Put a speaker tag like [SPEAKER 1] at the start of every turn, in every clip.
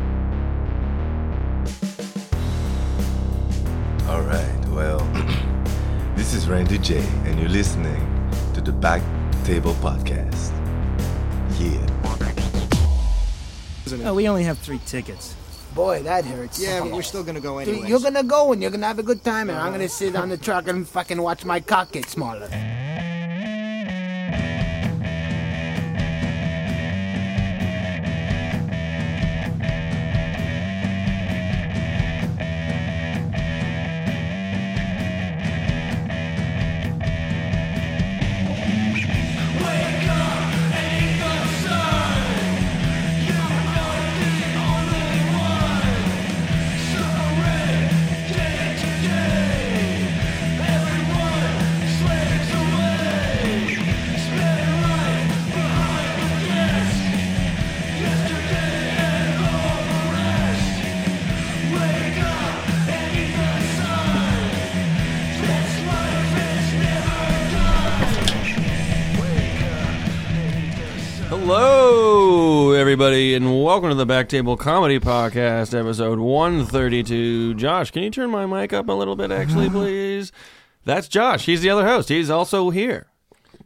[SPEAKER 1] This is Randy J, and you're listening to the Back Table Podcast. Yeah.
[SPEAKER 2] Oh, we only have three tickets.
[SPEAKER 3] Boy, that hurts.
[SPEAKER 4] Yeah, but we're still gonna go
[SPEAKER 3] Dude,
[SPEAKER 4] anyway.
[SPEAKER 3] You're gonna go and you're gonna have a good time, and I'm gonna sit on the truck and fucking watch my cock get smaller.
[SPEAKER 5] Hello, everybody, and welcome to the Back Table Comedy Podcast, episode 132. Josh, can you turn my mic up a little bit, actually, please? That's Josh. He's the other host. He's also here.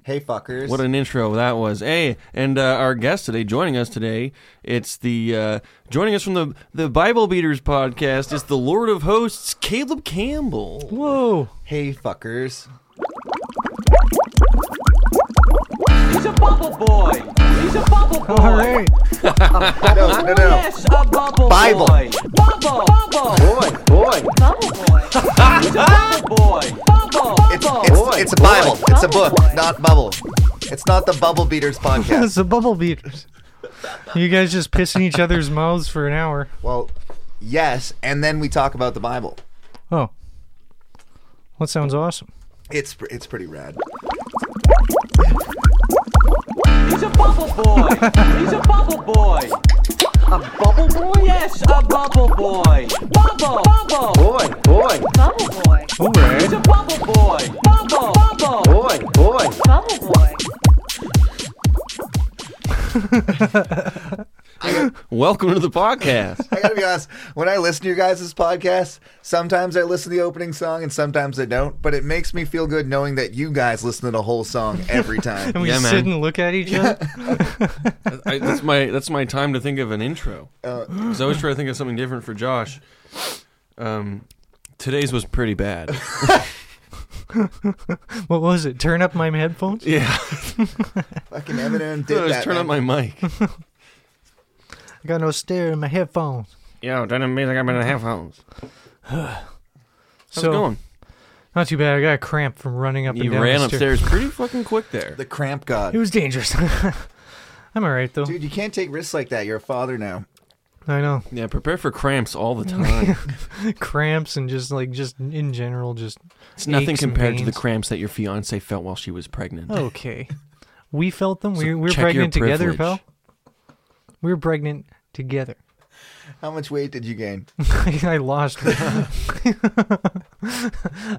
[SPEAKER 4] hey, fuckers.
[SPEAKER 5] What an intro that was. Hey, and uh, our guest today, joining us today, it's the, uh, joining us from the, the Bible Beaters podcast, it's the Lord of Hosts, Caleb Campbell.
[SPEAKER 2] Whoa.
[SPEAKER 4] hey, fuckers.
[SPEAKER 6] He's a bubble boy. He's a bubble boy.
[SPEAKER 2] All right.
[SPEAKER 4] No, no, no.
[SPEAKER 6] Yes, a bubble
[SPEAKER 4] Bible.
[SPEAKER 6] boy. Bubble, bubble,
[SPEAKER 7] Oh,
[SPEAKER 4] Boy, boy.
[SPEAKER 6] bubble boy. He's a bubble boy. Bubble,
[SPEAKER 4] It's,
[SPEAKER 6] bubble.
[SPEAKER 4] it's, it's a Bible. It's a book,
[SPEAKER 6] Boy.
[SPEAKER 4] not bubble. It's not the Bubble Beaters
[SPEAKER 2] That's
[SPEAKER 4] podcast.
[SPEAKER 2] the bubble beaters. You guys just pissing each other's mouths for an hour.
[SPEAKER 4] well, yes, and then we talk about the Bible.
[SPEAKER 2] Oh. That sounds awesome.
[SPEAKER 4] It's pr- it's pretty rad.
[SPEAKER 6] He's a bubble boy. He's a bubble boy. A bubble boy? Yes, a bubble boy. Bubble, bubble,
[SPEAKER 4] Boy, boy,
[SPEAKER 6] bubble boy.
[SPEAKER 2] All right.
[SPEAKER 6] He's a bubble boy. Bubble, bubble,
[SPEAKER 4] boy, boy.
[SPEAKER 6] bubble boy.
[SPEAKER 5] Welcome to the podcast.
[SPEAKER 4] I gotta be honest. When I listen to your guys' podcasts, sometimes I listen to the opening song and sometimes I don't. But it makes me feel good knowing that you guys listen to the whole song every
[SPEAKER 2] And
[SPEAKER 4] time.
[SPEAKER 2] we
[SPEAKER 5] Yeah, man.
[SPEAKER 2] sit and look at each other.
[SPEAKER 5] I, that's my that's my time to think of an intro.
[SPEAKER 4] Uh,
[SPEAKER 5] Because I always try to think of something different for Josh. Um, today's was pretty bad.
[SPEAKER 2] What was it? Turn up my headphones?
[SPEAKER 5] Yeah,
[SPEAKER 4] Fucking Eminem
[SPEAKER 5] I
[SPEAKER 4] did
[SPEAKER 5] was
[SPEAKER 4] that.
[SPEAKER 5] turn
[SPEAKER 4] man.
[SPEAKER 5] up my mic.
[SPEAKER 2] I got no stare in my headphones.
[SPEAKER 5] Yo, turn up music. I'm in the headphones. How's
[SPEAKER 2] So-
[SPEAKER 5] it going?
[SPEAKER 2] Not too bad. I got a cramp from running up
[SPEAKER 5] You
[SPEAKER 2] and down
[SPEAKER 5] ran
[SPEAKER 2] the stairs.
[SPEAKER 5] upstairs pretty fucking quick there.
[SPEAKER 4] the cramp god.
[SPEAKER 2] It was dangerous. I'm all right, though.
[SPEAKER 4] Dude, you can't take risks like that. You're a father now.
[SPEAKER 2] I know.
[SPEAKER 5] Yeah, prepare for cramps all the time.
[SPEAKER 2] Cramps and just, like, just in general, just
[SPEAKER 5] It's nothing
[SPEAKER 2] Aches and
[SPEAKER 5] compared to the
[SPEAKER 2] pains.
[SPEAKER 5] cramps that your fiance felt while she was pregnant.
[SPEAKER 2] Okay. We felt them.
[SPEAKER 5] So
[SPEAKER 2] we, we were
[SPEAKER 5] check your
[SPEAKER 2] pregnant together, pal.
[SPEAKER 5] privilege.
[SPEAKER 2] We were pregnant together.
[SPEAKER 4] How much weight did you gain?
[SPEAKER 2] I lost.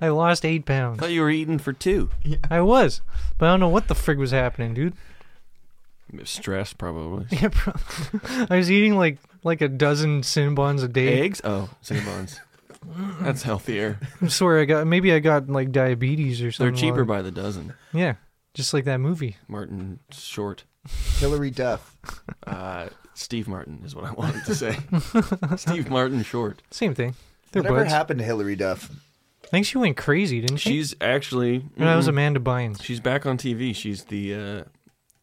[SPEAKER 2] I lost eight
[SPEAKER 5] I
[SPEAKER 2] pounds.
[SPEAKER 5] thought you were eating for two.
[SPEAKER 2] I was, but I don't know what the frig was happening, dude.
[SPEAKER 5] Stress probably.
[SPEAKER 2] Yeah, bro. I was eating like like a dozen cinnabons a day.
[SPEAKER 5] Eggs? Oh, Cinnabons. That's healthier.
[SPEAKER 2] I swear, I got maybe I got like diabetes or
[SPEAKER 5] They're
[SPEAKER 2] something.
[SPEAKER 5] cheaper
[SPEAKER 2] while-
[SPEAKER 5] by the dozen.
[SPEAKER 2] yeah, just like that movie.
[SPEAKER 5] Martin Short.
[SPEAKER 4] Hillary Duff.
[SPEAKER 5] Uh, Steve Martin is what I wanted to say. Steve Martin Short.
[SPEAKER 2] Same thing. They're
[SPEAKER 4] Whatever
[SPEAKER 2] buds.
[SPEAKER 4] happened to Hillary Duff?
[SPEAKER 2] I think she went crazy, didn't she?
[SPEAKER 5] She's actually
[SPEAKER 2] no, that was
[SPEAKER 5] mm,
[SPEAKER 2] Amanda Bynes.
[SPEAKER 5] she's back on TV. She's the uh,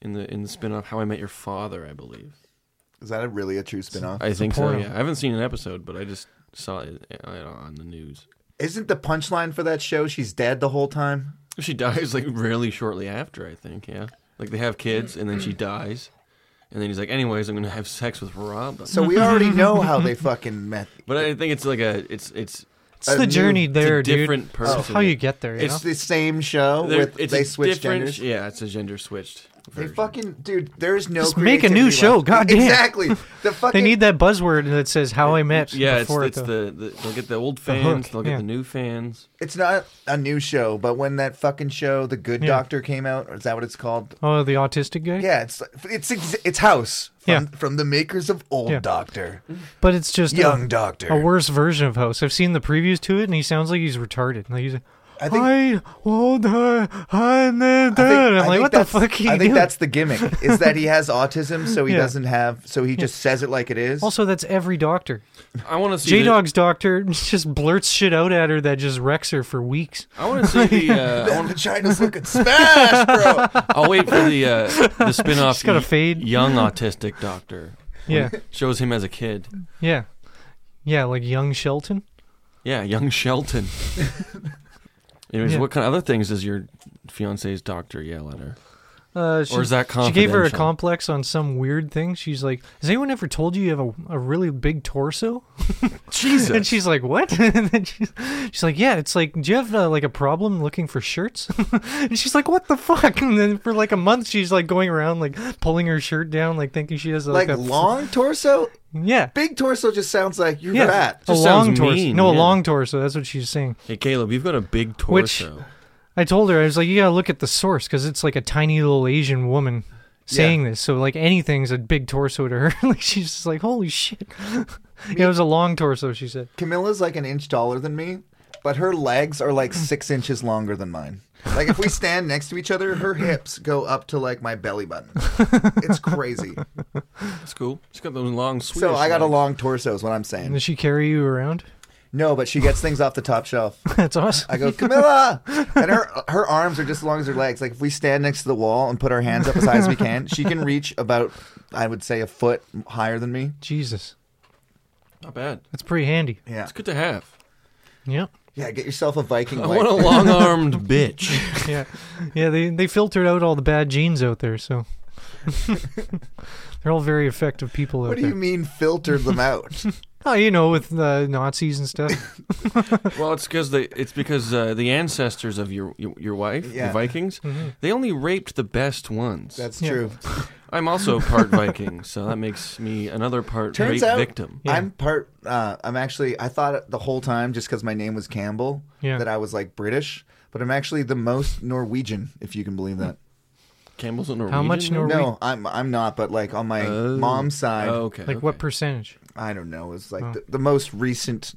[SPEAKER 5] in the in the spin-off How I Met Your Father, I believe.
[SPEAKER 4] Is that a really a true spinoff?
[SPEAKER 5] I think so.
[SPEAKER 2] porno.
[SPEAKER 5] Yeah, I haven't seen an episode, but I just saw it uh, on the news.
[SPEAKER 4] Isn't the punchline for that show she's dead the whole time?
[SPEAKER 5] She dies like really shortly after, I think. Yeah, like they have kids and then she dies, and then he's like, "Anyways, I'm gonna have sex with Rob."
[SPEAKER 4] So we already know how they fucking met.
[SPEAKER 5] but I think it's like a it's it's
[SPEAKER 2] It's
[SPEAKER 4] new-
[SPEAKER 2] the journey
[SPEAKER 5] a
[SPEAKER 2] there, dude.
[SPEAKER 5] different
[SPEAKER 2] It's
[SPEAKER 5] person.
[SPEAKER 2] how you get there. You know?
[SPEAKER 4] It's the same show
[SPEAKER 5] They're-
[SPEAKER 4] with
[SPEAKER 5] it's
[SPEAKER 4] they
[SPEAKER 5] a
[SPEAKER 4] switch
[SPEAKER 5] different-
[SPEAKER 4] genders.
[SPEAKER 5] Yeah, it's a gender switched.
[SPEAKER 4] They
[SPEAKER 5] version.
[SPEAKER 4] fucking dude, there's no
[SPEAKER 2] Just make a new
[SPEAKER 4] creativity
[SPEAKER 2] show,
[SPEAKER 4] left.
[SPEAKER 2] goddamn.
[SPEAKER 4] Exactly. The fucking
[SPEAKER 2] They need that buzzword that says "How I Met."
[SPEAKER 5] Yeah, it's,
[SPEAKER 2] before
[SPEAKER 5] it's
[SPEAKER 2] it, though.
[SPEAKER 5] the, the they'll get the old
[SPEAKER 2] hook,
[SPEAKER 5] fans, they'll get
[SPEAKER 2] yeah.
[SPEAKER 5] the new fans.
[SPEAKER 4] it's not a new show, but when that fucking show The Good
[SPEAKER 2] Yeah.
[SPEAKER 4] Doctor came out, or is that what it's called?
[SPEAKER 2] oh the autistic guy.
[SPEAKER 4] Yeah, it's it's ex- it's House from,
[SPEAKER 2] Yeah.
[SPEAKER 4] from the makers of Old
[SPEAKER 2] Yeah. Oh.
[SPEAKER 4] Doctor,
[SPEAKER 2] but it's just uh,
[SPEAKER 4] Young
[SPEAKER 2] a,
[SPEAKER 4] Doctor.
[SPEAKER 2] a worse version of House. I've seen the previews to it, and he sounds like he's retarded. Like he's like,
[SPEAKER 4] I think
[SPEAKER 2] I hold her hand
[SPEAKER 4] I
[SPEAKER 2] and
[SPEAKER 4] think-
[SPEAKER 2] I'm
[SPEAKER 4] I
[SPEAKER 2] like,
[SPEAKER 4] think
[SPEAKER 2] what the
[SPEAKER 4] that's-
[SPEAKER 2] fuck are you
[SPEAKER 4] I think
[SPEAKER 2] doing?
[SPEAKER 4] that's the gimmick is that he has autism, so he
[SPEAKER 2] Yeah.
[SPEAKER 4] doesn't have, so he just says it like it is.
[SPEAKER 2] also, that's every doctor.
[SPEAKER 5] I want to see.
[SPEAKER 2] J
[SPEAKER 5] the-
[SPEAKER 2] Dog's doctor just blurts shit out at her that just wrecks her for weeks.
[SPEAKER 5] I want to see the. Uh, I
[SPEAKER 4] that
[SPEAKER 5] wanna,
[SPEAKER 4] Oh, vagina's looking smashed, bro.
[SPEAKER 5] I'll wait for the uh, the spinoff.
[SPEAKER 2] She's got a
[SPEAKER 5] y-
[SPEAKER 2] fade.
[SPEAKER 5] Young autistic doctor
[SPEAKER 2] Yeah,
[SPEAKER 5] shows him as a kid.
[SPEAKER 2] yeah, yeah. Like young Shelton.
[SPEAKER 5] Yeah, young Shelton. Anyways,
[SPEAKER 2] Yeah.
[SPEAKER 5] what kind of other things does your fiance's doctor yell at her?
[SPEAKER 2] Uh, she,
[SPEAKER 5] Or is that
[SPEAKER 2] She gave her a
[SPEAKER 5] confidential?
[SPEAKER 2] complex on some weird thing. She's like, "Has anyone ever told you you have a, a really big torso?"
[SPEAKER 5] Jesus.
[SPEAKER 2] And she's like, "What?" and then she's, she's like, "Yeah, it's like, do you have uh, like a problem looking for shirts?" and she's like, "What the fuck?" And then for like a month, she's like going around like pulling her shirt down, like thinking she has
[SPEAKER 4] Like
[SPEAKER 2] like, a
[SPEAKER 4] long torso,
[SPEAKER 2] yeah.
[SPEAKER 4] big torso just sounds like you're
[SPEAKER 2] Yeah.
[SPEAKER 4] fat.
[SPEAKER 2] A
[SPEAKER 5] Just
[SPEAKER 2] long
[SPEAKER 5] sounds
[SPEAKER 2] torso.
[SPEAKER 5] mean,
[SPEAKER 2] no, a
[SPEAKER 5] yeah.
[SPEAKER 2] long torso. That's what she's saying.
[SPEAKER 5] hey, Caleb, you've got a big
[SPEAKER 2] Which-
[SPEAKER 5] torso.
[SPEAKER 2] I told her I was like, you gotta look at the source because it's like a tiny little Asian woman saying this. So like anything's a big torso to her. like she's just like, holy shit. yeah, it was a long torso. She said.
[SPEAKER 4] Camilla's like an inch taller than me, but her legs are like six inches longer than mine. Like if we stand next to each other, her hips go up to like my belly button. It's crazy.
[SPEAKER 5] That's cool. She's got those long Swedish.
[SPEAKER 4] so I got a
[SPEAKER 5] legs.
[SPEAKER 4] long torso is what I'm saying.
[SPEAKER 2] Does she carry you around?
[SPEAKER 4] No, but she gets things off the top shelf.
[SPEAKER 2] That's awesome.
[SPEAKER 4] I go, Camilla, and her her arms are just as long as her legs. Like if we stand next to the wall and put our hands up as high as we can, she can reach about, I would say, a foot higher than me.
[SPEAKER 2] Jesus,
[SPEAKER 5] Not bad.
[SPEAKER 2] that's pretty handy.
[SPEAKER 4] Yeah,
[SPEAKER 5] It's good to have.
[SPEAKER 2] Yep.
[SPEAKER 4] yeah. Get yourself a Viking.
[SPEAKER 5] I
[SPEAKER 4] wife.
[SPEAKER 5] want a long armed bitch.
[SPEAKER 2] Yeah, yeah. They they filtered out all the bad genes out there, so they're all very effective people out
[SPEAKER 4] What do
[SPEAKER 2] there.
[SPEAKER 4] you mean filtered them out?
[SPEAKER 2] Oh, you know, with the Nazis and stuff.
[SPEAKER 5] Well, it's because they it's because uh, the ancestors of your your, your wife,
[SPEAKER 4] Yeah.
[SPEAKER 5] the Vikings,
[SPEAKER 2] Mm-hmm.
[SPEAKER 5] they only raped the best ones.
[SPEAKER 4] That's
[SPEAKER 2] Yeah.
[SPEAKER 4] true.
[SPEAKER 5] I'm also part Viking, so that makes me another part
[SPEAKER 4] Turns
[SPEAKER 5] rape
[SPEAKER 4] out
[SPEAKER 5] victim.
[SPEAKER 4] I'm part. Uh, I'm actually. I thought the whole time just because my name was Campbell
[SPEAKER 2] Yeah.
[SPEAKER 4] that I was like British, but I'm actually the most Norwegian, if you can believe that.
[SPEAKER 5] Campbell's a Norwegian.
[SPEAKER 2] How much
[SPEAKER 5] then?
[SPEAKER 2] Nor-
[SPEAKER 4] No, I'm I'm not. But like on my
[SPEAKER 5] Oh.
[SPEAKER 4] mom's side,
[SPEAKER 5] Oh, okay.
[SPEAKER 2] Like what
[SPEAKER 5] okay.
[SPEAKER 2] percentage?
[SPEAKER 4] I don't know. It's like the, the most recent,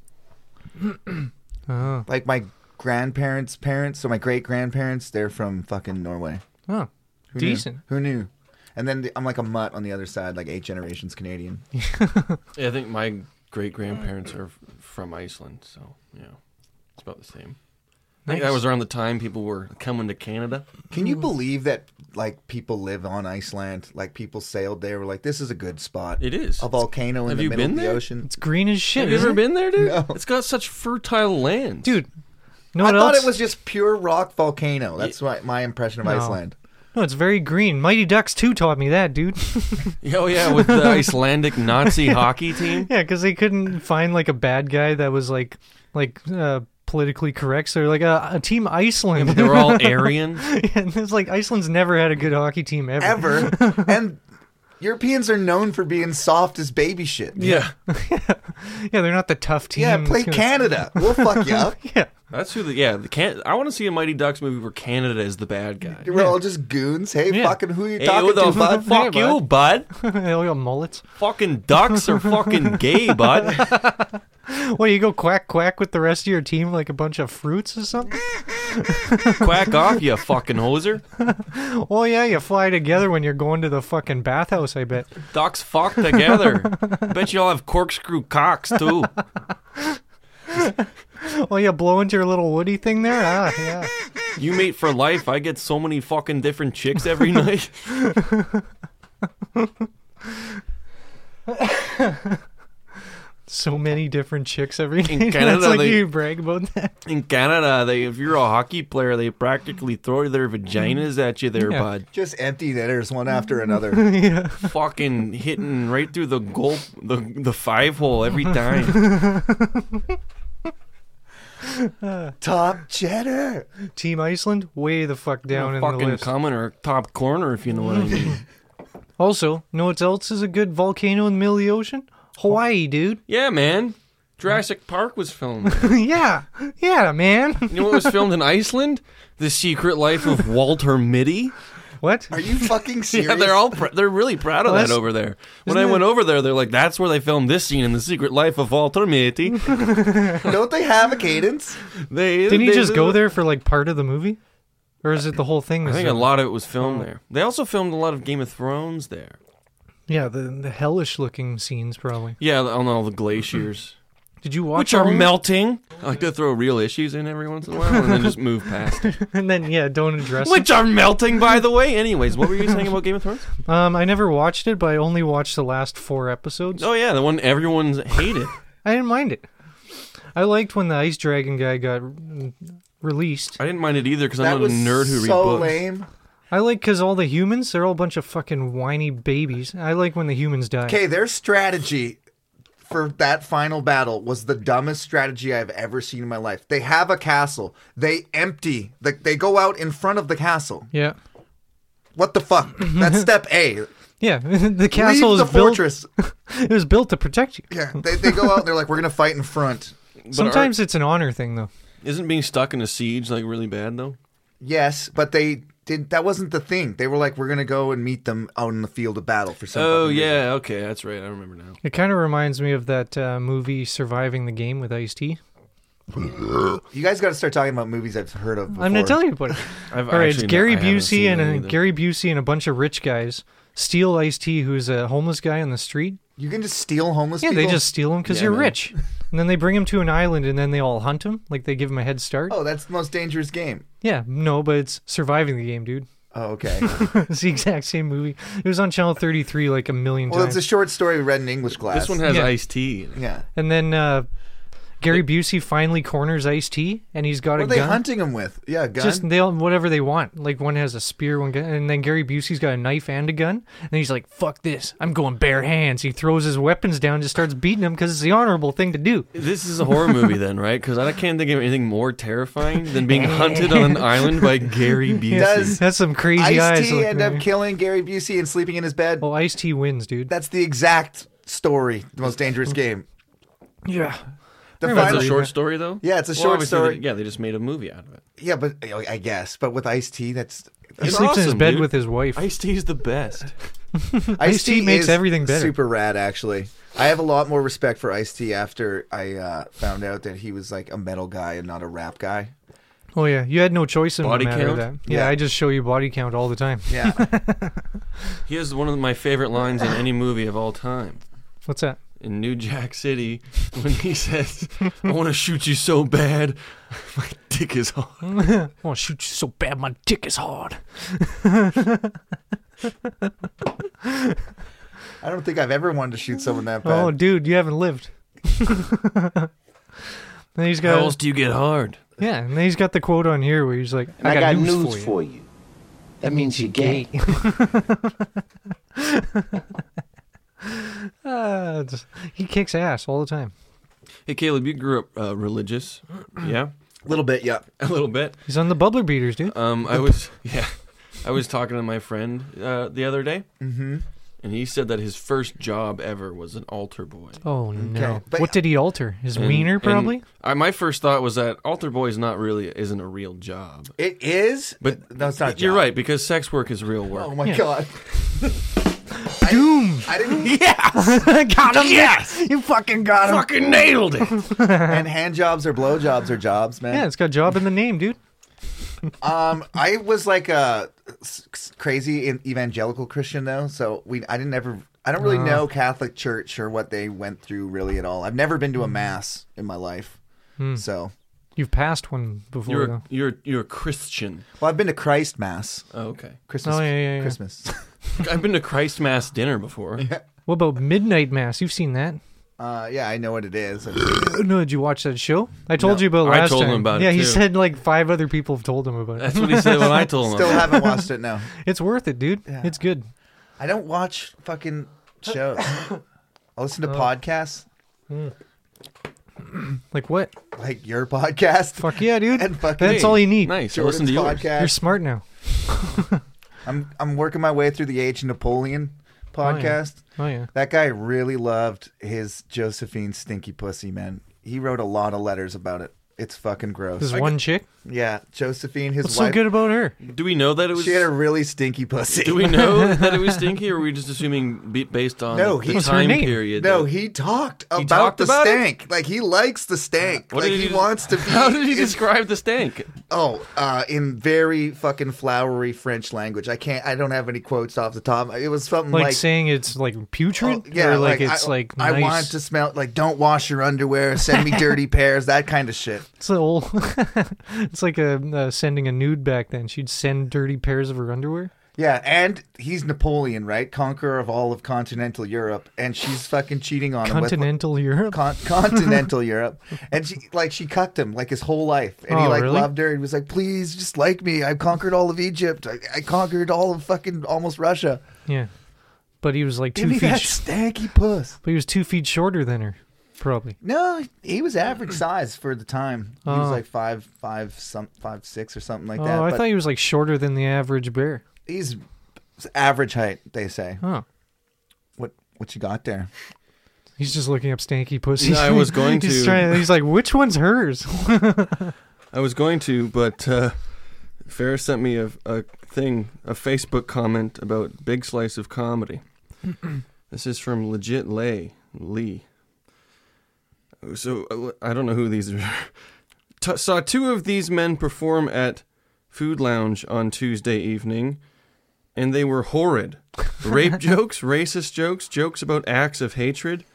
[SPEAKER 2] Oh,
[SPEAKER 4] like my grandparents' parents. So my great grandparents, they're from fucking Norway.
[SPEAKER 2] oh,
[SPEAKER 4] Who knew?
[SPEAKER 2] decent.
[SPEAKER 4] Who knew? And then the, I'm like a mutt on the other side, like eight generations Canadian.
[SPEAKER 5] Yeah, I think my great grandparents are f- from Iceland, so yeah, it's about the same. I think that
[SPEAKER 2] Nice.
[SPEAKER 5] was around the time people were coming to Canada.
[SPEAKER 4] Can you believe that like people live on Iceland? Like people sailed there. Were like, this is a good spot.
[SPEAKER 5] It is.
[SPEAKER 4] a volcano in
[SPEAKER 5] Have
[SPEAKER 4] the
[SPEAKER 5] you
[SPEAKER 4] middle
[SPEAKER 5] been
[SPEAKER 4] of the
[SPEAKER 5] there?
[SPEAKER 4] ocean.
[SPEAKER 2] It's green as shit.
[SPEAKER 5] Have you
[SPEAKER 2] isn't
[SPEAKER 5] ever
[SPEAKER 2] it?
[SPEAKER 5] been there, dude?
[SPEAKER 4] No.
[SPEAKER 5] It's got such fertile land,
[SPEAKER 2] dude? No,
[SPEAKER 4] I
[SPEAKER 2] what
[SPEAKER 4] thought
[SPEAKER 2] else?
[SPEAKER 4] it was just pure rock volcano. That's my, my impression of
[SPEAKER 2] No.
[SPEAKER 4] Iceland.
[SPEAKER 2] No, Oh, it's very green. Mighty Ducks 2 taught me that, dude.
[SPEAKER 5] Oh yeah, with the Icelandic Nazi hockey team.
[SPEAKER 2] yeah, because they couldn't find like a bad guy that was like like uh, politically correct. So they're like uh, a team Iceland.
[SPEAKER 5] They were all Aryan.
[SPEAKER 2] and it's like Iceland's never had a good hockey team ever.
[SPEAKER 4] Ever and Europeans are known for being soft as baby shit.
[SPEAKER 5] Yeah,
[SPEAKER 2] Yeah, they're not the tough team.
[SPEAKER 4] Yeah, play
[SPEAKER 2] that's gonna-
[SPEAKER 4] Canada. We'll fuck you up.
[SPEAKER 2] Yeah,
[SPEAKER 5] that's who. The, yeah, the can. I want to see a Mighty Ducks movie where Canada is the bad guy.
[SPEAKER 4] We're all just goons. Hey,
[SPEAKER 2] Yeah.
[SPEAKER 4] fucking who you
[SPEAKER 5] Hey,
[SPEAKER 4] talking
[SPEAKER 5] what the
[SPEAKER 4] to, bud?
[SPEAKER 5] fuck
[SPEAKER 2] Yeah,
[SPEAKER 5] you, bud.
[SPEAKER 2] they all got mullets.
[SPEAKER 5] fucking ducks are fucking gay, bud.
[SPEAKER 2] Well, you go quack quack with the rest of your team like a bunch of fruits or something.
[SPEAKER 5] Quack off, you fucking hoser.
[SPEAKER 2] Oh yeah, you fly together when you're going to the fucking bathhouse. I bet.
[SPEAKER 5] Ducks fuck together. Bet you all have corkscrew cocks too.
[SPEAKER 2] Oh, you blow into your little woody thing there. Ah, yeah.
[SPEAKER 5] You mate for life. I get so many fucking different chicks every night.
[SPEAKER 2] So many different chicks every day. That's
[SPEAKER 5] Canada,
[SPEAKER 2] like
[SPEAKER 5] they-
[SPEAKER 2] you brag about that.
[SPEAKER 5] In Canada, they if you're a hockey player, they practically throw their vaginas at you there,
[SPEAKER 2] Yeah.
[SPEAKER 5] bud.
[SPEAKER 4] Just empty hitters one after another.
[SPEAKER 5] Fucking hitting right through the goal, the the five hole every time.
[SPEAKER 4] Top cheddar.
[SPEAKER 2] Team Iceland, way the fuck down in the
[SPEAKER 5] fucking
[SPEAKER 2] list.
[SPEAKER 5] coming or top corner, if you know what I mean.
[SPEAKER 2] also, know what else is a good volcano in the middle of the ocean? Hawaii, dude.
[SPEAKER 5] Yeah, man. Jurassic Park was filmed.
[SPEAKER 2] yeah, yeah, man.
[SPEAKER 5] You know what was filmed in Iceland? The Secret Life of Walter Mitty.
[SPEAKER 2] What?
[SPEAKER 4] Are you fucking serious?
[SPEAKER 5] Yeah, they're all pr- they're really proud of
[SPEAKER 2] Well,
[SPEAKER 5] that
[SPEAKER 2] that's-
[SPEAKER 5] over there. When I
[SPEAKER 2] isn't
[SPEAKER 5] went
[SPEAKER 2] it-
[SPEAKER 5] over there, they're like, "That's where they filmed this scene in The Secret Life of Walter Mitty."
[SPEAKER 4] Don't they have a cadence?
[SPEAKER 5] They
[SPEAKER 2] Didn't he
[SPEAKER 5] they-
[SPEAKER 2] just go there for like part of the movie, or is it the whole thing?
[SPEAKER 5] I
[SPEAKER 2] was
[SPEAKER 5] think a
[SPEAKER 2] there?
[SPEAKER 5] lot of it was filmed
[SPEAKER 2] Oh.
[SPEAKER 5] there. They also filmed a lot of Game of Thrones there.
[SPEAKER 2] Yeah, the the hellish looking scenes probably.
[SPEAKER 5] Yeah, on all the glaciers,
[SPEAKER 2] Did you watch
[SPEAKER 5] which are
[SPEAKER 2] all of them?
[SPEAKER 5] melting. I like to throw real issues in every once in a while and then just move past. it.
[SPEAKER 2] and then yeah, don't address
[SPEAKER 5] which are melting, by the way. Anyways, what were you saying about Game of Thrones?
[SPEAKER 2] it. Um, I never watched it, but I only watched the last four episodes.
[SPEAKER 5] Oh yeah, the one everyone's hated.
[SPEAKER 2] I didn't mind it. I liked when the ice dragon guy got mm, released.
[SPEAKER 5] I didn't mind it either because
[SPEAKER 4] That
[SPEAKER 5] I'm not a
[SPEAKER 4] was
[SPEAKER 5] nerd who reads
[SPEAKER 4] so
[SPEAKER 5] books.
[SPEAKER 4] lame.
[SPEAKER 2] I like because all the humans, they're all a bunch of fucking whiny babies. I like when the humans die.
[SPEAKER 4] Okay, their strategy for that final battle was the dumbest strategy I've ever seen in my life. They have a castle. They empty. The, they go out in front of the castle.
[SPEAKER 2] Yeah.
[SPEAKER 4] What the fuck? That's step A.
[SPEAKER 2] Yeah, the castle
[SPEAKER 4] Leave
[SPEAKER 2] is
[SPEAKER 4] the
[SPEAKER 2] built.
[SPEAKER 4] fortress.
[SPEAKER 2] It was built to protect you.
[SPEAKER 4] Yeah, they, they go out and they're like, we're gonna fight in front.
[SPEAKER 5] But are-
[SPEAKER 2] Sometimes it's an honor thing, though.
[SPEAKER 5] isn't being stuck in a siege like really bad though.
[SPEAKER 4] Yes, but they did. That wasn't the thing. They were like, we're gonna go and meet them out in the field of battle for some.
[SPEAKER 5] Oh
[SPEAKER 4] fucking reason.
[SPEAKER 5] yeah, okay, that's right. I remember now.
[SPEAKER 2] It kind of reminds me of that uh, movie "Surviving the Game" with Ice T.
[SPEAKER 4] You guys got to start talking about movies I've heard of. Before.
[SPEAKER 2] I'm gonna tell you about it.
[SPEAKER 5] I've
[SPEAKER 2] All right, it's
[SPEAKER 5] actually not-
[SPEAKER 2] Gary
[SPEAKER 5] I haven't
[SPEAKER 2] Busey
[SPEAKER 5] seen
[SPEAKER 2] and
[SPEAKER 4] uh,
[SPEAKER 5] that
[SPEAKER 2] a,
[SPEAKER 5] either.
[SPEAKER 2] Gary Busey and a bunch of rich guys steal Ice T, who's a homeless guy on the street.
[SPEAKER 4] You can just steal homeless.
[SPEAKER 2] Yeah, they
[SPEAKER 4] people?
[SPEAKER 2] just steal him because
[SPEAKER 5] Yeah,
[SPEAKER 2] you're
[SPEAKER 5] man.
[SPEAKER 2] rich, and then they bring him to an island, and then they all hunt him. Like they give him a head start.
[SPEAKER 4] Oh, that's the most dangerous game.
[SPEAKER 2] Yeah, no, but it's surviving the game, dude.
[SPEAKER 4] Oh, okay.
[SPEAKER 2] it's the exact same movie. It was on Channel 33 like a million
[SPEAKER 4] well, it's
[SPEAKER 2] times.
[SPEAKER 4] a short story we read in English class.
[SPEAKER 5] This one has
[SPEAKER 2] Yeah.
[SPEAKER 5] iced tea. In it.
[SPEAKER 4] Yeah.
[SPEAKER 2] and then uh, Gary Busey finally corners Ice T, and he's
[SPEAKER 4] What
[SPEAKER 2] got a
[SPEAKER 4] are they
[SPEAKER 2] gun.
[SPEAKER 4] hunting him with? Yeah, a gun.
[SPEAKER 2] Just they all, whatever they want. Like one has a spear, one gun, and then Gary Busey's got a knife and a gun, and he's like, "Fuck this! I'm going bare hands." He throws his weapons down, just starts beating him because it's the honorable thing to do.
[SPEAKER 5] This is a horror movie then, right? Because I can't think of anything more terrifying than being hunted on an island by Gary Busey.
[SPEAKER 4] Does
[SPEAKER 2] That's some
[SPEAKER 4] Ice
[SPEAKER 2] crazy eyes.
[SPEAKER 4] T
[SPEAKER 2] look
[SPEAKER 4] end
[SPEAKER 2] there.
[SPEAKER 4] up killing Gary Busey and sleeping in his bed?
[SPEAKER 2] well, Ice T Oh, wins, dude.
[SPEAKER 4] That's the exact story. The most dangerous game.
[SPEAKER 2] yeah,
[SPEAKER 4] The
[SPEAKER 2] Remember
[SPEAKER 5] That's
[SPEAKER 4] final,
[SPEAKER 5] a short story though.
[SPEAKER 4] Yeah, it's a
[SPEAKER 5] Well,
[SPEAKER 4] short
[SPEAKER 5] obviously
[SPEAKER 4] story.
[SPEAKER 5] they- yeah, they just made a movie out of it.
[SPEAKER 4] yeah, but I guess. But with Ice T, that's
[SPEAKER 2] he
[SPEAKER 5] It's
[SPEAKER 2] sleeps in his
[SPEAKER 5] awesome,
[SPEAKER 2] bed
[SPEAKER 5] dude.
[SPEAKER 2] with his wife.
[SPEAKER 5] Iced tea's the best.
[SPEAKER 4] Ice
[SPEAKER 2] Ice-T
[SPEAKER 4] T
[SPEAKER 2] makes everything better.
[SPEAKER 4] Super rad, actually. I have a lot more respect for Ice T after I uh, found out that he was like a metal guy and not a rap guy.
[SPEAKER 2] oh yeah, you had no choice in the
[SPEAKER 5] Body
[SPEAKER 2] matter of that.
[SPEAKER 5] count?
[SPEAKER 2] Yeah,
[SPEAKER 4] Yeah.
[SPEAKER 2] I just show you body count all the time.
[SPEAKER 4] Yeah,
[SPEAKER 5] He has one of my favorite lines in any movie of all time.
[SPEAKER 2] What's that?
[SPEAKER 5] In New Jack City, when he says, "I want to shoot you so bad, my dick is hard."
[SPEAKER 2] I want to shoot you so bad, my dick is hard.
[SPEAKER 4] I don't think I've ever wanted to shoot someone that bad.
[SPEAKER 2] Oh, dude, you haven't lived. then he's
[SPEAKER 5] How
[SPEAKER 2] got
[SPEAKER 5] else do you get hard?
[SPEAKER 2] yeah, and then he's got the quote on here where he's like, "I, got, news, for you."
[SPEAKER 8] That means you're gay.
[SPEAKER 2] Uh, it's- he kicks ass all the time.
[SPEAKER 5] Hey, Caleb, you grew up uh, religious, yeah,
[SPEAKER 4] A little bit, yeah.
[SPEAKER 5] a little bit.
[SPEAKER 2] He's on the bubbler beaters, dude.
[SPEAKER 5] Um, I was yeah, I was talking to my friend uh, the other day, mm-hmm. and he said that his first job ever was an altar boy.
[SPEAKER 2] Oh no!
[SPEAKER 4] but-
[SPEAKER 2] what did he alter? His
[SPEAKER 5] And-
[SPEAKER 2] wiener,
[SPEAKER 5] and
[SPEAKER 2] probably.
[SPEAKER 5] I, my first thought was that altar boy is not really isn't a real job.
[SPEAKER 4] It is,
[SPEAKER 5] But
[SPEAKER 4] no, it's not. a
[SPEAKER 5] You're
[SPEAKER 4] job.
[SPEAKER 5] right because sex work is real work.
[SPEAKER 4] Oh my
[SPEAKER 2] Yeah.
[SPEAKER 4] god,
[SPEAKER 2] Doom.
[SPEAKER 4] I didn't.
[SPEAKER 2] got him. Yes, you fucking got him.
[SPEAKER 5] Fucking nailed it.
[SPEAKER 4] and hand jobs or blow jobs are jobs, man.
[SPEAKER 2] Yeah, it's got job in the name, dude.
[SPEAKER 4] Um, I was like a s- s- crazy in- evangelical Christian though, so we I didn't ever I don't
[SPEAKER 2] Oh.
[SPEAKER 4] really know Catholic Church or what they went through really at all. I've never been to
[SPEAKER 2] Hmm.
[SPEAKER 4] a mass in my life, so
[SPEAKER 2] You've passed one before,
[SPEAKER 5] You're
[SPEAKER 2] though.
[SPEAKER 5] a, you're you're a Christian.
[SPEAKER 4] well I've been to Christ Mass,
[SPEAKER 5] Oh, okay.
[SPEAKER 4] Christmas,
[SPEAKER 2] Oh, yeah, yeah, yeah.
[SPEAKER 4] Christmas.
[SPEAKER 5] I've been to Christ Mass dinner before.
[SPEAKER 2] What about midnight mass? You've seen that?
[SPEAKER 4] uh, yeah, I know what it is.
[SPEAKER 2] Uh, No, did you watch that show? I told you about
[SPEAKER 5] I
[SPEAKER 2] last
[SPEAKER 5] told him
[SPEAKER 2] time.
[SPEAKER 5] about it,
[SPEAKER 2] yeah, he
[SPEAKER 5] too.
[SPEAKER 2] said like five other people have told him about it.
[SPEAKER 5] That's what he said when I told him.
[SPEAKER 4] Still haven't watched it. No,
[SPEAKER 2] It's worth it, dude. It's good.
[SPEAKER 4] I don't watch fucking shows. I listen
[SPEAKER 2] Oh.
[SPEAKER 4] to podcasts
[SPEAKER 2] Like what?
[SPEAKER 4] like your podcast.
[SPEAKER 2] Fuck yeah, dude.
[SPEAKER 4] And fucking-
[SPEAKER 2] That's all you need.
[SPEAKER 5] nice. I
[SPEAKER 4] Jordan's
[SPEAKER 5] Listen to yours.
[SPEAKER 4] podcast.
[SPEAKER 2] You're smart now.
[SPEAKER 4] I'm I'm working my way through the Age of Napoleon podcast.
[SPEAKER 2] Oh yeah.
[SPEAKER 4] That guy really loved his Josephine stinky pussy, man. He wrote a lot of letters about it. It's fucking gross.
[SPEAKER 2] This one chick.
[SPEAKER 4] Yeah, Josephine, his
[SPEAKER 2] What's
[SPEAKER 4] wife.
[SPEAKER 2] so good about her?
[SPEAKER 5] Do we know that it was?
[SPEAKER 4] she had a really stinky pussy.
[SPEAKER 5] do we know that it was stinky, or are we just assuming be- based on
[SPEAKER 4] No,
[SPEAKER 5] the
[SPEAKER 4] he-
[SPEAKER 2] What's her
[SPEAKER 5] time
[SPEAKER 2] name?
[SPEAKER 5] period?
[SPEAKER 4] No,
[SPEAKER 5] that-
[SPEAKER 4] he talked about
[SPEAKER 5] talked
[SPEAKER 4] the
[SPEAKER 5] about it?
[SPEAKER 4] stank. Like he likes the stank.
[SPEAKER 5] What
[SPEAKER 4] like
[SPEAKER 5] did
[SPEAKER 4] he,
[SPEAKER 5] he-
[SPEAKER 4] wants to be.
[SPEAKER 5] How did he describe the stank?
[SPEAKER 4] Oh, uh, in very fucking flowery French language. I can't. I don't have any quotes off the top. It was something
[SPEAKER 2] Like,
[SPEAKER 4] like.
[SPEAKER 2] saying it's like putrid,
[SPEAKER 4] oh, yeah,
[SPEAKER 2] or like,
[SPEAKER 4] I-
[SPEAKER 2] it's like
[SPEAKER 4] I
[SPEAKER 2] nice.
[SPEAKER 4] want to smell like don't wash your underwear, send me dirty pairs, that kind of shit.
[SPEAKER 2] It's the old. it's like a, uh, sending a nude back then. She'd send dirty pairs of her underwear.
[SPEAKER 4] Yeah, and he's Napoleon, right? Conqueror of all of continental Europe, and she's fucking cheating on him with
[SPEAKER 2] Continental Europe.
[SPEAKER 4] con- continental Europe, and she like she cucked him like his whole life, and he
[SPEAKER 2] Oh,
[SPEAKER 4] like
[SPEAKER 2] really?
[SPEAKER 4] loved her and was like, please just like me. I conquered all of Egypt. I, I conquered all of fucking almost Russia.
[SPEAKER 2] yeah, but he was like
[SPEAKER 4] Give
[SPEAKER 2] two
[SPEAKER 4] me
[SPEAKER 2] feet.
[SPEAKER 4] that
[SPEAKER 2] sh-
[SPEAKER 4] stanky puss.
[SPEAKER 2] but he was two feet shorter than her, probably.
[SPEAKER 4] No, he was average size for the time. He was
[SPEAKER 2] Oh.
[SPEAKER 4] like five, five, some five, six or something like
[SPEAKER 2] Oh,
[SPEAKER 4] that.
[SPEAKER 2] I
[SPEAKER 4] but
[SPEAKER 2] thought he was like shorter than the average bear.
[SPEAKER 4] he's average height. They say.
[SPEAKER 2] Oh,
[SPEAKER 4] What what you got there?
[SPEAKER 2] he's just looking up stanky pussy.
[SPEAKER 5] No, I was going
[SPEAKER 2] he's
[SPEAKER 5] to-
[SPEAKER 2] Trying, he's like, which one's hers?
[SPEAKER 5] I was going to, but uh, Ferris sent me a, a thing, a Facebook comment about Big Slice of Comedy. this is from Legit Lay Lee. So uh, I don't know who these are. T- saw two of these men perform at Food Lounge on Tuesday evening, and they were horrid. Rape jokes, racist jokes, jokes about acts of hatred,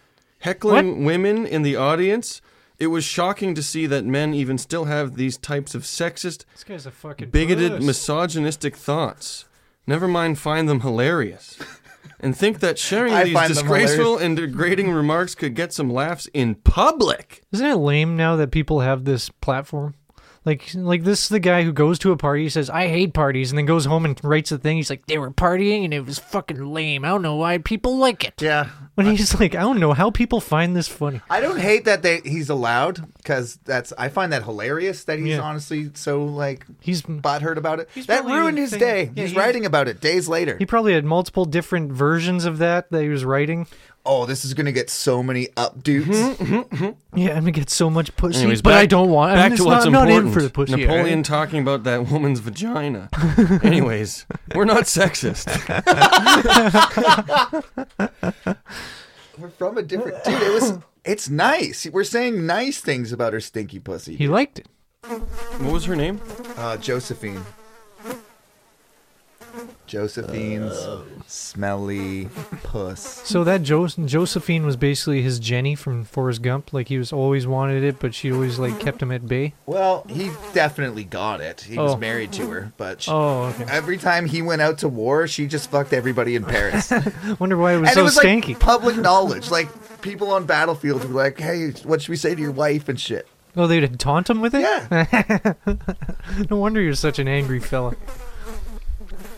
[SPEAKER 5] heckling women in the audience. It was shocking to see that men even still have these types of sexist,
[SPEAKER 2] this guy's a fucking
[SPEAKER 5] bigoted,
[SPEAKER 2] puss.
[SPEAKER 5] misogynistic thoughts. Never mind find them hilarious. And think that sharing
[SPEAKER 4] I
[SPEAKER 5] these
[SPEAKER 4] find them
[SPEAKER 5] disgraceful and degrading remarks could get some laughs in public.
[SPEAKER 2] Isn't it lame now that people have this platform? Like, like this is the guy who goes to a party, says, "I hate parties," and then goes home and writes a thing. He's like, "They were partying and it was fucking lame. I don't know why people like it."
[SPEAKER 4] Yeah,
[SPEAKER 2] When he's like, "I don't know how people find this funny."
[SPEAKER 4] I don't hate that they he's allowed because that's I find that hilarious that he's
[SPEAKER 2] Yeah.
[SPEAKER 4] honestly so like
[SPEAKER 2] He's
[SPEAKER 4] butthurt about it.
[SPEAKER 2] He's
[SPEAKER 4] that
[SPEAKER 2] probably
[SPEAKER 4] ruined his
[SPEAKER 2] think-
[SPEAKER 4] day.
[SPEAKER 2] yeah,
[SPEAKER 4] he's
[SPEAKER 2] he-
[SPEAKER 4] writing about it days later.
[SPEAKER 2] he probably had multiple different versions of that that he was writing.
[SPEAKER 4] oh, this is gonna get so many
[SPEAKER 2] Mm-hmm.
[SPEAKER 4] updoots.
[SPEAKER 2] Yeah, I'm gonna get so much pussy,
[SPEAKER 5] Anyways,
[SPEAKER 2] but
[SPEAKER 5] back-
[SPEAKER 2] I don't want.
[SPEAKER 5] Back
[SPEAKER 2] I'm
[SPEAKER 5] to
[SPEAKER 2] just
[SPEAKER 5] what's
[SPEAKER 2] not, I'm
[SPEAKER 5] important.
[SPEAKER 2] not in for the pussy.
[SPEAKER 5] Napoleon
[SPEAKER 2] alright?
[SPEAKER 5] talking about that woman's vagina. Anyways, we're not sexist.
[SPEAKER 4] We're from a different dude. It was. It's nice. We're saying nice things about her stinky pussy.
[SPEAKER 2] he liked it.
[SPEAKER 5] What was her name?
[SPEAKER 4] Uh, Josephine. Josephine's
[SPEAKER 2] Uh.
[SPEAKER 4] smelly puss.
[SPEAKER 2] So that jo- Josephine was basically his Jenny from Forrest Gump. Like he was always wanted it, but she always like kept him at bay.
[SPEAKER 4] Well, he definitely got it. He
[SPEAKER 2] Oh.
[SPEAKER 4] was married to her, but she,
[SPEAKER 2] Oh, okay.
[SPEAKER 4] every time he went out to war, she just fucked everybody in Paris. and
[SPEAKER 2] Wonder why it was
[SPEAKER 4] it
[SPEAKER 2] so
[SPEAKER 4] was
[SPEAKER 2] stanky.
[SPEAKER 4] like public knowledge. Like people on battlefields were like, "Hey, what should we say to your wife and shit?"
[SPEAKER 2] oh, they'd taunt him with it.
[SPEAKER 4] Yeah,
[SPEAKER 2] No wonder you're such an angry fella.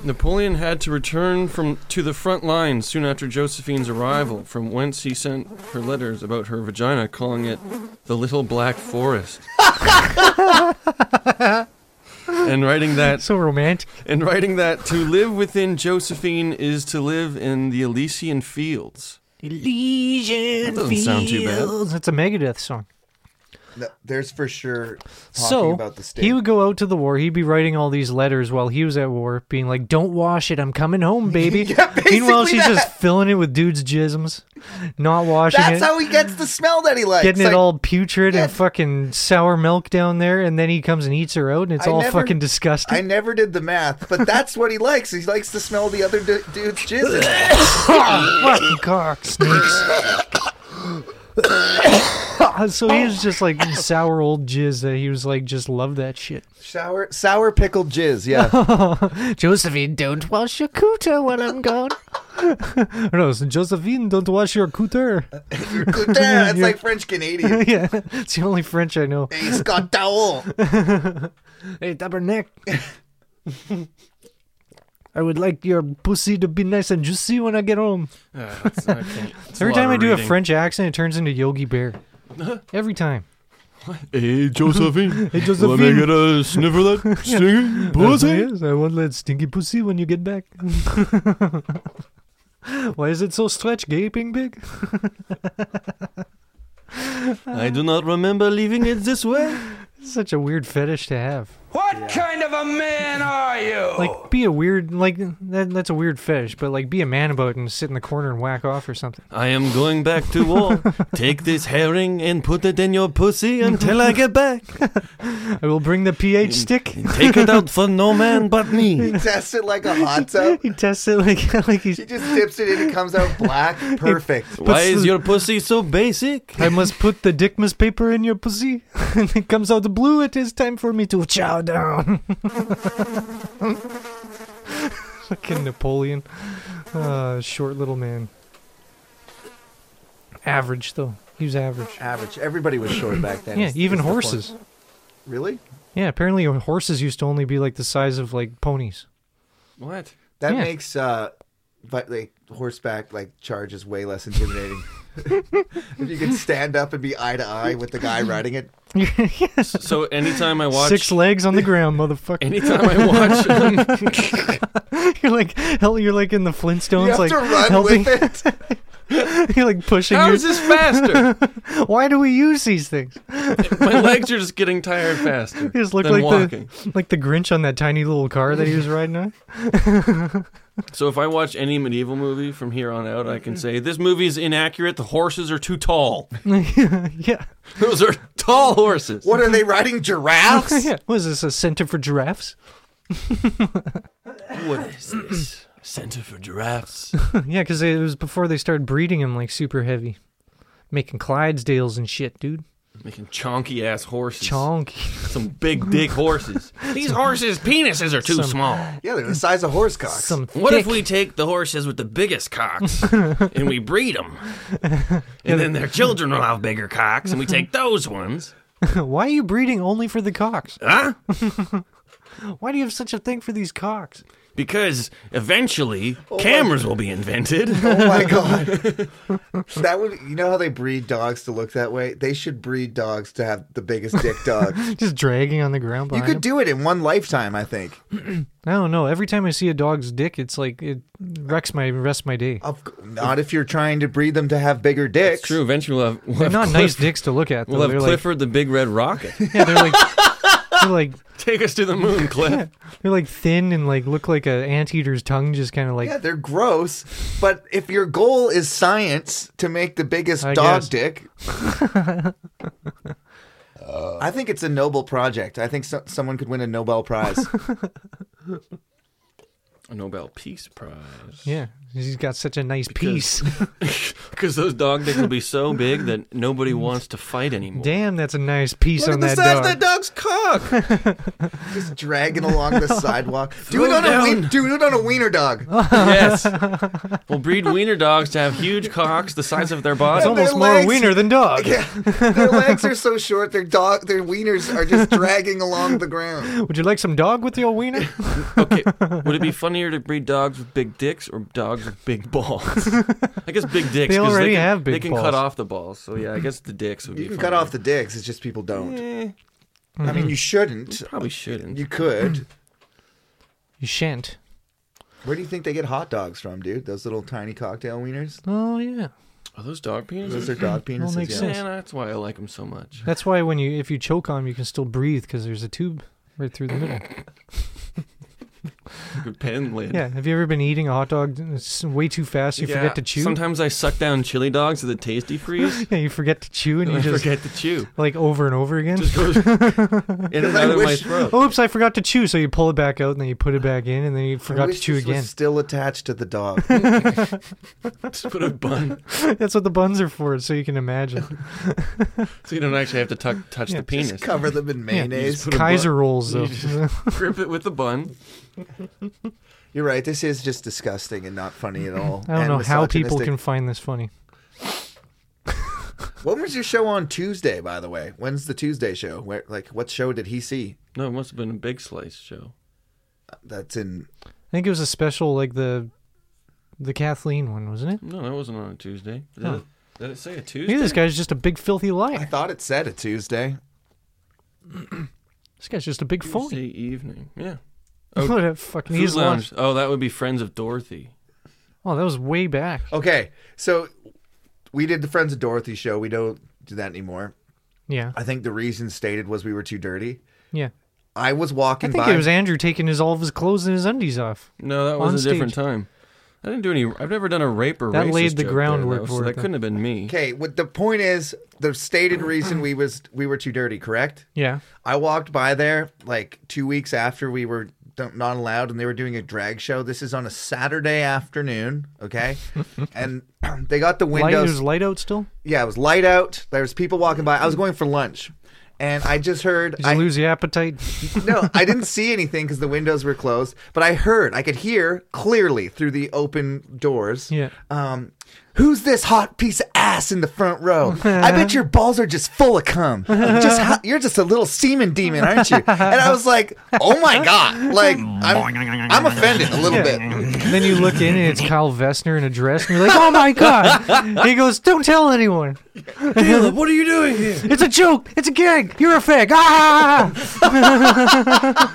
[SPEAKER 5] Napoleon had to return from to the front lines soon after Josephine's arrival, from whence he sent her letters about her vagina, calling it the Little Black Forest. and writing that
[SPEAKER 2] So romantic.
[SPEAKER 5] and writing that to live within Josephine is to live in the Elysian fields.
[SPEAKER 2] Elysian
[SPEAKER 5] That doesn't sound too bad.
[SPEAKER 2] fields. That's a Megadeth song.
[SPEAKER 4] No, there's for sure talking
[SPEAKER 2] So
[SPEAKER 4] about the state.
[SPEAKER 2] he would go out to the war. He'd be writing all these letters while he was at war, being like, "Don't wash it. I'm coming home, baby."
[SPEAKER 4] Yeah, basically
[SPEAKER 2] Meanwhile, she's
[SPEAKER 4] that.
[SPEAKER 2] just filling it with dudes' jisms, not washing
[SPEAKER 4] That's
[SPEAKER 2] it.
[SPEAKER 4] how he gets the smell that he likes.
[SPEAKER 2] Getting
[SPEAKER 4] Like,
[SPEAKER 2] it all putrid
[SPEAKER 4] Yeah.
[SPEAKER 2] and fucking sour milk down there, and then he comes and eats her out, and it's
[SPEAKER 4] I
[SPEAKER 2] all
[SPEAKER 4] never-
[SPEAKER 2] fucking
[SPEAKER 4] I
[SPEAKER 2] disgusting.
[SPEAKER 4] never did the math, but that's what he likes. He likes to smell the other du- dude's jizz. in it.
[SPEAKER 2] fucking cock snakes. so he was just like sour old jizz that he was like just love that shit.
[SPEAKER 4] Sour, sour pickled jizz.
[SPEAKER 2] Oh,
[SPEAKER 4] Yeah,
[SPEAKER 2] Josephine, don't wash your cooter when I'm gone. no, it's Josephine, don't wash your cooter.
[SPEAKER 4] that's like French Canadian.
[SPEAKER 2] yeah, it's the only French I know.
[SPEAKER 4] He's got towel.
[SPEAKER 2] Hey, tabernac. I would like your pussy to be nice and juicy when I get home. Every time I do a French accent, it turns into Yogi Bear. Every time.
[SPEAKER 5] Hey Josephine, hey
[SPEAKER 2] Josephine. me get
[SPEAKER 5] a sniff of that stinking
[SPEAKER 2] Yes, I want that stinky pussy when you get back. Why is it so stretched, gaping big?
[SPEAKER 5] I do not remember leaving it this way.
[SPEAKER 2] Such a weird fetish to have.
[SPEAKER 6] What kind of a man are you?
[SPEAKER 2] Like, be a weird, like, that, that's a weird fetish, but, like, be a man about it and sit in the corner and whack off or something.
[SPEAKER 5] I am going back to war. Take this herring and put it in your pussy until I get back.
[SPEAKER 2] I will bring the pH stick.
[SPEAKER 5] Take it out for no man but me.
[SPEAKER 4] Test it like a hot tub.
[SPEAKER 2] He tests it like, like he's.
[SPEAKER 4] He just dips it in. It comes out black. Perfect.
[SPEAKER 5] Why is your pussy so basic?
[SPEAKER 2] I must put the dickmas paper in your pussy. and it comes out blue. It is time for me to chow down. Fucking Napoleon. Uh, short little man. Average, though. He was average.
[SPEAKER 4] Average. Everybody was short back then.
[SPEAKER 2] Yeah,
[SPEAKER 4] is-
[SPEAKER 2] even
[SPEAKER 4] is the point.
[SPEAKER 2] horses.
[SPEAKER 4] Really?
[SPEAKER 2] Yeah, apparently horses used to only be like the size of like ponies.
[SPEAKER 5] What?
[SPEAKER 4] That
[SPEAKER 2] Yeah.
[SPEAKER 4] makes uh, but like horseback like charges way less intimidating. if you can stand up and be eye to eye with the guy riding it,
[SPEAKER 5] So anytime I watch
[SPEAKER 2] Six legs on the ground, motherfucker.
[SPEAKER 5] anytime I watch
[SPEAKER 2] you're like hell. You're like in the Flintstones,
[SPEAKER 4] you have
[SPEAKER 2] like
[SPEAKER 4] to run
[SPEAKER 2] helping.
[SPEAKER 4] with it.
[SPEAKER 2] You're like pushing.
[SPEAKER 5] How
[SPEAKER 2] your-
[SPEAKER 5] is this faster?
[SPEAKER 2] Why do we use these things?
[SPEAKER 5] My legs are just getting tired faster.
[SPEAKER 2] You just look
[SPEAKER 5] than
[SPEAKER 2] like
[SPEAKER 5] walking.
[SPEAKER 2] the like the Grinch on that tiny little car that he was riding on.
[SPEAKER 5] So if I watch any medieval movie from here on out, I can say this movie is inaccurate. The horses are too tall.
[SPEAKER 2] yeah.
[SPEAKER 5] Those are tall horses.
[SPEAKER 4] What are they riding giraffes?
[SPEAKER 2] yeah. Was this a center for giraffes?
[SPEAKER 5] what is this? Center for giraffes.
[SPEAKER 2] yeah, because it was before they started breeding them like super heavy, making Clydesdales and shit, dude.
[SPEAKER 5] Making chonky ass horses.
[SPEAKER 2] Chonky.
[SPEAKER 5] Some big dick horses. These horses' penises are too small.
[SPEAKER 4] Yeah, they're the size of horse cocks.
[SPEAKER 2] Some
[SPEAKER 5] What if
[SPEAKER 2] thick-
[SPEAKER 5] we take the horses with the biggest cocks and we breed them? And then their children will have bigger cocks and we take those ones.
[SPEAKER 2] Why are you breeding only for the cocks?
[SPEAKER 5] Huh?
[SPEAKER 2] Why do you have such a thing for these cocks?
[SPEAKER 5] Because eventually cameras will be invented.
[SPEAKER 4] Oh my god. that would you know how they breed dogs to look that way? They should breed dogs to have the biggest dick dog.
[SPEAKER 2] Just dragging on the ground.
[SPEAKER 4] you
[SPEAKER 2] Behind
[SPEAKER 4] could
[SPEAKER 2] him.
[SPEAKER 4] do it in one lifetime, I think.
[SPEAKER 2] I don't know. Every time I see a dog's dick, it's like it wrecks my rest my day.
[SPEAKER 4] Of, not if you're trying to breed them to have bigger dicks.
[SPEAKER 5] Eventually we'll have, we'll
[SPEAKER 2] They're not nice dicks to look at. Though. they're like,
[SPEAKER 5] the Big Red Rocket.
[SPEAKER 2] yeah, they're like they're like
[SPEAKER 5] take us to the moon, Cliff.
[SPEAKER 2] they're like thin and like look like a anteater's tongue, just kind of like
[SPEAKER 4] Yeah, they're gross. But if your goal is science to make the biggest
[SPEAKER 2] I
[SPEAKER 4] dog
[SPEAKER 2] guess.
[SPEAKER 4] dick, I think it's a noble project. I think so- someone could win a Nobel Prize.
[SPEAKER 5] A Nobel Peace Prize.
[SPEAKER 2] yeah. He's got such a nice piece.
[SPEAKER 5] Because those dog dicks will be so big that nobody wants to fight anymore.
[SPEAKER 2] Damn, that's a nice piece
[SPEAKER 4] Look
[SPEAKER 2] on
[SPEAKER 4] at the
[SPEAKER 2] that
[SPEAKER 4] size
[SPEAKER 2] dog.
[SPEAKER 4] of that dog's cock. Just dragging along the sidewalk. Do it on a
[SPEAKER 5] down.
[SPEAKER 4] ween- do it on a wiener dog.
[SPEAKER 5] Yes. We'll breed wiener dogs to have huge cocks the size of their
[SPEAKER 2] It's
[SPEAKER 5] body.
[SPEAKER 4] their
[SPEAKER 2] almost more
[SPEAKER 4] legs-
[SPEAKER 2] wiener than dog.
[SPEAKER 4] Yeah. Their legs are so short. Their dog, their wieners are just dragging along the ground.
[SPEAKER 2] Would you like some dog with your wiener?
[SPEAKER 5] Okay. Would it be funnier to breed dogs with big dicks or dogs with big balls? I guess big dicks.
[SPEAKER 2] They
[SPEAKER 5] 'cause
[SPEAKER 2] already
[SPEAKER 5] can,
[SPEAKER 2] have big
[SPEAKER 5] They can cut
[SPEAKER 2] balls.
[SPEAKER 5] off the balls. So yeah, I guess the dicks would
[SPEAKER 4] You
[SPEAKER 5] be.
[SPEAKER 4] can cut
[SPEAKER 5] funnier.
[SPEAKER 4] off the dicks. It's just people don't. I
[SPEAKER 5] Eh,
[SPEAKER 2] Mm-hmm.
[SPEAKER 4] mean, you shouldn't.
[SPEAKER 5] probably shouldn't.
[SPEAKER 4] You could.
[SPEAKER 2] You shan't.
[SPEAKER 4] Where do you think they get hot dogs from, dude? Those little tiny cocktail wieners?
[SPEAKER 2] Oh yeah.
[SPEAKER 5] Are those dog penises?
[SPEAKER 4] Those are dog penises.
[SPEAKER 2] makes
[SPEAKER 4] yeah.
[SPEAKER 2] sense.
[SPEAKER 5] Man, that's why I like them so much.
[SPEAKER 2] That's why when you if you choke on 'em, you can still breathe because there's a tube right through the middle.
[SPEAKER 5] Good pen lid.
[SPEAKER 2] Yeah. Have you ever been eating a hot dog s- way too fast? You
[SPEAKER 5] Yeah,
[SPEAKER 2] forget to chew.
[SPEAKER 5] Sometimes I suck down chili dogs to the tasty freeze.
[SPEAKER 2] Yeah, you forget to chew and
[SPEAKER 5] and
[SPEAKER 2] you
[SPEAKER 5] I
[SPEAKER 2] just
[SPEAKER 5] forget to chew.
[SPEAKER 2] like over and over again.
[SPEAKER 5] Just goes in and out of my throat.
[SPEAKER 2] Oops, I forgot to chew. So you pull it back out and then you put it back in and then you
[SPEAKER 4] I
[SPEAKER 2] forgot to
[SPEAKER 4] wish
[SPEAKER 2] chew
[SPEAKER 4] this was
[SPEAKER 2] again.
[SPEAKER 4] still attached to the dog.
[SPEAKER 5] Just put a bun
[SPEAKER 2] That's what the buns are for, so you can imagine.
[SPEAKER 5] so you don't actually have to tuck, touch
[SPEAKER 2] Yeah,
[SPEAKER 5] the penis.
[SPEAKER 4] Just cover them in mayonnaise.
[SPEAKER 5] put a bun-
[SPEAKER 2] Kaiser rolls, though.
[SPEAKER 5] You just grip it with the bun.
[SPEAKER 4] You're right. This is just disgusting and not funny at all.
[SPEAKER 2] I don't
[SPEAKER 4] and
[SPEAKER 2] know how people
[SPEAKER 4] misogynistic.
[SPEAKER 2] can find this funny.
[SPEAKER 4] When was your show on Tuesday, by the way? When's the Tuesday show? Where, like, what show did he see?
[SPEAKER 5] No, it must have been a big slice show.
[SPEAKER 4] That's in.
[SPEAKER 2] I think it was a special, like the the Kathleen one, wasn't it?
[SPEAKER 5] No, that wasn't on a Tuesday. Did, it, did it say a Tuesday?
[SPEAKER 2] Maybe this guy's just a big filthy
[SPEAKER 4] I
[SPEAKER 2] liar.
[SPEAKER 4] thought it said a Tuesday.
[SPEAKER 2] This guy's just a big
[SPEAKER 5] Tuesday
[SPEAKER 2] phony.
[SPEAKER 5] evening. Yeah.
[SPEAKER 2] What a fucking
[SPEAKER 5] Food
[SPEAKER 2] he's
[SPEAKER 5] Lounge.
[SPEAKER 2] lost.
[SPEAKER 5] Oh, that would be Friends of Dorothy.
[SPEAKER 2] Oh, that was way back.
[SPEAKER 4] Okay, so we did the Friends of Dorothy show. We don't do that anymore.
[SPEAKER 2] Yeah.
[SPEAKER 4] I think the reason stated was we were too dirty.
[SPEAKER 2] Yeah.
[SPEAKER 4] I was
[SPEAKER 2] I
[SPEAKER 4] walking
[SPEAKER 2] think
[SPEAKER 4] by.
[SPEAKER 2] it was Andrew taking his all of his clothes and his undies off.
[SPEAKER 5] No, that
[SPEAKER 2] On
[SPEAKER 5] was a
[SPEAKER 2] stage.
[SPEAKER 5] different time. I didn't do any. I've never done a rape or
[SPEAKER 2] That
[SPEAKER 5] racist
[SPEAKER 2] laid the
[SPEAKER 5] joke there.
[SPEAKER 2] groundwork
[SPEAKER 5] that was-
[SPEAKER 2] for it
[SPEAKER 5] That
[SPEAKER 2] then.
[SPEAKER 5] couldn't have been me.
[SPEAKER 4] okay, what the point is, the stated reason we was we were too dirty, correct?
[SPEAKER 2] Yeah.
[SPEAKER 4] I walked by there like two weeks after we were don't- not allowed, and they were doing a drag show. This is on a Saturday afternoon, okay? and they got the
[SPEAKER 2] Light, it was
[SPEAKER 4] windows.
[SPEAKER 2] light out still?
[SPEAKER 4] yeah, it was light out. There was people walking by. I was going for lunch, and I just heard.
[SPEAKER 2] Did you
[SPEAKER 4] I,
[SPEAKER 2] lose the appetite?
[SPEAKER 4] no, I didn't see anything because the windows were closed. But I heard, I could hear clearly through the open doors.
[SPEAKER 2] Yeah.
[SPEAKER 4] Um, who's this hot piece of ass in the front row? I bet your balls are just full of cum. Just ho- you're just a little semen demon, aren't you? And I was like, oh my god, like I'm, I'm offended a little bit.
[SPEAKER 2] then you look in and it's Kyle Vestner in a dress and you're like, oh my God. he goes, don't tell anyone.
[SPEAKER 5] Caleb, what are you doing here?
[SPEAKER 2] It's a joke. It's a gag. You're a fag. Ah!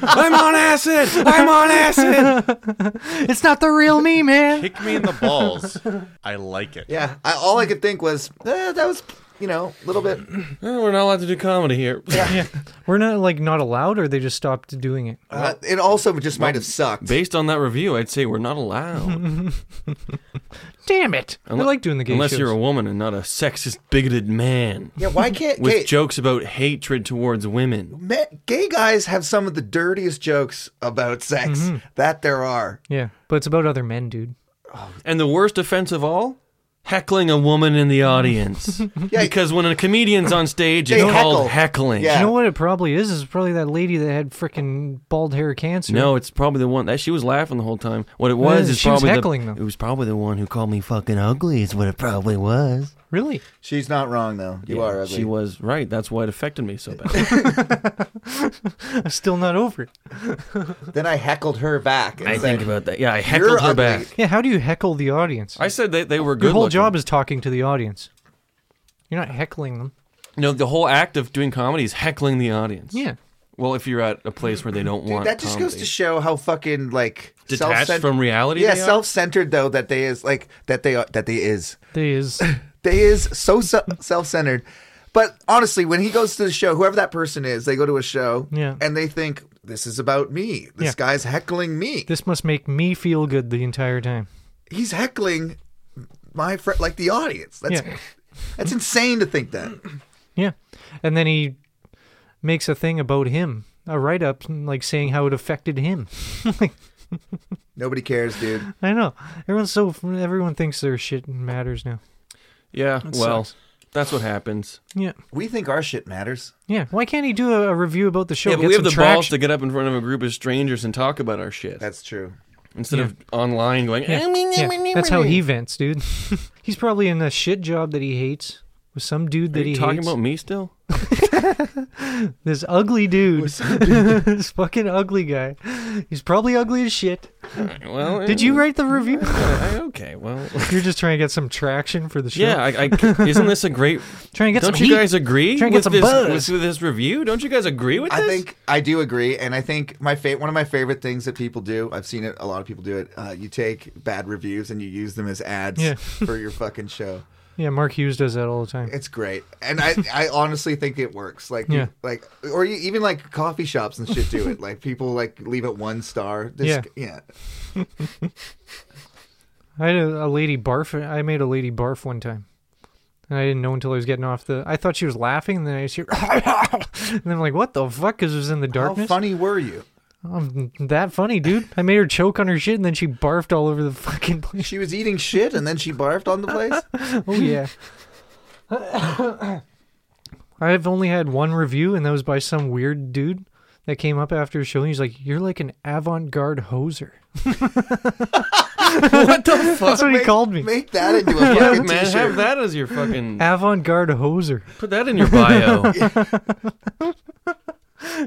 [SPEAKER 5] I'm on acid. I'm on acid.
[SPEAKER 2] It's not the real me, man.
[SPEAKER 9] Kick me in the balls. I like it.
[SPEAKER 4] Yeah, I, all I could think was eh, that was you know a little bit.
[SPEAKER 5] Oh, we're not allowed to do comedy here.
[SPEAKER 2] We're not like not allowed, or they just stopped doing it.
[SPEAKER 4] Uh, it also just might have sucked.
[SPEAKER 5] Based on that review, I'd say we're not allowed.
[SPEAKER 2] Damn it! I like doing the gay
[SPEAKER 5] Unless
[SPEAKER 2] shows.
[SPEAKER 5] you're a woman and not a sexist, bigoted man
[SPEAKER 4] Yeah, why can't
[SPEAKER 5] with
[SPEAKER 4] gay,
[SPEAKER 5] jokes about hatred towards women.
[SPEAKER 4] me- gay guys have some of the dirtiest jokes about sex
[SPEAKER 5] Mm-hmm.
[SPEAKER 4] that there are?
[SPEAKER 2] yeah, but it's about other men, dude.
[SPEAKER 5] And the worst offense of all? Heckling a woman in the audience. because when a comedian's on stage,
[SPEAKER 4] They
[SPEAKER 5] it's called
[SPEAKER 4] heckle.
[SPEAKER 5] heckling.
[SPEAKER 4] Yeah.
[SPEAKER 2] You know what it probably is? Is probably that lady that had freaking bald hair cancer.
[SPEAKER 5] No, it's probably the one that she was laughing the whole time. What it was
[SPEAKER 2] Yeah,
[SPEAKER 5] is
[SPEAKER 2] she was
[SPEAKER 5] probably
[SPEAKER 2] heckling
[SPEAKER 5] the,
[SPEAKER 2] them.
[SPEAKER 5] It was probably the one who called me fucking ugly. Is what it probably was.
[SPEAKER 2] really?
[SPEAKER 4] She's not wrong though. You
[SPEAKER 5] Yeah,
[SPEAKER 4] are ugly.
[SPEAKER 5] She was right. That's why it affected me so bad.
[SPEAKER 2] I'm still not over it.
[SPEAKER 4] Then I heckled her back. And
[SPEAKER 5] I
[SPEAKER 4] said,
[SPEAKER 5] think about that. Yeah, I heckled
[SPEAKER 4] You're
[SPEAKER 5] her
[SPEAKER 4] ugly.
[SPEAKER 5] back.
[SPEAKER 2] Yeah. How do you heckle the audience?
[SPEAKER 5] I said they, they were good.
[SPEAKER 2] Your whole
[SPEAKER 5] looking.
[SPEAKER 2] job is talking to the audience. You're not heckling them.
[SPEAKER 5] no. The whole act of doing comedy is heckling the audience.
[SPEAKER 2] Yeah.
[SPEAKER 5] Well, if you're at a place where they don't want
[SPEAKER 4] that just goes
[SPEAKER 5] comedy.
[SPEAKER 4] to show how fucking like
[SPEAKER 5] Detached
[SPEAKER 4] self-cent-
[SPEAKER 5] from reality
[SPEAKER 4] Yeah,
[SPEAKER 5] they are?
[SPEAKER 4] self-centered though that they is like that they are that they is
[SPEAKER 2] They is.
[SPEAKER 4] they is so se- self-centered. But honestly, when he goes to the show, whoever that person is, they go to a show,
[SPEAKER 2] Yeah.
[SPEAKER 4] and they think this is about me. This
[SPEAKER 2] Yeah.
[SPEAKER 4] guy's heckling me.
[SPEAKER 2] This must make me feel good the entire time.
[SPEAKER 4] He's heckling my friend, like the audience. That's
[SPEAKER 2] Yeah.
[SPEAKER 4] that's insane to think that.
[SPEAKER 2] Yeah. And then he makes a thing about him, a write up, like saying how it affected him.
[SPEAKER 4] Nobody cares, dude.
[SPEAKER 2] I know. Everyone's so. Everyone thinks their shit matters now.
[SPEAKER 5] Yeah. well, that's what happens.
[SPEAKER 2] Yeah.
[SPEAKER 4] We think our shit matters.
[SPEAKER 2] Yeah. Why can't he do a, a review about the show?
[SPEAKER 5] Yeah,
[SPEAKER 2] get
[SPEAKER 5] but we have
[SPEAKER 2] some
[SPEAKER 5] the balls
[SPEAKER 2] traction?
[SPEAKER 5] to get up in front of a group of strangers and talk about our shit
[SPEAKER 4] That's true.
[SPEAKER 5] instead of online going. "Eh, me,
[SPEAKER 2] Yeah,
[SPEAKER 5] me, me,
[SPEAKER 2] that's how
[SPEAKER 5] me."
[SPEAKER 2] he vents, dude. He's probably in a shit job that he hates with some dude
[SPEAKER 5] Are
[SPEAKER 2] that
[SPEAKER 5] you
[SPEAKER 2] he
[SPEAKER 5] talking
[SPEAKER 2] hates.
[SPEAKER 5] about me still?
[SPEAKER 2] This ugly dude, this fucking ugly guy. He's probably ugly as shit.
[SPEAKER 5] Well,
[SPEAKER 2] Did you write the review?
[SPEAKER 5] I- okay, well,
[SPEAKER 2] You're just trying to get some traction for the show.
[SPEAKER 5] yeah. I, I, isn't this a great?
[SPEAKER 2] trying to get
[SPEAKER 5] Don't
[SPEAKER 2] some
[SPEAKER 5] you
[SPEAKER 2] heat.
[SPEAKER 5] guys agree
[SPEAKER 2] Trying to get
[SPEAKER 5] with
[SPEAKER 2] some
[SPEAKER 5] this
[SPEAKER 2] buzz.
[SPEAKER 5] with, with this review? Don't you guys agree with
[SPEAKER 4] I
[SPEAKER 5] this?
[SPEAKER 4] think I do agree, and I think my fa- one of my favorite things that people do. I've seen it. A lot of people do it. Uh, you take bad reviews and you use them as ads
[SPEAKER 2] Yeah.
[SPEAKER 4] for your fucking show.
[SPEAKER 2] yeah, Mark Hughes does that all the time.
[SPEAKER 4] It's great, and I I honestly think it works. Like
[SPEAKER 2] Yeah.
[SPEAKER 4] like or you, even like coffee shops and shit do it. Like people like leave it one star. This,
[SPEAKER 2] Yeah.
[SPEAKER 4] yeah.
[SPEAKER 2] I had a, a lady barf. I made a lady barf one time, and I didn't know until I was getting off the. I thought she was laughing, and then I just hear, and I'm like, "What the fuck?" Because it was in the
[SPEAKER 4] How
[SPEAKER 2] darkness.
[SPEAKER 4] funny were you?
[SPEAKER 2] I'm that funny, dude. I made her choke on her shit, and then she barfed all over the fucking place.
[SPEAKER 4] She was eating shit and then she barfed on the place.
[SPEAKER 2] Oh yeah. I've only had one review, and that was by some weird dude that came up after a show. And he's like, "You're like an avant-garde hoser."
[SPEAKER 5] what the fuck,
[SPEAKER 2] That's what he called me.
[SPEAKER 4] Make that into a fucking
[SPEAKER 5] man?
[SPEAKER 4] t-shirt.
[SPEAKER 5] Have that as your fucking.
[SPEAKER 2] Avant-garde hoser.
[SPEAKER 5] Put that in your bio.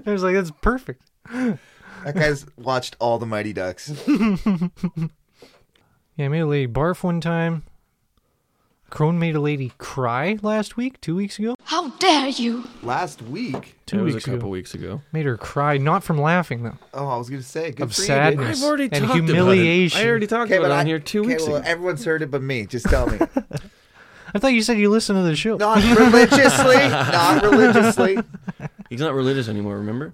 [SPEAKER 2] I was like, "That's perfect."
[SPEAKER 4] that guy's watched all the Mighty Ducks.
[SPEAKER 2] Yeah, I made a lady barf one time. Crone made a lady cry last week, two weeks ago.
[SPEAKER 10] How dare you!
[SPEAKER 4] Last week.
[SPEAKER 2] Two
[SPEAKER 5] it was a
[SPEAKER 2] weeks ago.
[SPEAKER 5] couple weeks ago.
[SPEAKER 2] Made her cry, not from laughing though,
[SPEAKER 4] Oh, I was gonna say. Good
[SPEAKER 2] of
[SPEAKER 4] for you, dude.
[SPEAKER 2] sadness
[SPEAKER 5] I've already
[SPEAKER 2] and
[SPEAKER 5] talked
[SPEAKER 2] humiliation.
[SPEAKER 5] about it. I already talked
[SPEAKER 4] Okay,
[SPEAKER 5] about
[SPEAKER 4] but
[SPEAKER 5] it
[SPEAKER 4] I,
[SPEAKER 5] on here two
[SPEAKER 4] okay,
[SPEAKER 5] weeks
[SPEAKER 4] well,
[SPEAKER 5] ago.
[SPEAKER 4] Everyone's heard it but me. Just tell me.
[SPEAKER 2] I thought you said you listen to the show.
[SPEAKER 4] Not religiously. Not religiously.
[SPEAKER 5] He's not religious anymore, remember?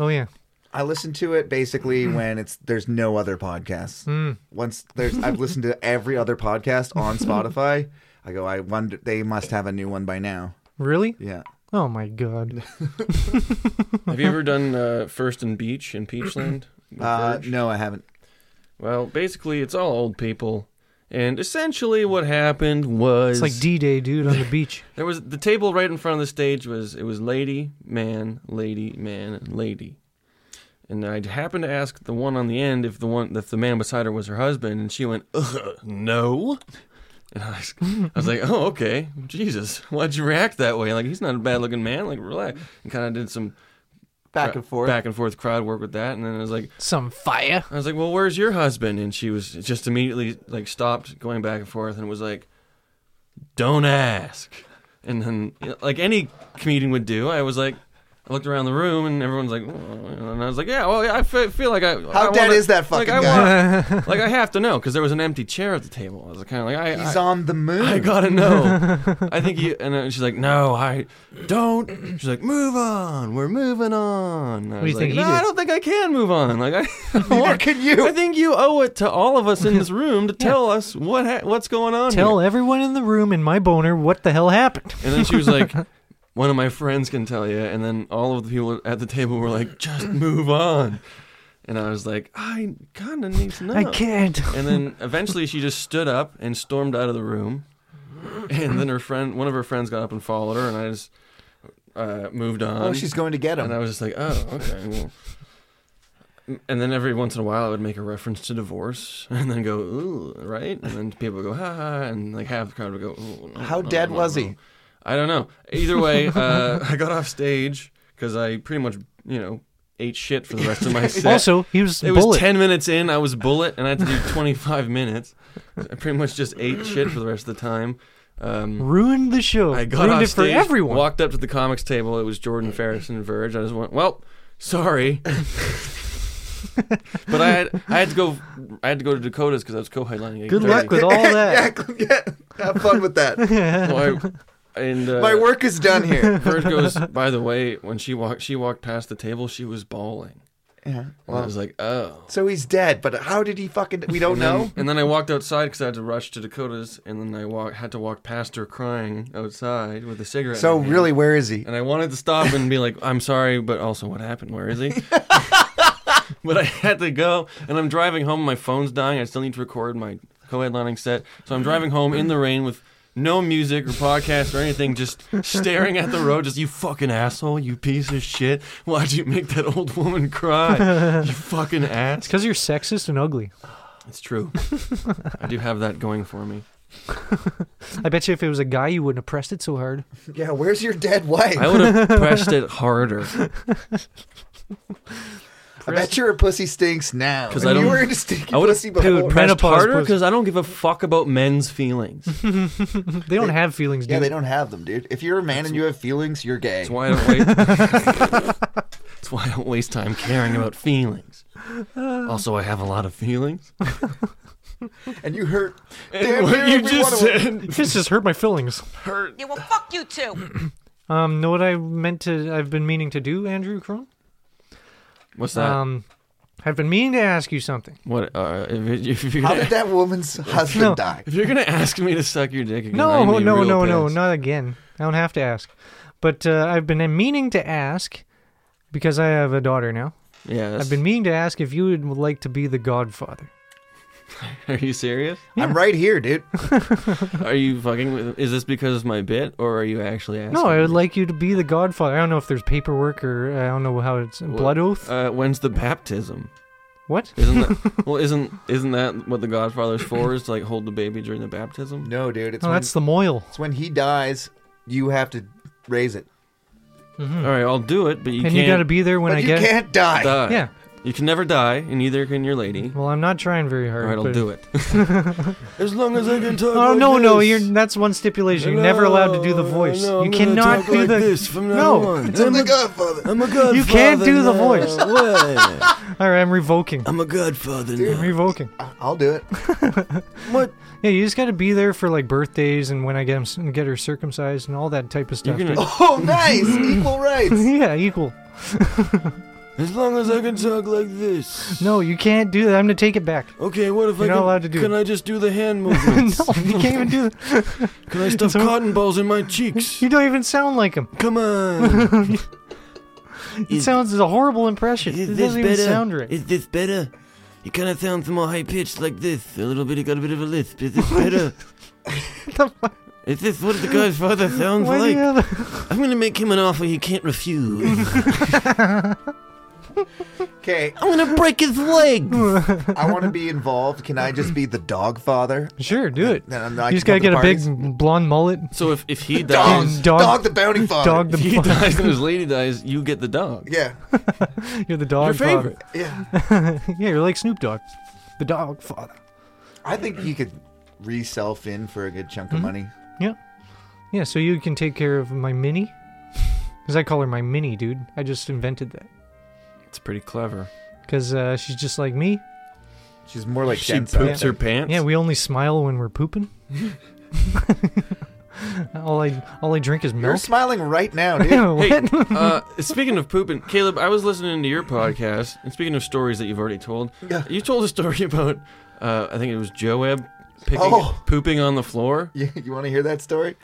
[SPEAKER 2] Oh yeah.
[SPEAKER 4] I listen to it basically when it's there's no other podcasts.
[SPEAKER 5] Hmm.
[SPEAKER 4] Once there's I've listened to every other podcast on Spotify. I go, I wonder they must have a new one by now.
[SPEAKER 2] Really?
[SPEAKER 4] Yeah.
[SPEAKER 2] Oh my god.
[SPEAKER 5] Have you ever done uh, First and Beach in Peachland?
[SPEAKER 4] Uh, no, I haven't.
[SPEAKER 5] Well, basically, it's all old people. And essentially, what happened was
[SPEAKER 2] It's like D Day, dude, on the beach.
[SPEAKER 5] there was the table right in front of the stage was it was lady, man, lady, man, and lady. And I happened to ask the one on the end if the one if the man beside her was her husband, and she went, Ugh, "No." And I was, I was like, "Oh, okay, Jesus, why'd you react that way? Like he's not a bad-looking man. Like relax." And kind of did some
[SPEAKER 4] Back and forth.
[SPEAKER 5] back and forth crowd work with that, and then I was like,
[SPEAKER 2] Some fire.
[SPEAKER 5] I was like, "Well, where's your husband?" And she was just immediately like stopped going back and forth and was like, "Don't ask." And then you know, like any comedian would do, I was like, I looked around the room and everyone's like, "Oh," and I was like, "Yeah, well, I fe- feel like I
[SPEAKER 4] How
[SPEAKER 5] I
[SPEAKER 4] dead
[SPEAKER 5] wanna-
[SPEAKER 4] is that
[SPEAKER 5] like,
[SPEAKER 4] fucking
[SPEAKER 5] I
[SPEAKER 4] guy?
[SPEAKER 5] want- like I have to know because there was an empty chair at the table. I was kind of like, I,
[SPEAKER 4] He's
[SPEAKER 5] I,
[SPEAKER 4] on the moon.
[SPEAKER 5] I gotta know. I think you. And then she's like, no, I don't. She's like, move on. We're moving on. I
[SPEAKER 2] do
[SPEAKER 5] was
[SPEAKER 2] you
[SPEAKER 5] like,
[SPEAKER 2] think he
[SPEAKER 5] no,
[SPEAKER 2] did?
[SPEAKER 5] I don't think I can move on. Like, I,
[SPEAKER 4] Neither can you.
[SPEAKER 5] I think you owe it to all of us in this room to tell us what ha- what's going on.
[SPEAKER 2] Tell
[SPEAKER 5] here.
[SPEAKER 2] everyone in the room and my boner what the hell happened.
[SPEAKER 5] And then she was like, one of my friends can tell you. And then all of the people at the table were like, just move on. And I was like, I kind of need to know.
[SPEAKER 2] I can't.
[SPEAKER 5] And then eventually she just stood up and stormed out of the room. And then her friend, one of her friends, got up and followed her, and I just uh, moved on.
[SPEAKER 4] Oh, she's going to get him.
[SPEAKER 5] And I was just like, oh, okay. Well. And then every once in a while, I would make a reference to divorce, and then go, ooh, right? And then people would go, ha ha, and like half the crowd would go, ooh. no,
[SPEAKER 4] How
[SPEAKER 5] no,
[SPEAKER 4] dead
[SPEAKER 5] no,
[SPEAKER 4] was
[SPEAKER 5] no."
[SPEAKER 4] he?
[SPEAKER 5] I don't know. Either way, uh, I got off stage because I pretty much, you know, ate shit for the rest of my set.
[SPEAKER 2] Also, he was
[SPEAKER 5] It
[SPEAKER 2] bullet.
[SPEAKER 5] was 10 minutes in. I was bullet, and I had to do 25 minutes. I pretty much just ate shit for the rest of the time. Um,
[SPEAKER 2] Ruined the show.
[SPEAKER 5] I got
[SPEAKER 2] Ruined
[SPEAKER 5] off
[SPEAKER 2] it for
[SPEAKER 5] stage,
[SPEAKER 2] everyone.
[SPEAKER 5] walked up to the comics table. It was Jordan Ferris and Verge. I just went, well, sorry. but I had, I had to go I had to go to Dakota's because I was co-headlining. at
[SPEAKER 2] Good
[SPEAKER 5] 8:30.
[SPEAKER 2] luck with all that.
[SPEAKER 4] yeah, yeah. Have fun with that.
[SPEAKER 5] Well, I- and uh,
[SPEAKER 4] My work is done here.
[SPEAKER 5] Verge goes. By the way, when she walked she walked past the table, she was bawling.
[SPEAKER 4] Yeah.
[SPEAKER 5] And I was like, oh.
[SPEAKER 4] So he's dead, but how did he fucking? We don't know.
[SPEAKER 5] And then I walked outside because I had to rush to Dakota's, and then I walk, had to walk past her crying outside with a cigarette. in
[SPEAKER 4] So
[SPEAKER 5] her hand.
[SPEAKER 4] really, where is he?
[SPEAKER 5] and I wanted to stop and be like, "I'm sorry," but also, what happened? Where is he? but I had to go, and I'm driving home. My phone's dying. I still need to record my co-headlining set, so I'm driving home in the rain with. No music or podcast or anything, just staring at the road, just you fucking asshole, you piece of shit. Why'd you make that old woman cry? You fucking ass.
[SPEAKER 2] Because you're sexist and ugly.
[SPEAKER 5] It's true. I do have that going for me.
[SPEAKER 2] I bet you if it was a guy, you wouldn't have pressed it so hard.
[SPEAKER 4] Yeah, where's your dead wife?
[SPEAKER 5] I would have pressed it harder.
[SPEAKER 4] I bet your pussy stinks now.
[SPEAKER 5] 'Cause
[SPEAKER 4] And
[SPEAKER 5] I
[SPEAKER 4] you
[SPEAKER 5] don't-
[SPEAKER 4] were into stinky
[SPEAKER 5] I would have
[SPEAKER 4] pussy before.
[SPEAKER 5] pressed
[SPEAKER 2] Menopause
[SPEAKER 5] harder
[SPEAKER 2] pussy.
[SPEAKER 5] because I don't give a fuck about men's feelings. That's
[SPEAKER 2] They don't have feelings, dude.
[SPEAKER 4] yeah, they don't have them, dude. If you're a man and you have feelings, you're gay.
[SPEAKER 5] why I don't waste. That's why I don't waste time caring about feelings. Also, I have a lot of feelings.
[SPEAKER 4] And you hurt. Damn
[SPEAKER 5] What
[SPEAKER 4] near
[SPEAKER 5] you
[SPEAKER 4] every
[SPEAKER 5] just
[SPEAKER 4] one of them.
[SPEAKER 5] said.
[SPEAKER 2] This just hurt my feelings.
[SPEAKER 10] Yeah, well, fuck you too.
[SPEAKER 2] Um, know what I meant to? I've been meaning to do, Andrew Crone.
[SPEAKER 5] What's that?
[SPEAKER 2] Um, I've been meaning to ask you something.
[SPEAKER 5] what? Uh, if, if, you're
[SPEAKER 4] How
[SPEAKER 5] gonna,
[SPEAKER 4] did that woman's husband
[SPEAKER 2] No.
[SPEAKER 4] die?
[SPEAKER 5] if you're gonna ask me to suck your dick again,
[SPEAKER 2] No,
[SPEAKER 5] I'm
[SPEAKER 2] no,
[SPEAKER 5] gonna be
[SPEAKER 2] no,
[SPEAKER 5] real
[SPEAKER 2] no, no,
[SPEAKER 5] pissed.
[SPEAKER 2] not again. I don't have to ask. But uh, I've been meaning to ask because I have a daughter now.
[SPEAKER 5] Yeah, that's-
[SPEAKER 2] I've been meaning to ask if you would like to be the godfather.
[SPEAKER 5] Are you serious?
[SPEAKER 4] I'm right here, dude.
[SPEAKER 5] Are you fucking? With, is this because of my bit, or are you actually asking?
[SPEAKER 2] No, I would
[SPEAKER 5] me?
[SPEAKER 2] like you to be the godfather. I don't know if there's paperwork or uh, I don't know how it's blood oath.
[SPEAKER 5] Uh, when's the baptism?
[SPEAKER 2] what?
[SPEAKER 5] Isn't that well? Isn't isn't that what the Godfather's for? Is to like hold the baby during the baptism?
[SPEAKER 4] No, dude. It's,
[SPEAKER 2] No,
[SPEAKER 4] when,
[SPEAKER 2] Oh, that's the moil.
[SPEAKER 4] it's when he dies, you have to raise it.
[SPEAKER 5] All right, I'll do it, but you
[SPEAKER 2] Hmm. and
[SPEAKER 5] can't
[SPEAKER 2] you got to be there when
[SPEAKER 4] but
[SPEAKER 2] I
[SPEAKER 4] you
[SPEAKER 2] get.
[SPEAKER 4] can't die.
[SPEAKER 5] die.
[SPEAKER 2] Yeah.
[SPEAKER 5] you can never die, and neither can your lady.
[SPEAKER 2] Well, I'm not trying very hard.
[SPEAKER 5] All right, I'll
[SPEAKER 2] but-
[SPEAKER 5] do it. as long as I can talk.
[SPEAKER 2] Oh
[SPEAKER 5] like
[SPEAKER 2] no, no,
[SPEAKER 5] this.
[SPEAKER 2] you're that's one stipulation. You're never allowed to do the
[SPEAKER 5] No,
[SPEAKER 2] voice.
[SPEAKER 5] no,
[SPEAKER 2] you
[SPEAKER 5] I'm gonna
[SPEAKER 2] cannot
[SPEAKER 5] talk
[SPEAKER 2] do
[SPEAKER 5] like
[SPEAKER 2] the
[SPEAKER 5] this from now
[SPEAKER 2] No.
[SPEAKER 5] on.
[SPEAKER 4] I'm the godfather.
[SPEAKER 5] I'm a godfather.
[SPEAKER 2] You can't do the
[SPEAKER 5] now.
[SPEAKER 2] voice.
[SPEAKER 5] What?
[SPEAKER 2] All right, I'm revoking.
[SPEAKER 7] I'm a godfather now.
[SPEAKER 2] I'm revoking.
[SPEAKER 4] I'll do it.
[SPEAKER 7] What?
[SPEAKER 2] Yeah, you just got to be there for like birthdays and when I get him, get her circumcised and all that type of
[SPEAKER 5] You're
[SPEAKER 2] stuff.
[SPEAKER 5] gonna
[SPEAKER 4] Oh, nice. Equal rights.
[SPEAKER 2] yeah, equal.
[SPEAKER 7] As long as I can talk like this.
[SPEAKER 2] No, you can't do that. I'm gonna take it back.
[SPEAKER 7] Okay, what if
[SPEAKER 2] You're
[SPEAKER 7] I
[SPEAKER 2] not
[SPEAKER 7] can,
[SPEAKER 2] allowed to do
[SPEAKER 7] can
[SPEAKER 2] it.
[SPEAKER 7] I just do the hand movements?
[SPEAKER 2] no, you can't even do that.
[SPEAKER 7] Can I stuff
[SPEAKER 2] So-
[SPEAKER 7] cotton balls in my cheeks?
[SPEAKER 2] You don't even sound like him.
[SPEAKER 7] Come on.
[SPEAKER 2] It sounds it's a horrible impression.
[SPEAKER 7] Is
[SPEAKER 2] It
[SPEAKER 7] this
[SPEAKER 2] doesn't even
[SPEAKER 7] better?
[SPEAKER 2] sound right.
[SPEAKER 7] Is this better? It kind of sounds more high pitched like this. A little bit, it got a bit of a lisp. Is this better?
[SPEAKER 2] the fuck?
[SPEAKER 7] Is this what the guy's father sounds
[SPEAKER 2] Why do
[SPEAKER 7] like?
[SPEAKER 2] you have-
[SPEAKER 7] I'm gonna make him an offer he can't refuse.
[SPEAKER 4] Okay.
[SPEAKER 7] I'm gonna break his leg.
[SPEAKER 4] I want to be involved. Can I just be the dog father?
[SPEAKER 2] Sure,
[SPEAKER 5] Uh,
[SPEAKER 2] do it.
[SPEAKER 4] Then I'm not-
[SPEAKER 2] you just gotta
[SPEAKER 4] I can
[SPEAKER 2] get a
[SPEAKER 4] come to
[SPEAKER 2] big blonde mullet.
[SPEAKER 5] So if, if he dies,
[SPEAKER 2] Dog.
[SPEAKER 4] Dog the bounty father.
[SPEAKER 2] Dog the
[SPEAKER 5] if he
[SPEAKER 2] fu-
[SPEAKER 5] dies and his lady dies, you get the dog.
[SPEAKER 4] Yeah.
[SPEAKER 2] You're the dog
[SPEAKER 5] Your favorite.
[SPEAKER 2] father.
[SPEAKER 4] Yeah.
[SPEAKER 2] Yeah, you're like Snoop Dogg. The dog father.
[SPEAKER 4] I think you could resell Finn for a good chunk of
[SPEAKER 2] Hmm?
[SPEAKER 4] money.
[SPEAKER 2] Yeah. Yeah, so you can take care of my mini? Because I call her my mini, dude. I just invented that.
[SPEAKER 5] It's pretty clever.
[SPEAKER 2] Because uh, she's just like me.
[SPEAKER 4] She's more like
[SPEAKER 5] She
[SPEAKER 4] Jensen.
[SPEAKER 5] poops her pants.
[SPEAKER 2] Yeah, we only smile when we're pooping. all I all I drink is
[SPEAKER 4] You're
[SPEAKER 2] milk.
[SPEAKER 4] smiling right now, dude.
[SPEAKER 2] Yeah,
[SPEAKER 5] Hey,
[SPEAKER 2] what?
[SPEAKER 5] uh, speaking of pooping, Caleb, I was listening to your podcast, and speaking of stories that you've already told,
[SPEAKER 4] Yeah.
[SPEAKER 5] you told a story about, uh, I think it was Joab picking,
[SPEAKER 4] Oh.
[SPEAKER 5] pooping on the floor.
[SPEAKER 4] you you want to hear that story?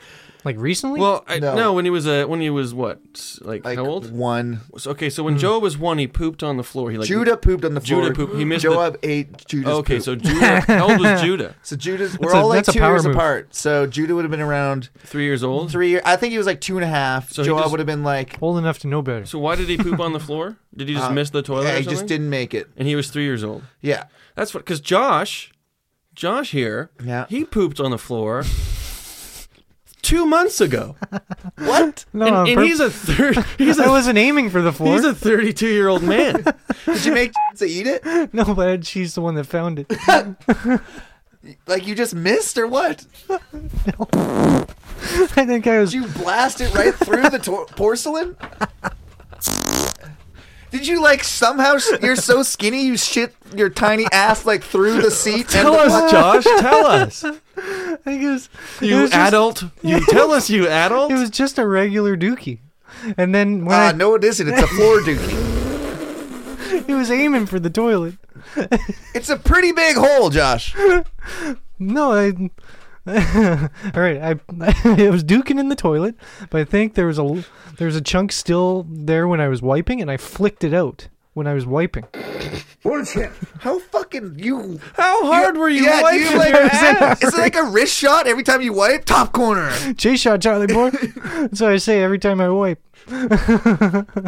[SPEAKER 2] Like recently?
[SPEAKER 5] Well, I,
[SPEAKER 4] No.
[SPEAKER 5] no. when he was uh, when he was what, like,
[SPEAKER 4] Like
[SPEAKER 5] how old?
[SPEAKER 4] one.
[SPEAKER 5] So- okay, so when Joab was one, he pooped on the floor. He like
[SPEAKER 4] Judah pooped on the floor.
[SPEAKER 5] Judah pooped. He missed the- Oh,
[SPEAKER 4] Joab ate Judah's
[SPEAKER 5] Okay,
[SPEAKER 4] poop.
[SPEAKER 5] so Judah, how old was Judah?
[SPEAKER 4] So Judah's.
[SPEAKER 2] That's
[SPEAKER 4] We're
[SPEAKER 2] a-
[SPEAKER 4] all like
[SPEAKER 2] that's a
[SPEAKER 4] two
[SPEAKER 2] power
[SPEAKER 4] years
[SPEAKER 2] move.
[SPEAKER 4] apart. So Judah would have been around
[SPEAKER 5] Three years old.
[SPEAKER 4] three. year- I think he was like two and a half.
[SPEAKER 5] So he
[SPEAKER 4] Joab
[SPEAKER 5] just-
[SPEAKER 4] would have been like.
[SPEAKER 2] Old enough to know better.
[SPEAKER 5] So why did he poop on the floor? Did he just miss the
[SPEAKER 4] Uh,
[SPEAKER 5] toilet?
[SPEAKER 4] Yeah,
[SPEAKER 5] or
[SPEAKER 4] he just
[SPEAKER 5] something?
[SPEAKER 4] didn't make it.
[SPEAKER 5] And he was three years old.
[SPEAKER 4] Yeah.
[SPEAKER 5] That's what, because Josh, Josh here,
[SPEAKER 4] Yeah.
[SPEAKER 5] he pooped on the floor two months ago,
[SPEAKER 4] What?
[SPEAKER 2] no,
[SPEAKER 5] and,
[SPEAKER 2] on
[SPEAKER 5] and
[SPEAKER 2] purp-
[SPEAKER 5] he's a third, he's
[SPEAKER 2] I
[SPEAKER 5] a
[SPEAKER 2] wasn't aiming for the floor.
[SPEAKER 5] he's a thirty-two year old man.
[SPEAKER 4] Did you make to eat it?
[SPEAKER 2] no, but she's the one that found it.
[SPEAKER 4] Like you just missed or what?
[SPEAKER 2] I think I was.
[SPEAKER 4] Did you blast it right through the to- porcelain? Did you like somehow? s you're so skinny, you shit your tiny ass like through the seat. and
[SPEAKER 5] tell
[SPEAKER 4] the-
[SPEAKER 5] us, Josh. Tell us,
[SPEAKER 2] I think it was. it
[SPEAKER 5] you
[SPEAKER 2] was
[SPEAKER 5] adult. You tell us, you adult.
[SPEAKER 2] Just, it was just a regular dookie, and then when
[SPEAKER 4] Ah,
[SPEAKER 2] I,
[SPEAKER 4] no, it isn't. It's a floor dookie.
[SPEAKER 2] he was aiming for the toilet.
[SPEAKER 4] It's a pretty big hole, Josh.
[SPEAKER 2] No, I. All right, I it was duking in the toilet, but I think there was a l- there was a chunk still there when I was wiping, and I flicked it out when I was wiping.
[SPEAKER 4] Bullshit. How fucking you?
[SPEAKER 5] How hard were you
[SPEAKER 4] yeah,
[SPEAKER 5] wiping
[SPEAKER 4] do you like?
[SPEAKER 5] your ass?
[SPEAKER 4] Is it like a wrist shot every time you wipe? Top corner.
[SPEAKER 2] J shot, Charlie boy. That's what I say every time I wipe.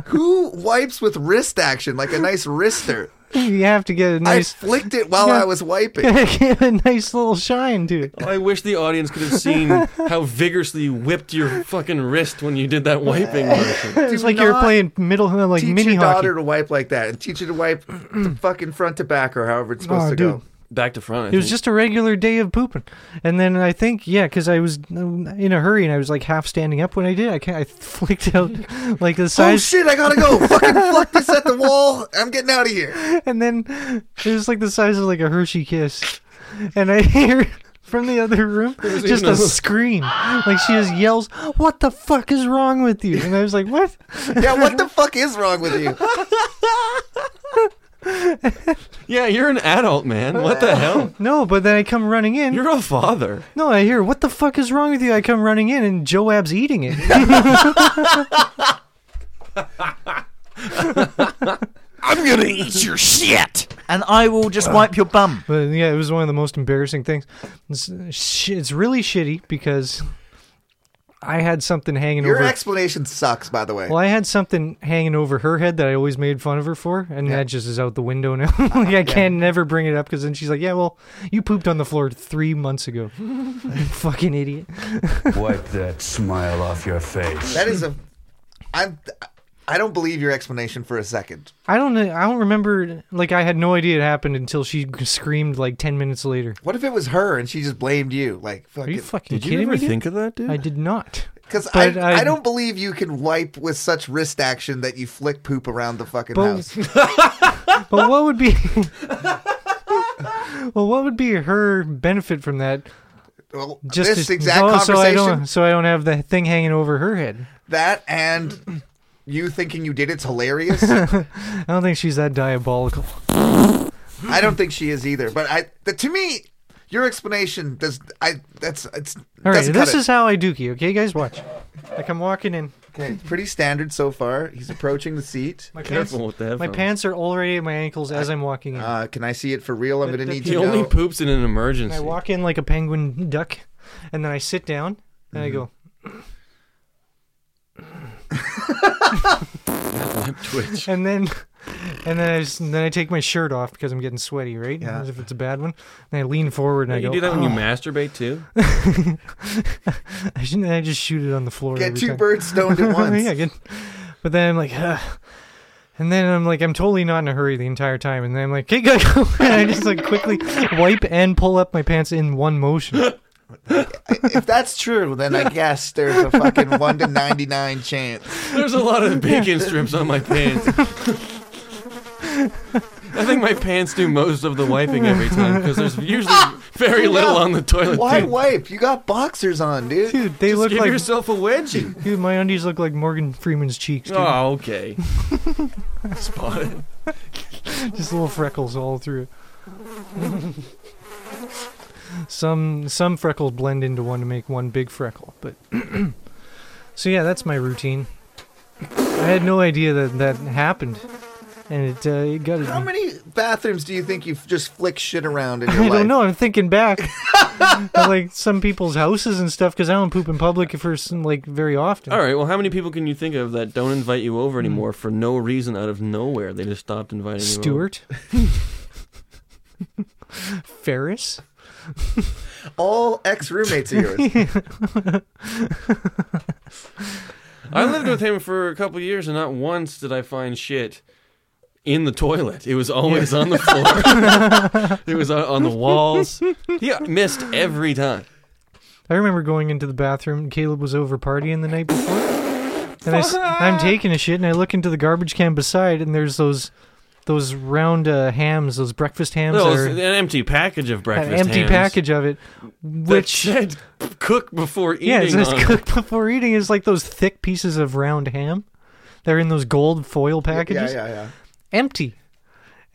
[SPEAKER 4] Who wipes with wrist action like a nice wrister?
[SPEAKER 2] You have to get a nice
[SPEAKER 4] I flicked it while
[SPEAKER 2] Yeah.
[SPEAKER 4] I was wiping.
[SPEAKER 2] get a nice little shine to it.
[SPEAKER 5] I wish the audience could have seen how vigorously you whipped your fucking wrist when you did that wiping motion.
[SPEAKER 2] It's like you're
[SPEAKER 4] not
[SPEAKER 2] playing middle like
[SPEAKER 4] teach
[SPEAKER 2] mini
[SPEAKER 4] your
[SPEAKER 2] hockey.
[SPEAKER 4] daughter to wipe like that and teach her to wipe the fucking front to back or however it's supposed
[SPEAKER 2] Oh,
[SPEAKER 4] to
[SPEAKER 2] dude.
[SPEAKER 4] go.
[SPEAKER 5] Back to front. I
[SPEAKER 2] It was
[SPEAKER 5] think.
[SPEAKER 2] just a regular day of pooping, and then I think yeah, because I was um, in a hurry and I was like half standing up when I did. I ca I flicked out like the
[SPEAKER 4] Oh
[SPEAKER 2] size,
[SPEAKER 4] shit, I gotta go. fucking fuck this at the wall. I'm getting out of here.
[SPEAKER 2] and then it was like the size of like a Hershey kiss, and I hear. From the other room, just
[SPEAKER 5] even
[SPEAKER 2] a
[SPEAKER 5] a-
[SPEAKER 2] scream. Like she just yells, "What the fuck is wrong with you?" And I was like, "What?"
[SPEAKER 4] Yeah, what the fuck is wrong with you?
[SPEAKER 5] yeah, you're an adult man. What the hell?
[SPEAKER 2] No, but then I come running in.
[SPEAKER 5] You're a father.
[SPEAKER 2] No, I hear, what the fuck is wrong with you? I come running in and Joab's eating it.
[SPEAKER 7] I'm gonna eat your shit, Uh. and I will just wipe your bum.
[SPEAKER 2] but yeah, it was one of the most embarrassing things. It's, sh- it's really shitty because I had something hanging
[SPEAKER 4] Your
[SPEAKER 2] over.
[SPEAKER 4] explanation sucks, by the way.
[SPEAKER 2] well, I had something hanging over her head that I always made fun of her for, and that just is out the window now. like, I can never bring it up because then she's like, yeah, well, you pooped on the floor three months ago. Fucking idiot.
[SPEAKER 11] Wipe that smile off your face.
[SPEAKER 4] That is a. I'm. I don't believe your explanation for a second.
[SPEAKER 2] I don't know. I don't remember. Like, I had no idea it happened until she screamed like 10 minutes later.
[SPEAKER 4] What if it was her and she just blamed you? Like
[SPEAKER 2] Are you
[SPEAKER 4] fucking.
[SPEAKER 2] fucking
[SPEAKER 5] Did you
[SPEAKER 2] kidding
[SPEAKER 5] ever
[SPEAKER 2] me? dude?
[SPEAKER 5] think of that, dude?
[SPEAKER 2] I did not.
[SPEAKER 4] Because I,
[SPEAKER 2] But
[SPEAKER 4] I
[SPEAKER 2] I-
[SPEAKER 4] don't believe you can wipe with such wrist action that you flick poop around the fucking
[SPEAKER 2] But
[SPEAKER 4] house.
[SPEAKER 2] but what would be? well, what would be her benefit from that?
[SPEAKER 4] Well,
[SPEAKER 2] Just
[SPEAKER 4] this
[SPEAKER 2] to-
[SPEAKER 4] exact
[SPEAKER 2] oh, so I
[SPEAKER 4] conversation,
[SPEAKER 2] don't, so I don't have the thing hanging over her head.
[SPEAKER 4] that and you thinking you did it's hilarious.
[SPEAKER 2] I don't think she's that diabolical.
[SPEAKER 4] I don't think she is either. But I, the, to me, your explanation does. I that's it's.
[SPEAKER 2] All right,
[SPEAKER 4] doesn't cut
[SPEAKER 2] this
[SPEAKER 4] it.
[SPEAKER 2] is how I dookie. Okay, guys, watch. Like I'm walking in.
[SPEAKER 4] okay. It's pretty standard so far. He's approaching the seat.
[SPEAKER 2] My pants, my pants are already at my ankles as I'm walking
[SPEAKER 5] Ah,
[SPEAKER 2] in.
[SPEAKER 4] Uh, can I see it for real? I'm going to need
[SPEAKER 5] He
[SPEAKER 4] to
[SPEAKER 5] only
[SPEAKER 4] know.
[SPEAKER 5] poops in an
[SPEAKER 2] And I
[SPEAKER 5] emergency.
[SPEAKER 2] walk in like a penguin duck, and then I sit down and I
[SPEAKER 5] Mm-hmm.
[SPEAKER 2] go.
[SPEAKER 5] Twitch.
[SPEAKER 2] and then and then I just, and then I take my shirt off because I'm getting sweaty, right? As if it's a bad one. And I lean forward and I
[SPEAKER 5] you
[SPEAKER 2] go.
[SPEAKER 5] do that when you
[SPEAKER 2] "Oh."
[SPEAKER 5] masturbate too.
[SPEAKER 2] I shouldn't. I just shoot it on the floor.
[SPEAKER 4] Get
[SPEAKER 2] every
[SPEAKER 4] two
[SPEAKER 2] time.
[SPEAKER 4] birds stoned at once.
[SPEAKER 2] yeah, good. But then I'm like, Ugh. and then I'm like, I'm totally not in a hurry the entire time. And then I'm like, hey, gotta go. And I just like quickly wipe and pull up my pants in one motion.
[SPEAKER 4] if that's true, then I guess there's a fucking one to ninety nine chance.
[SPEAKER 5] There's a lot of bacon strips on my pants. I think my pants do most of the wiping every time because there's usually very little on the toilet.
[SPEAKER 4] Why
[SPEAKER 5] too.
[SPEAKER 4] wipe? You got boxers on, dude.
[SPEAKER 2] Dude, they
[SPEAKER 5] Just
[SPEAKER 2] look
[SPEAKER 5] give
[SPEAKER 2] like
[SPEAKER 5] yourself a wedgie.
[SPEAKER 2] dude. My undies look like Morgan Freeman's cheeks. Dude.
[SPEAKER 5] Oh, okay. Spotted.
[SPEAKER 2] just little freckles all through. some some freckles blend into one to make one big freckle, but so yeah, that's my routine. I had no idea that that happened, and it uh, it gutted
[SPEAKER 4] How
[SPEAKER 2] me.
[SPEAKER 4] many bathrooms do you think you just flick shit around in your
[SPEAKER 2] I
[SPEAKER 4] life?
[SPEAKER 2] don't know. I'm thinking back, at, like some people's houses and stuff, because I don't poop in public for some, like very often.
[SPEAKER 5] All right. Well, how many people can you think of that don't invite you over anymore for no reason out of nowhere? They just stopped inviting you. over?
[SPEAKER 2] Stewart, Ferris.
[SPEAKER 4] All ex roommates of yours.
[SPEAKER 5] I lived with him for a couple years, and not once did I find shit in the toilet. It was always on the floor. it was on- on the walls. He missed every time.
[SPEAKER 2] I remember going into the bathroom. Caleb was over partying the night before, and I, am taking a shit, and I look into the garbage can beside, and there's those those round uh, hams, those breakfast hams,
[SPEAKER 5] No, it
[SPEAKER 2] that
[SPEAKER 5] was an
[SPEAKER 2] are,
[SPEAKER 5] empty package of
[SPEAKER 2] an
[SPEAKER 5] breakfast.
[SPEAKER 2] empty
[SPEAKER 5] hams
[SPEAKER 2] package of it,
[SPEAKER 5] that
[SPEAKER 2] which
[SPEAKER 5] said cook before eating.
[SPEAKER 2] yeah, it says
[SPEAKER 5] on it.
[SPEAKER 2] cook before eating is like those thick pieces of round ham. They're in those gold foil
[SPEAKER 4] yeah, yeah,
[SPEAKER 2] packages,
[SPEAKER 4] yeah.
[SPEAKER 2] empty.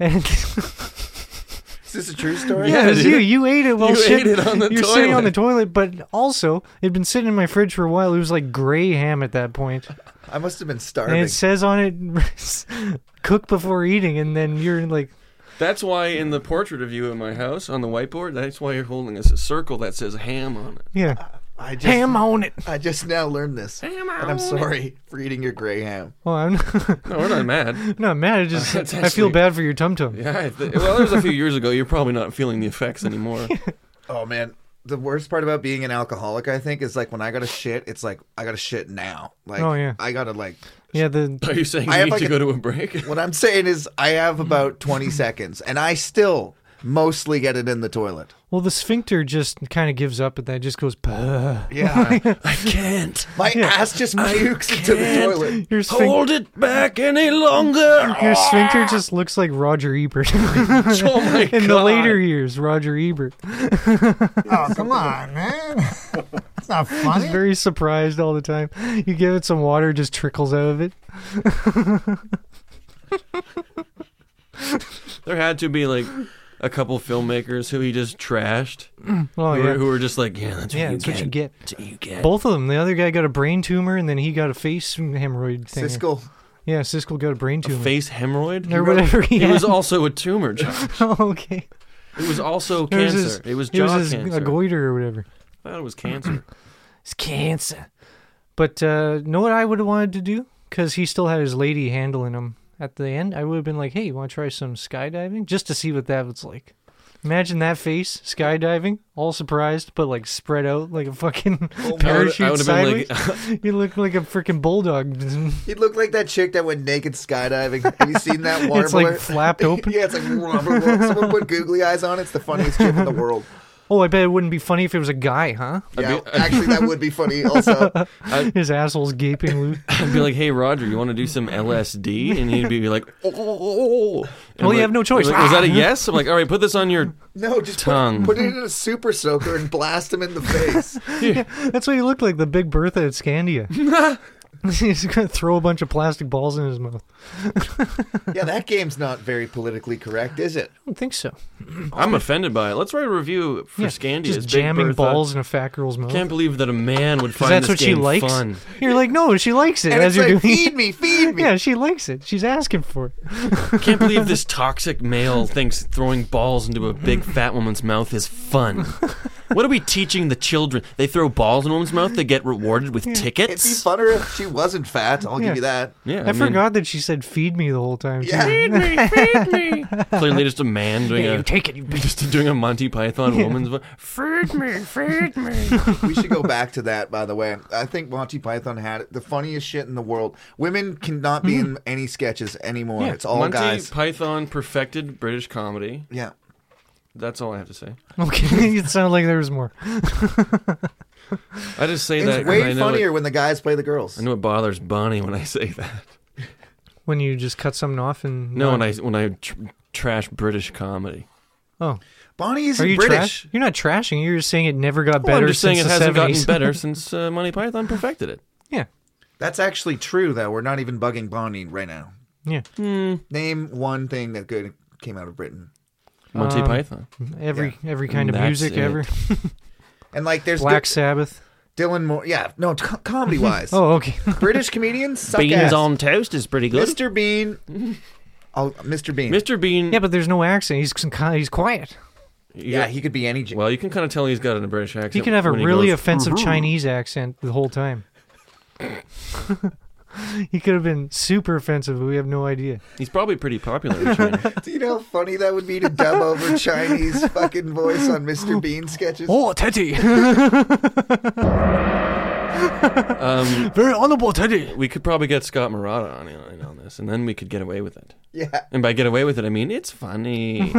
[SPEAKER 2] And
[SPEAKER 4] Is this a true story?
[SPEAKER 5] Yeah,
[SPEAKER 2] yeah, it was
[SPEAKER 5] dude.
[SPEAKER 2] you. You ate it. Well,
[SPEAKER 5] You
[SPEAKER 2] shit.
[SPEAKER 5] ate it on the
[SPEAKER 2] You're sitting on the
[SPEAKER 5] toilet.
[SPEAKER 2] toilet, but also it'd been sitting in my fridge for a while. It was like gray ham at that point.
[SPEAKER 4] I must have been
[SPEAKER 2] and
[SPEAKER 4] starving.
[SPEAKER 2] it says on it cook before eating and then you're like
[SPEAKER 5] That's why in the portrait of you in my house on the whiteboard, that's why you're holding us a circle that says ham on it.
[SPEAKER 2] yeah
[SPEAKER 4] I just,
[SPEAKER 2] ham on it
[SPEAKER 4] I just now learned this, and I'm sorry for eating your gray ham.
[SPEAKER 2] well i'm not,
[SPEAKER 5] No, we're not mad.
[SPEAKER 2] not mad i just
[SPEAKER 5] That's
[SPEAKER 2] i feel
[SPEAKER 5] actually-
[SPEAKER 2] bad for your tum tum
[SPEAKER 5] Yeah, I th- well, that was a few years ago. You're probably not feeling the effects anymore.
[SPEAKER 4] Oh man, the worst part about being an alcoholic, I think, is like when I got to shit, it's like I got to shit now. Like,
[SPEAKER 2] Oh, yeah.
[SPEAKER 4] I gotta like.
[SPEAKER 2] yeah the
[SPEAKER 5] Are you saying
[SPEAKER 4] I
[SPEAKER 5] we
[SPEAKER 4] have
[SPEAKER 5] need
[SPEAKER 4] like
[SPEAKER 5] to
[SPEAKER 4] a-
[SPEAKER 5] go to a break?
[SPEAKER 4] What I'm saying is, I have about 20 seconds, and I still mostly get it in the toilet.
[SPEAKER 2] well the sphincter just kind of gives up at that just goes "Puh."
[SPEAKER 4] Yeah,
[SPEAKER 5] I can't.
[SPEAKER 4] my ass just pukes into the toilet.
[SPEAKER 2] your, sphin-
[SPEAKER 5] it back any longer.
[SPEAKER 2] your sphincter just looks like roger ebert
[SPEAKER 5] Oh my
[SPEAKER 2] in the
[SPEAKER 5] God.
[SPEAKER 2] later years roger ebert
[SPEAKER 3] Oh, come on, man. It's not funny.
[SPEAKER 2] very surprised all the time you give it some water it just trickles out of it
[SPEAKER 5] There had to be like a couple filmmakers who he just trashed,
[SPEAKER 2] oh
[SPEAKER 5] who, were,
[SPEAKER 2] yeah
[SPEAKER 5] who were just like, yeah, that's
[SPEAKER 2] yeah,
[SPEAKER 5] what you
[SPEAKER 2] that's what you
[SPEAKER 5] get.
[SPEAKER 2] get.
[SPEAKER 7] Do you get?
[SPEAKER 2] Both of them. The other guy got a brain tumor, and then he got a face hemorrhoid thing.
[SPEAKER 4] Siskel,
[SPEAKER 2] Yeah, Siskel got a brain tumor.
[SPEAKER 5] Face hemorrhoid.
[SPEAKER 2] or whatever he
[SPEAKER 5] It
[SPEAKER 2] had.
[SPEAKER 5] was also a tumor, Josh.
[SPEAKER 2] okay.
[SPEAKER 5] It was also
[SPEAKER 2] It was
[SPEAKER 5] cancer.
[SPEAKER 2] his-
[SPEAKER 5] it was
[SPEAKER 2] it
[SPEAKER 5] jaw
[SPEAKER 2] his-
[SPEAKER 5] cancer.
[SPEAKER 2] A goiter or whatever.
[SPEAKER 5] I thought it was cancer.
[SPEAKER 2] It's cancer. But uh, know what I would have wanted to do? Because he still had his lady handling him at the end. I would have been like, hey, you want to try some skydiving? Just to see what that was like. Imagine that face, skydiving, all surprised, but like spread out like a fucking parachute
[SPEAKER 5] Oh, I would've been
[SPEAKER 2] sideways.
[SPEAKER 5] like-
[SPEAKER 2] you look like a freaking bulldog.
[SPEAKER 4] he looked like that chick that went naked skydiving. Have you seen that water
[SPEAKER 2] it's like
[SPEAKER 4] balloon?
[SPEAKER 2] flapped open.
[SPEAKER 4] yeah, it's like rubber. Someone put googly eyes on it. It's the funniest shit in the world.
[SPEAKER 2] Oh, I bet it wouldn't be funny if it was a guy, huh?
[SPEAKER 4] Yeah, actually, that would be funny. Also,
[SPEAKER 2] His asshole's gaping loose.
[SPEAKER 5] I'd be like, "Hey, Roger, you want to do some LSD?" And he'd be like, "Oh." And
[SPEAKER 2] Well,
[SPEAKER 5] I'm
[SPEAKER 2] you
[SPEAKER 5] like-
[SPEAKER 2] have no choice.
[SPEAKER 5] I'm like, Was that a yes? I'm like, "All right, put this on your
[SPEAKER 4] no, just
[SPEAKER 5] Tongue.
[SPEAKER 4] put, put it in a super soaker and blast him in the face.
[SPEAKER 2] That's what he looked like, the Big Bertha at Scandia. He's gonna throw a bunch of plastic balls in his mouth.
[SPEAKER 4] Yeah, that game's not very politically correct, is it?
[SPEAKER 2] I don't think so.
[SPEAKER 5] I'm offended by it. Let's write a review for
[SPEAKER 2] Yeah,
[SPEAKER 5] Scandia.
[SPEAKER 2] just
[SPEAKER 5] Big
[SPEAKER 2] jamming
[SPEAKER 5] Bertha.
[SPEAKER 2] balls in a fat girl's mouth.
[SPEAKER 5] Can't believe that a man would
[SPEAKER 2] 'Cause
[SPEAKER 5] find
[SPEAKER 2] that's
[SPEAKER 5] this
[SPEAKER 2] what she
[SPEAKER 5] game
[SPEAKER 2] likes.
[SPEAKER 5] fun.
[SPEAKER 2] You're like, no, she likes it
[SPEAKER 4] And it's
[SPEAKER 2] as you're
[SPEAKER 4] like,
[SPEAKER 2] doing.
[SPEAKER 4] feed me, feed me.
[SPEAKER 2] Yeah, she likes it. She's asking for it.
[SPEAKER 5] Can't believe this toxic male thinks throwing balls into a big fat woman's mouth is fun. What are we teaching the children? They throw balls in a woman's mouth, they get rewarded with
[SPEAKER 4] It'd be
[SPEAKER 5] tickets.
[SPEAKER 4] funner if she wasn't fat. I'll
[SPEAKER 2] Yeah.
[SPEAKER 4] give you that.
[SPEAKER 5] Yeah,
[SPEAKER 2] I, forgot that she said "feed me" the whole time. too.
[SPEAKER 4] Yeah. Feed
[SPEAKER 5] me, feed me. Clearly, just a man doing
[SPEAKER 2] Yeah,
[SPEAKER 5] a
[SPEAKER 2] you take it. You bitch.
[SPEAKER 5] just doing a Monty Python woman's vo- feed me, feed me.
[SPEAKER 4] we should go back to that, by the way. I think Monty Python had it- the funniest shit in the world. Women cannot be in any sketches anymore. it's all
[SPEAKER 5] Monty
[SPEAKER 4] guys.
[SPEAKER 5] Python perfected British comedy.
[SPEAKER 4] yeah.
[SPEAKER 5] That's all I have to say.
[SPEAKER 2] Okay, it sounded like there was more.
[SPEAKER 5] I just say that
[SPEAKER 4] It's
[SPEAKER 5] 'cause I
[SPEAKER 4] way
[SPEAKER 5] know
[SPEAKER 4] funnier
[SPEAKER 5] It,
[SPEAKER 4] when the guys play the girls.
[SPEAKER 5] I know it bothers Bonnie when I say that.
[SPEAKER 2] When you just cut something off and
[SPEAKER 5] No, when I when I tr- trash British comedy.
[SPEAKER 2] oh,
[SPEAKER 4] Bonnie isn't
[SPEAKER 2] are you
[SPEAKER 4] British.
[SPEAKER 2] trash? You're not trashing. You're just saying it never got
[SPEAKER 5] Well,
[SPEAKER 2] better
[SPEAKER 5] I'm just saying it
[SPEAKER 2] since
[SPEAKER 5] hasn't
[SPEAKER 2] the
[SPEAKER 5] gotten
[SPEAKER 2] 70s.
[SPEAKER 5] better since uh, Monty Python perfected it.
[SPEAKER 2] yeah,
[SPEAKER 4] That's actually true, though. We're not even bugging Bonnie right now.
[SPEAKER 2] yeah.
[SPEAKER 4] Name one thing that good came out of Britain.
[SPEAKER 5] Monty
[SPEAKER 2] Um,
[SPEAKER 5] Python.
[SPEAKER 2] Every every kind of
[SPEAKER 5] That's
[SPEAKER 2] music
[SPEAKER 5] it.
[SPEAKER 2] ever.
[SPEAKER 4] And like, there's
[SPEAKER 2] Black
[SPEAKER 4] good-
[SPEAKER 2] Sabbath.
[SPEAKER 4] Dylan Moore. Yeah, no, co- comedy wise,
[SPEAKER 2] Oh, okay.
[SPEAKER 4] British comedians suck ass.
[SPEAKER 5] toast is pretty
[SPEAKER 4] Mr. Bean. Oh, Mr. Bean.
[SPEAKER 5] Mr. Bean.
[SPEAKER 2] yeah, but there's no accent. He's he's quiet.
[SPEAKER 5] you
[SPEAKER 4] Yeah,
[SPEAKER 5] got-
[SPEAKER 4] he could be any. J-
[SPEAKER 5] well, you can kind of tell he's got a British accent.
[SPEAKER 2] He "Mm-hmm." can have a
[SPEAKER 5] when
[SPEAKER 2] really
[SPEAKER 5] goes,
[SPEAKER 2] offensive
[SPEAKER 5] "Mhm."
[SPEAKER 2] Chinese accent the whole time. he could have been super offensive. but We have no idea.
[SPEAKER 5] He's probably pretty popular in China.
[SPEAKER 4] Do you know how funny that would be to dub over Chinese fucking voice on Mr. Bean sketches?
[SPEAKER 2] Oh, Teddy,
[SPEAKER 5] um,
[SPEAKER 2] very honorable Teddy.
[SPEAKER 5] we could probably get Scott Murata on, on on this, and then we could get away with it.
[SPEAKER 4] Yeah.
[SPEAKER 5] And by get away with it, I mean it's funny.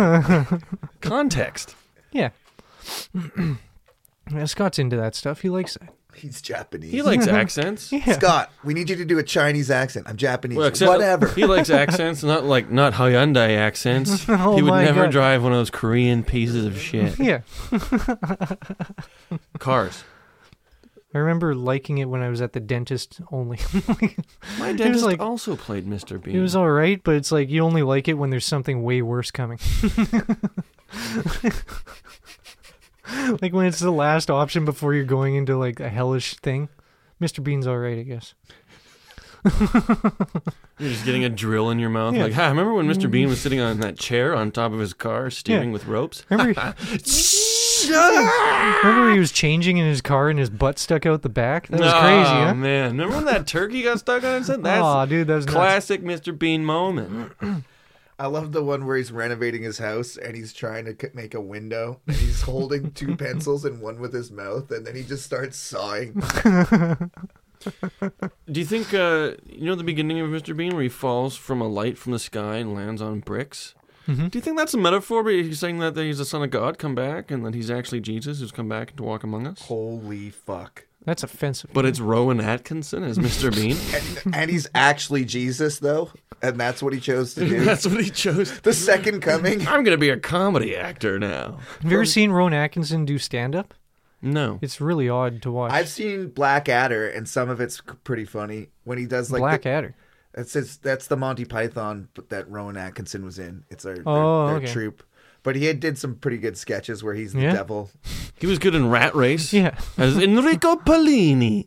[SPEAKER 5] Context.
[SPEAKER 2] Yeah. yeah, Scott's into that stuff. He likes that.
[SPEAKER 4] He's Japanese.
[SPEAKER 5] He likes accents.
[SPEAKER 2] Yeah.
[SPEAKER 4] Scott, we need you to do a Chinese accent. I'm Japanese.
[SPEAKER 5] Well, except-
[SPEAKER 4] Whatever.
[SPEAKER 5] He likes accents, not like not Hyundai accents.
[SPEAKER 2] Oh
[SPEAKER 5] he would
[SPEAKER 2] my
[SPEAKER 5] never
[SPEAKER 2] God.
[SPEAKER 5] drive one of those Korean pieces of shit.
[SPEAKER 2] Yeah.
[SPEAKER 5] Cars.
[SPEAKER 2] I remember liking it when I was at the dentist only.
[SPEAKER 5] My
[SPEAKER 2] was
[SPEAKER 5] dentist
[SPEAKER 2] like-
[SPEAKER 5] also played Mr. Bean.
[SPEAKER 2] it was all right, but it's like you only like it when there's something way worse coming. like when it's the last option before you're going into like a hellish thing. Mr. Bean's all right, I guess.
[SPEAKER 5] You're just getting a drill in your mouth.
[SPEAKER 2] Yeah.
[SPEAKER 5] Like, ha, remember when Mr. Bean was sitting on that chair on top of his car, steering
[SPEAKER 2] Mm-hmm. Yeah.
[SPEAKER 5] with ropes?
[SPEAKER 2] Remember, remember he was changing in his car and his butt stuck out the back? That was
[SPEAKER 5] oh,
[SPEAKER 2] crazy, huh?
[SPEAKER 5] man. Remember when that turkey got stuck on his head? That's
[SPEAKER 2] Aw, dude, that was nuts.
[SPEAKER 5] classic Mr. Bean moment.
[SPEAKER 4] I love the one where he's renovating his house and he's trying to c- make a window and he's holding two pencils and one with his mouth and then he just starts sawing.
[SPEAKER 5] Do you think, uh, you know, the beginning of Mr. Bean where he falls from a light from the sky and lands on bricks?
[SPEAKER 2] Mm-hmm.
[SPEAKER 5] Do you think that's a metaphor? But he's saying that, that he's the son of God, come back, and that he's actually Jesus who's come back to walk among us.
[SPEAKER 4] Holy fuck.
[SPEAKER 2] That's offensive.
[SPEAKER 5] But it's Rowan Atkinson as Mr. Bean.
[SPEAKER 4] And, and he's actually Jesus, though. And that's what he chose to do.
[SPEAKER 5] That's what he chose.
[SPEAKER 4] the second coming.
[SPEAKER 5] I'm going to be a comedy actor now.
[SPEAKER 2] Have you ever seen Rowan Atkinson do stand up?
[SPEAKER 5] No.
[SPEAKER 2] It's really odd to watch.
[SPEAKER 4] I've seen Black Adder, and some of it's c- pretty funny when he does like
[SPEAKER 2] Black
[SPEAKER 4] the,
[SPEAKER 2] Adder.
[SPEAKER 4] That's his, that's the Monty Python b- that Rowan Atkinson was in. It's our,
[SPEAKER 2] Oh,
[SPEAKER 4] their,
[SPEAKER 2] okay.
[SPEAKER 4] troop. But he had, did some pretty good sketches where he's the
[SPEAKER 2] Yeah?
[SPEAKER 4] devil.
[SPEAKER 5] He was good in Rat Race.
[SPEAKER 2] Yeah.
[SPEAKER 5] As Enrico Pallini.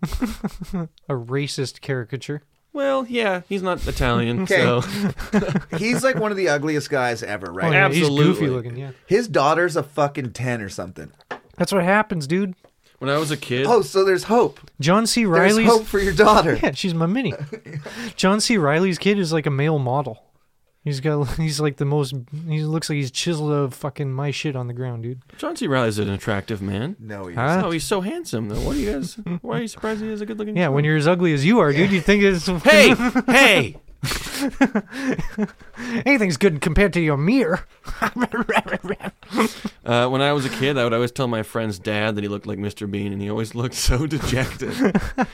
[SPEAKER 2] A racist caricature.
[SPEAKER 5] Well, yeah, he's not Italian,
[SPEAKER 4] Okay.
[SPEAKER 5] so
[SPEAKER 4] He's like one of the ugliest guys ever, right?
[SPEAKER 2] Oh, yeah, He's
[SPEAKER 5] Absolutely.
[SPEAKER 2] goofy looking, yeah.
[SPEAKER 4] His daughter's a fucking ten or something.
[SPEAKER 2] That's what happens, dude.
[SPEAKER 5] when I was a kid,
[SPEAKER 4] Oh, so there's hope.
[SPEAKER 2] John C.
[SPEAKER 4] There's
[SPEAKER 2] Riley's.
[SPEAKER 4] hope for your daughter.
[SPEAKER 2] Yeah, she's my mini. John C. Riley's kid is like a male model. He's got. He's like the most. He looks like he's chiseled out of fucking my shit on the ground, dude.
[SPEAKER 5] John C. Riley's an attractive man.
[SPEAKER 4] No, he
[SPEAKER 2] Huh?
[SPEAKER 5] Oh, he's so handsome though. What are you guys? Why are you surprised he is a good-looking?
[SPEAKER 2] Yeah, when you're as ugly as you are, dude, you think it's.
[SPEAKER 5] hey, hey,
[SPEAKER 2] Anything's good compared to your mirror.
[SPEAKER 5] Uh, when I was a kid, I would always tell my friend's dad that he looked like Mr. Bean, and he always looked so dejected.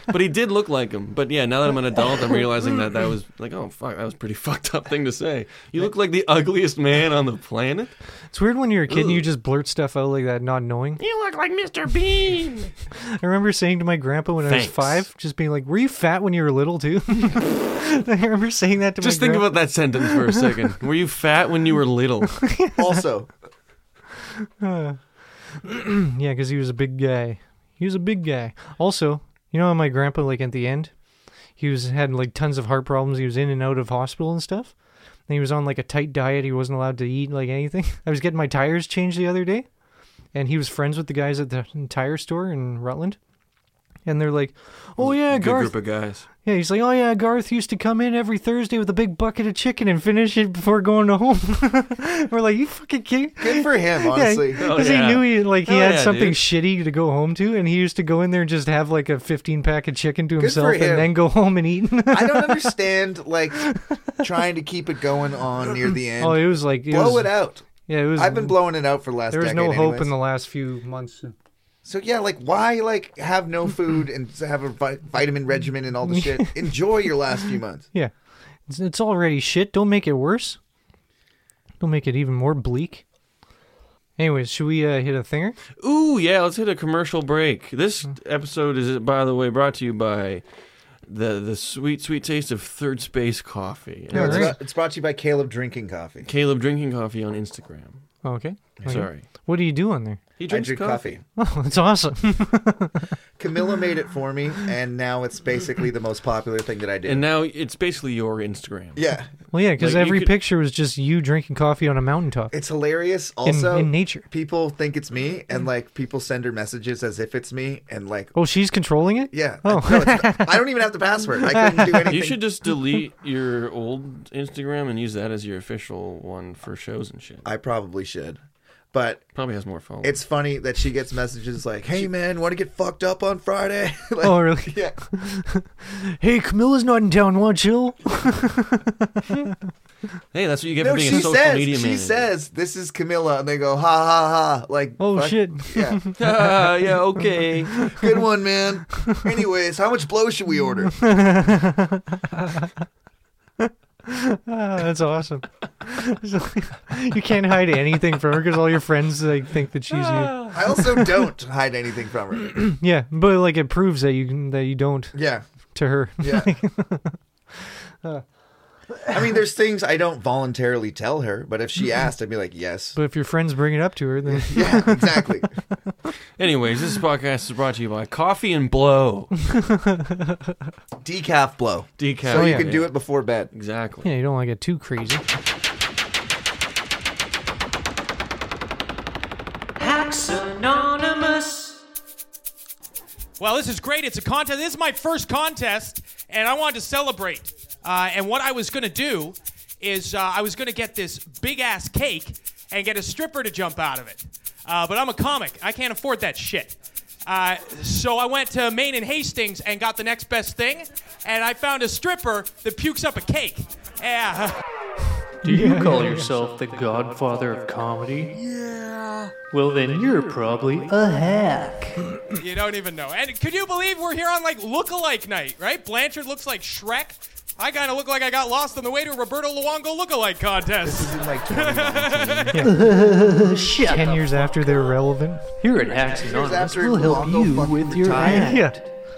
[SPEAKER 5] but he did look like him. But yeah, now that I'm an adult, I'm realizing that that was like, oh fuck, that was a pretty fucked up thing to say. You look like the ugliest man on the planet.
[SPEAKER 2] It's weird when you're a kid and you just blurt stuff out like that, not knowing.
[SPEAKER 5] You look like Mr. Bean.
[SPEAKER 2] I remember saying to my grandpa when I was
[SPEAKER 5] Thanks.
[SPEAKER 2] five, just being like, "Were you fat when you were little too?" I remember saying that to
[SPEAKER 5] Just
[SPEAKER 2] my
[SPEAKER 5] think
[SPEAKER 2] grandpa.
[SPEAKER 5] about that sentence for a second. Were you fat when you were little?
[SPEAKER 4] also,
[SPEAKER 2] yeah, because he was a big guy. He was a big guy. Also, you know, how my grandpa, like at the end, he was had like tons of heart problems. He was in and out of hospital and stuff. And he was on like a tight diet. He wasn't allowed to eat like anything. I was getting my tires changed the other day, and he was friends with the guys at the tire store in Rutland. And they're like, "Oh yeah,
[SPEAKER 5] Good
[SPEAKER 2] Garth."
[SPEAKER 5] group of guys.
[SPEAKER 2] Yeah, he's like, "Oh yeah, Garth used to come in every Thursday with a big bucket of chicken and finish it before going to home." We're like, "You fucking kidding?"
[SPEAKER 4] good for him, honestly.
[SPEAKER 2] Yeah, Oh, because
[SPEAKER 5] Oh, yeah.
[SPEAKER 2] he knew he like he
[SPEAKER 5] Hell
[SPEAKER 2] had
[SPEAKER 5] yeah,
[SPEAKER 2] something
[SPEAKER 5] dude.
[SPEAKER 2] shitty to go home to, and he used to go in there and just have like a 15 pack of chicken to himself, and
[SPEAKER 4] him.
[SPEAKER 2] then go home and eat.
[SPEAKER 4] I don't understand like trying to keep it going on near the end.
[SPEAKER 2] oh, it was like it
[SPEAKER 4] Blow
[SPEAKER 2] was-
[SPEAKER 4] it out.
[SPEAKER 2] Yeah, it was.
[SPEAKER 4] I've been blowing it out for the last.
[SPEAKER 2] There was
[SPEAKER 4] decade
[SPEAKER 2] no hope
[SPEAKER 4] anyways.
[SPEAKER 2] in the last few months.
[SPEAKER 4] So yeah, like why like have no food and have a vi- vitamin regimen and all the shit? Enjoy your last few months.
[SPEAKER 2] Yeah, it's, it's already shit. Don't make it worse. Don't make it even more bleak. Anyways, should we uh, hit a thinger?
[SPEAKER 5] Ooh, yeah, let's hit a commercial break. This episode is, by the way, brought to you by the the sweet, sweet taste of Third Space Coffee.
[SPEAKER 4] No, it's,
[SPEAKER 2] Alright.
[SPEAKER 4] brought, it's brought to you by Caleb drinking coffee.
[SPEAKER 5] Caleb drinking coffee on Instagram.
[SPEAKER 2] Oh, okay. Okay.
[SPEAKER 5] Sorry.
[SPEAKER 2] What do you do on there?
[SPEAKER 5] He
[SPEAKER 4] I
[SPEAKER 5] drinks
[SPEAKER 4] drink
[SPEAKER 5] coffee.
[SPEAKER 4] coffee.
[SPEAKER 2] Oh, that's awesome.
[SPEAKER 4] Camilla made it for me, and now it's basically the most popular thing that I do.
[SPEAKER 5] And now it's basically your Instagram.
[SPEAKER 4] yeah,
[SPEAKER 2] well, yeah, because
[SPEAKER 5] Like, you
[SPEAKER 2] every
[SPEAKER 5] could-
[SPEAKER 2] picture was just you drinking coffee on a mountaintop.
[SPEAKER 4] it's hilarious. Also,
[SPEAKER 2] in nature. Mm.
[SPEAKER 4] people think it's me, and like people send her messages as if it's me, and like.
[SPEAKER 2] Oh, she's controlling it.
[SPEAKER 4] Yeah.
[SPEAKER 2] Oh.
[SPEAKER 4] No, it's not- I don't even have the password. I couldn't do anything.
[SPEAKER 5] You should just delete your old Instagram and use that as your official one for shows and shit.
[SPEAKER 4] I probably should. But
[SPEAKER 5] Probably has more followers.
[SPEAKER 4] it's funny that she gets messages like, "Hey man, want to get fucked up on Friday?" like,
[SPEAKER 2] Oh, really?
[SPEAKER 4] Yeah.
[SPEAKER 2] Hey, Camilla's not in town. Want chill?
[SPEAKER 5] hey, that's what you get
[SPEAKER 4] No,
[SPEAKER 5] for being
[SPEAKER 4] she
[SPEAKER 5] a social
[SPEAKER 4] says.
[SPEAKER 5] media
[SPEAKER 4] she
[SPEAKER 5] manager.
[SPEAKER 4] says this is Camilla, and they go ha ha ha. Like,
[SPEAKER 2] Oh
[SPEAKER 4] fuck-
[SPEAKER 2] shit!
[SPEAKER 4] Yeah,
[SPEAKER 5] Ah, yeah, okay.
[SPEAKER 4] good one, man. Anyways, how much blow should we order?
[SPEAKER 2] Ah, that's awesome. So, you can't hide anything from her because all your friends like think that she's
[SPEAKER 8] Ah.
[SPEAKER 2] you.
[SPEAKER 4] I also don't hide anything from her.
[SPEAKER 2] Yeah, but like it proves that you can- that you don't
[SPEAKER 4] Yeah,
[SPEAKER 2] to her.
[SPEAKER 4] yeah. I mean, there's things I don't voluntarily tell her, but if she asked, I'd be like, yes.
[SPEAKER 2] But if your friends bring it up to her, then
[SPEAKER 4] Yeah, exactly.
[SPEAKER 5] Anyways, this podcast is brought to you by Coffee and Blow.
[SPEAKER 4] Decaf blow.
[SPEAKER 5] Decaf.
[SPEAKER 2] Oh,
[SPEAKER 4] So you
[SPEAKER 5] yeah,
[SPEAKER 4] can do
[SPEAKER 5] yeah.
[SPEAKER 4] it before bed.
[SPEAKER 5] Exactly.
[SPEAKER 2] yeah, you don't want to get too crazy.
[SPEAKER 8] Hacks Anonymous.
[SPEAKER 12] Well, this is great. It's a contest. This is my first contest, and I wanted to celebrate. Uh, and what I was going to do is uh, I was going to get this big ass cake and get a stripper to jump out of it. Uh, but I'm a comic, I can't afford that shit. Uh, so I went to Maine and Hastings and got the next best thing, and I found a stripper that pukes up a cake. Yeah.
[SPEAKER 8] Do you call yourself the godfather of comedy? Yeah. Well, then you're probably a hack.
[SPEAKER 12] You don't even know. And could you believe we're here on like look-alike night, right? Blanchard looks like Shrek. I kind of look like I got lost on the way to a Roberto Luongo look-alike contest.
[SPEAKER 2] Ten years after they're relevant.
[SPEAKER 8] Here at Hacks Anonymous,
[SPEAKER 4] after
[SPEAKER 8] we'll help
[SPEAKER 4] Longo
[SPEAKER 8] you
[SPEAKER 4] fucking
[SPEAKER 8] with your act.
[SPEAKER 2] Yeah.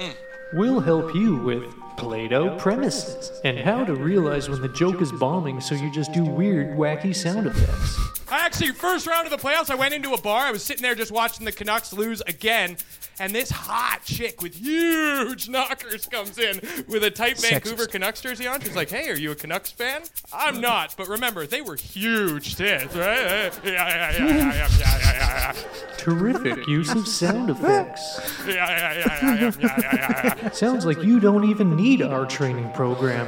[SPEAKER 8] Mm. We'll help you with Play-Doh premises and how to realize when the joke is bombing, so you just do weird, wacky sound effects.
[SPEAKER 12] I actually, first round of the playoffs, I went into a bar. I was sitting there just watching the Canucks lose again, and this hot chick with huge knockers comes in with a tight Vancouver Canucks jersey on. She's like, "Hey, are you a Canucks fan?" I'm not, but remember, they were huge tits, right? Yeah, yeah, yeah, yeah, yeah, yeah, yeah, yeah.
[SPEAKER 8] Terrific use of sound effects.
[SPEAKER 12] Yeah, yeah, yeah, yeah, yeah, yeah, yeah, yeah.
[SPEAKER 8] Sounds like you don't even need our training program.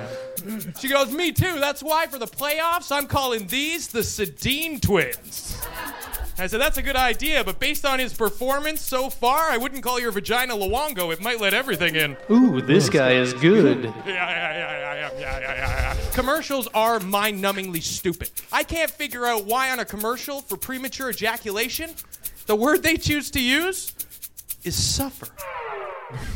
[SPEAKER 12] She goes, Me too. That's why for the playoffs, I'm calling these the Sedin twins. I said, That's a good idea, but based on his performance so far, I wouldn't call your vagina Luongo. It might let everything in.
[SPEAKER 8] Ooh, this guy is good.
[SPEAKER 12] Yeah, yeah, yeah, yeah, yeah, yeah, yeah, yeah, yeah. Commercials are mind-numbingly stupid. I can't figure out why on a commercial for premature ejaculation, the word they choose to use is suffer.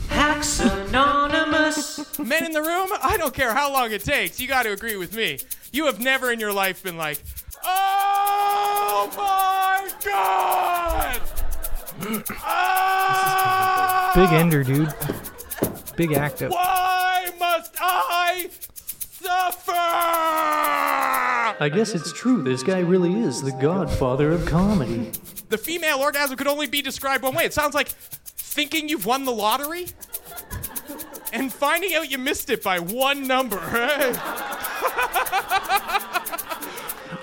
[SPEAKER 6] Hacks Anonymous.
[SPEAKER 12] Men in the room, I don't care how long it takes. You got to agree with me. You have never in your life been like, "Oh my god!" Ah,
[SPEAKER 2] Big ender, dude. Big active.
[SPEAKER 12] Why must I suffer?
[SPEAKER 8] I guess it's true. This guy really is the godfather of comedy.
[SPEAKER 12] The female orgasm could only be described one way. It sounds like thinking you've won the lottery and finding out you missed it by one number.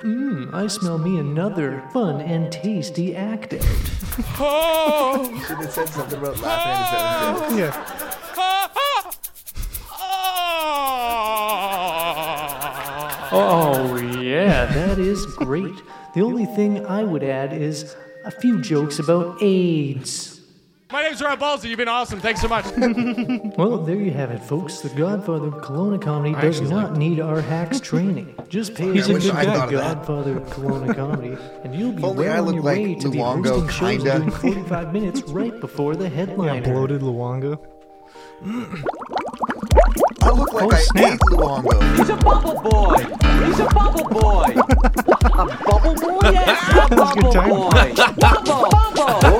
[SPEAKER 8] Mmm, I smell me another fun and tasty act out.
[SPEAKER 12] oh!
[SPEAKER 4] Should have said something about laughing.
[SPEAKER 2] at his own Yeah.
[SPEAKER 8] Oh, yeah, that is great. The only thing I would add is a few jokes about AIDS.
[SPEAKER 12] My name's Rob Balsey. You've been awesome. Thanks so much.
[SPEAKER 8] Well, there you have it, folks. The godfather of Kelowna comedy does not need our hacks training. Just pay
[SPEAKER 4] Yeah, I wish
[SPEAKER 8] attention
[SPEAKER 4] I
[SPEAKER 8] to
[SPEAKER 4] thought
[SPEAKER 8] the
[SPEAKER 4] of that.
[SPEAKER 8] godfather of Kelowna comedy, and you'll be
[SPEAKER 4] If only
[SPEAKER 8] well
[SPEAKER 4] I
[SPEAKER 8] on
[SPEAKER 4] looked
[SPEAKER 8] your
[SPEAKER 4] like
[SPEAKER 8] way to be
[SPEAKER 4] Luongo,
[SPEAKER 8] hosting shows
[SPEAKER 4] kinda.
[SPEAKER 8] doing 45 minutes right before the
[SPEAKER 2] Yeah,
[SPEAKER 8] headliner.
[SPEAKER 2] bloated Luongo.
[SPEAKER 4] I look like
[SPEAKER 2] Oh,
[SPEAKER 4] I
[SPEAKER 2] snap.
[SPEAKER 4] ate Luongo.
[SPEAKER 6] He's a bubble boy. He's a bubble boy. A bubble boy? Yes, a
[SPEAKER 2] was a
[SPEAKER 6] bubble
[SPEAKER 2] good
[SPEAKER 6] boy. Bubble, bubble.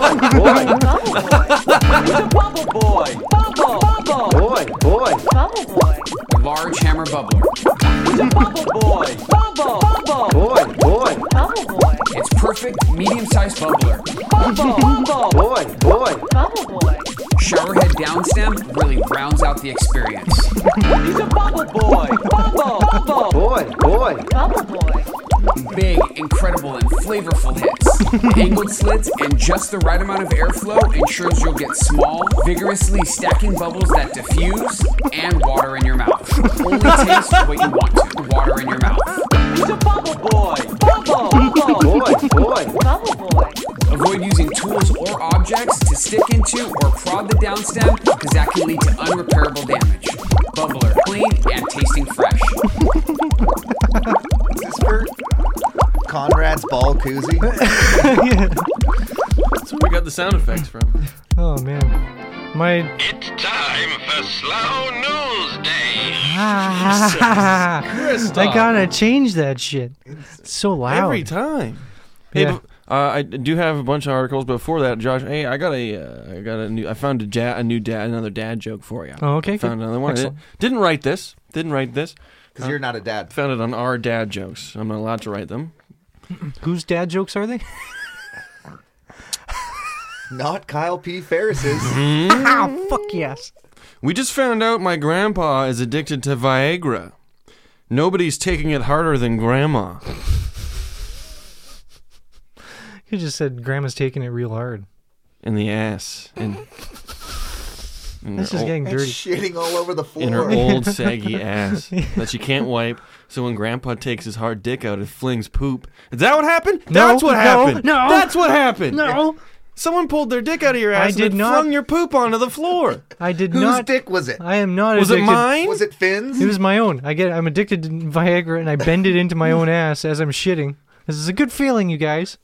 [SPEAKER 6] Boy, boy. He's a bubble boy. Bubble, bubble. Boy, boy. Bubble boy.
[SPEAKER 13] Large hammer bubbler.
[SPEAKER 6] He's a bubble boy. Bubble, bubble.
[SPEAKER 13] Boy, boy.
[SPEAKER 6] Bubble boy.
[SPEAKER 13] It's perfect medium-sized bubbler.
[SPEAKER 6] Bubble, bubble.
[SPEAKER 13] Boy, boy.
[SPEAKER 6] Bubble boy.
[SPEAKER 13] Showerhead downstem really rounds out the experience.
[SPEAKER 6] He's a bubble boy. Bubble, bubble.
[SPEAKER 13] Boy, boy.
[SPEAKER 6] Bubble boy.
[SPEAKER 13] Big, incredible, and flavorful hits. Angled slits and just the right amount of airflow ensures you'll get small, vigorously stacking bubbles that diffuse and water in your mouth. Only taste what you want to. Water in your mouth.
[SPEAKER 6] He's a bubble boy. Bubble, bubble.
[SPEAKER 13] Boy, boy.
[SPEAKER 6] Bubble boy.
[SPEAKER 13] Avoid using tools or objects to stick into or prod the downstem because that can lead to unrepairable damage. Bubbler, clean and tasting fresh.
[SPEAKER 4] Is this for Conrad's ball koozie?
[SPEAKER 5] That's where we got the sound effects from.
[SPEAKER 2] Oh man, my
[SPEAKER 14] It's time for Slow News Day.
[SPEAKER 2] I gotta change that shit. It's so loud.
[SPEAKER 5] Every time. Hey,
[SPEAKER 2] Yeah.
[SPEAKER 5] bef- uh, I do have a bunch of articles. Before that, Josh, hey, I got a, uh, I got a new, I found a, ja- a new dad, another dad joke for you.
[SPEAKER 2] Oh, okay,
[SPEAKER 5] Found
[SPEAKER 2] good.
[SPEAKER 5] another one. I
[SPEAKER 2] Excellent.
[SPEAKER 5] didn't- Didn't write this. Didn't write this.
[SPEAKER 4] 'Cause you're not a dad.
[SPEAKER 5] Found it on our dad jokes. I'm not allowed to write them.
[SPEAKER 2] Whose dad jokes are they?
[SPEAKER 4] Not Kyle P. Ferris's.
[SPEAKER 2] Ow, fuck yes.
[SPEAKER 5] We just found out my grandpa is addicted to Viagra. Nobody's taking it harder than grandma.
[SPEAKER 2] You just said grandma's taking it real hard.
[SPEAKER 5] In the ass. And, in
[SPEAKER 2] This
[SPEAKER 5] her
[SPEAKER 2] is
[SPEAKER 5] ol-
[SPEAKER 2] getting
[SPEAKER 4] It's
[SPEAKER 2] dirty.
[SPEAKER 4] shitting all over the floor.
[SPEAKER 5] in her old saggy ass that she can't wipe. So when Grandpa takes his hard dick out, it flings poop. Is that what happened?
[SPEAKER 2] No,
[SPEAKER 5] That's what
[SPEAKER 2] no,
[SPEAKER 5] happened.
[SPEAKER 2] no.
[SPEAKER 5] that's what happened.
[SPEAKER 2] No,
[SPEAKER 5] Someone pulled their dick out of your ass
[SPEAKER 2] I
[SPEAKER 5] and
[SPEAKER 2] did
[SPEAKER 5] it
[SPEAKER 2] not-
[SPEAKER 5] flung your poop onto the floor.
[SPEAKER 2] I did
[SPEAKER 4] Whose
[SPEAKER 2] not.
[SPEAKER 4] dick was it?
[SPEAKER 2] I am not
[SPEAKER 5] Was it
[SPEAKER 2] addicted.
[SPEAKER 5] mine?
[SPEAKER 4] Was it Finn's?
[SPEAKER 2] It was my own. I get. I'm addicted to Viagra, and I bend it into my own ass as I'm shitting. This is a good feeling, you guys.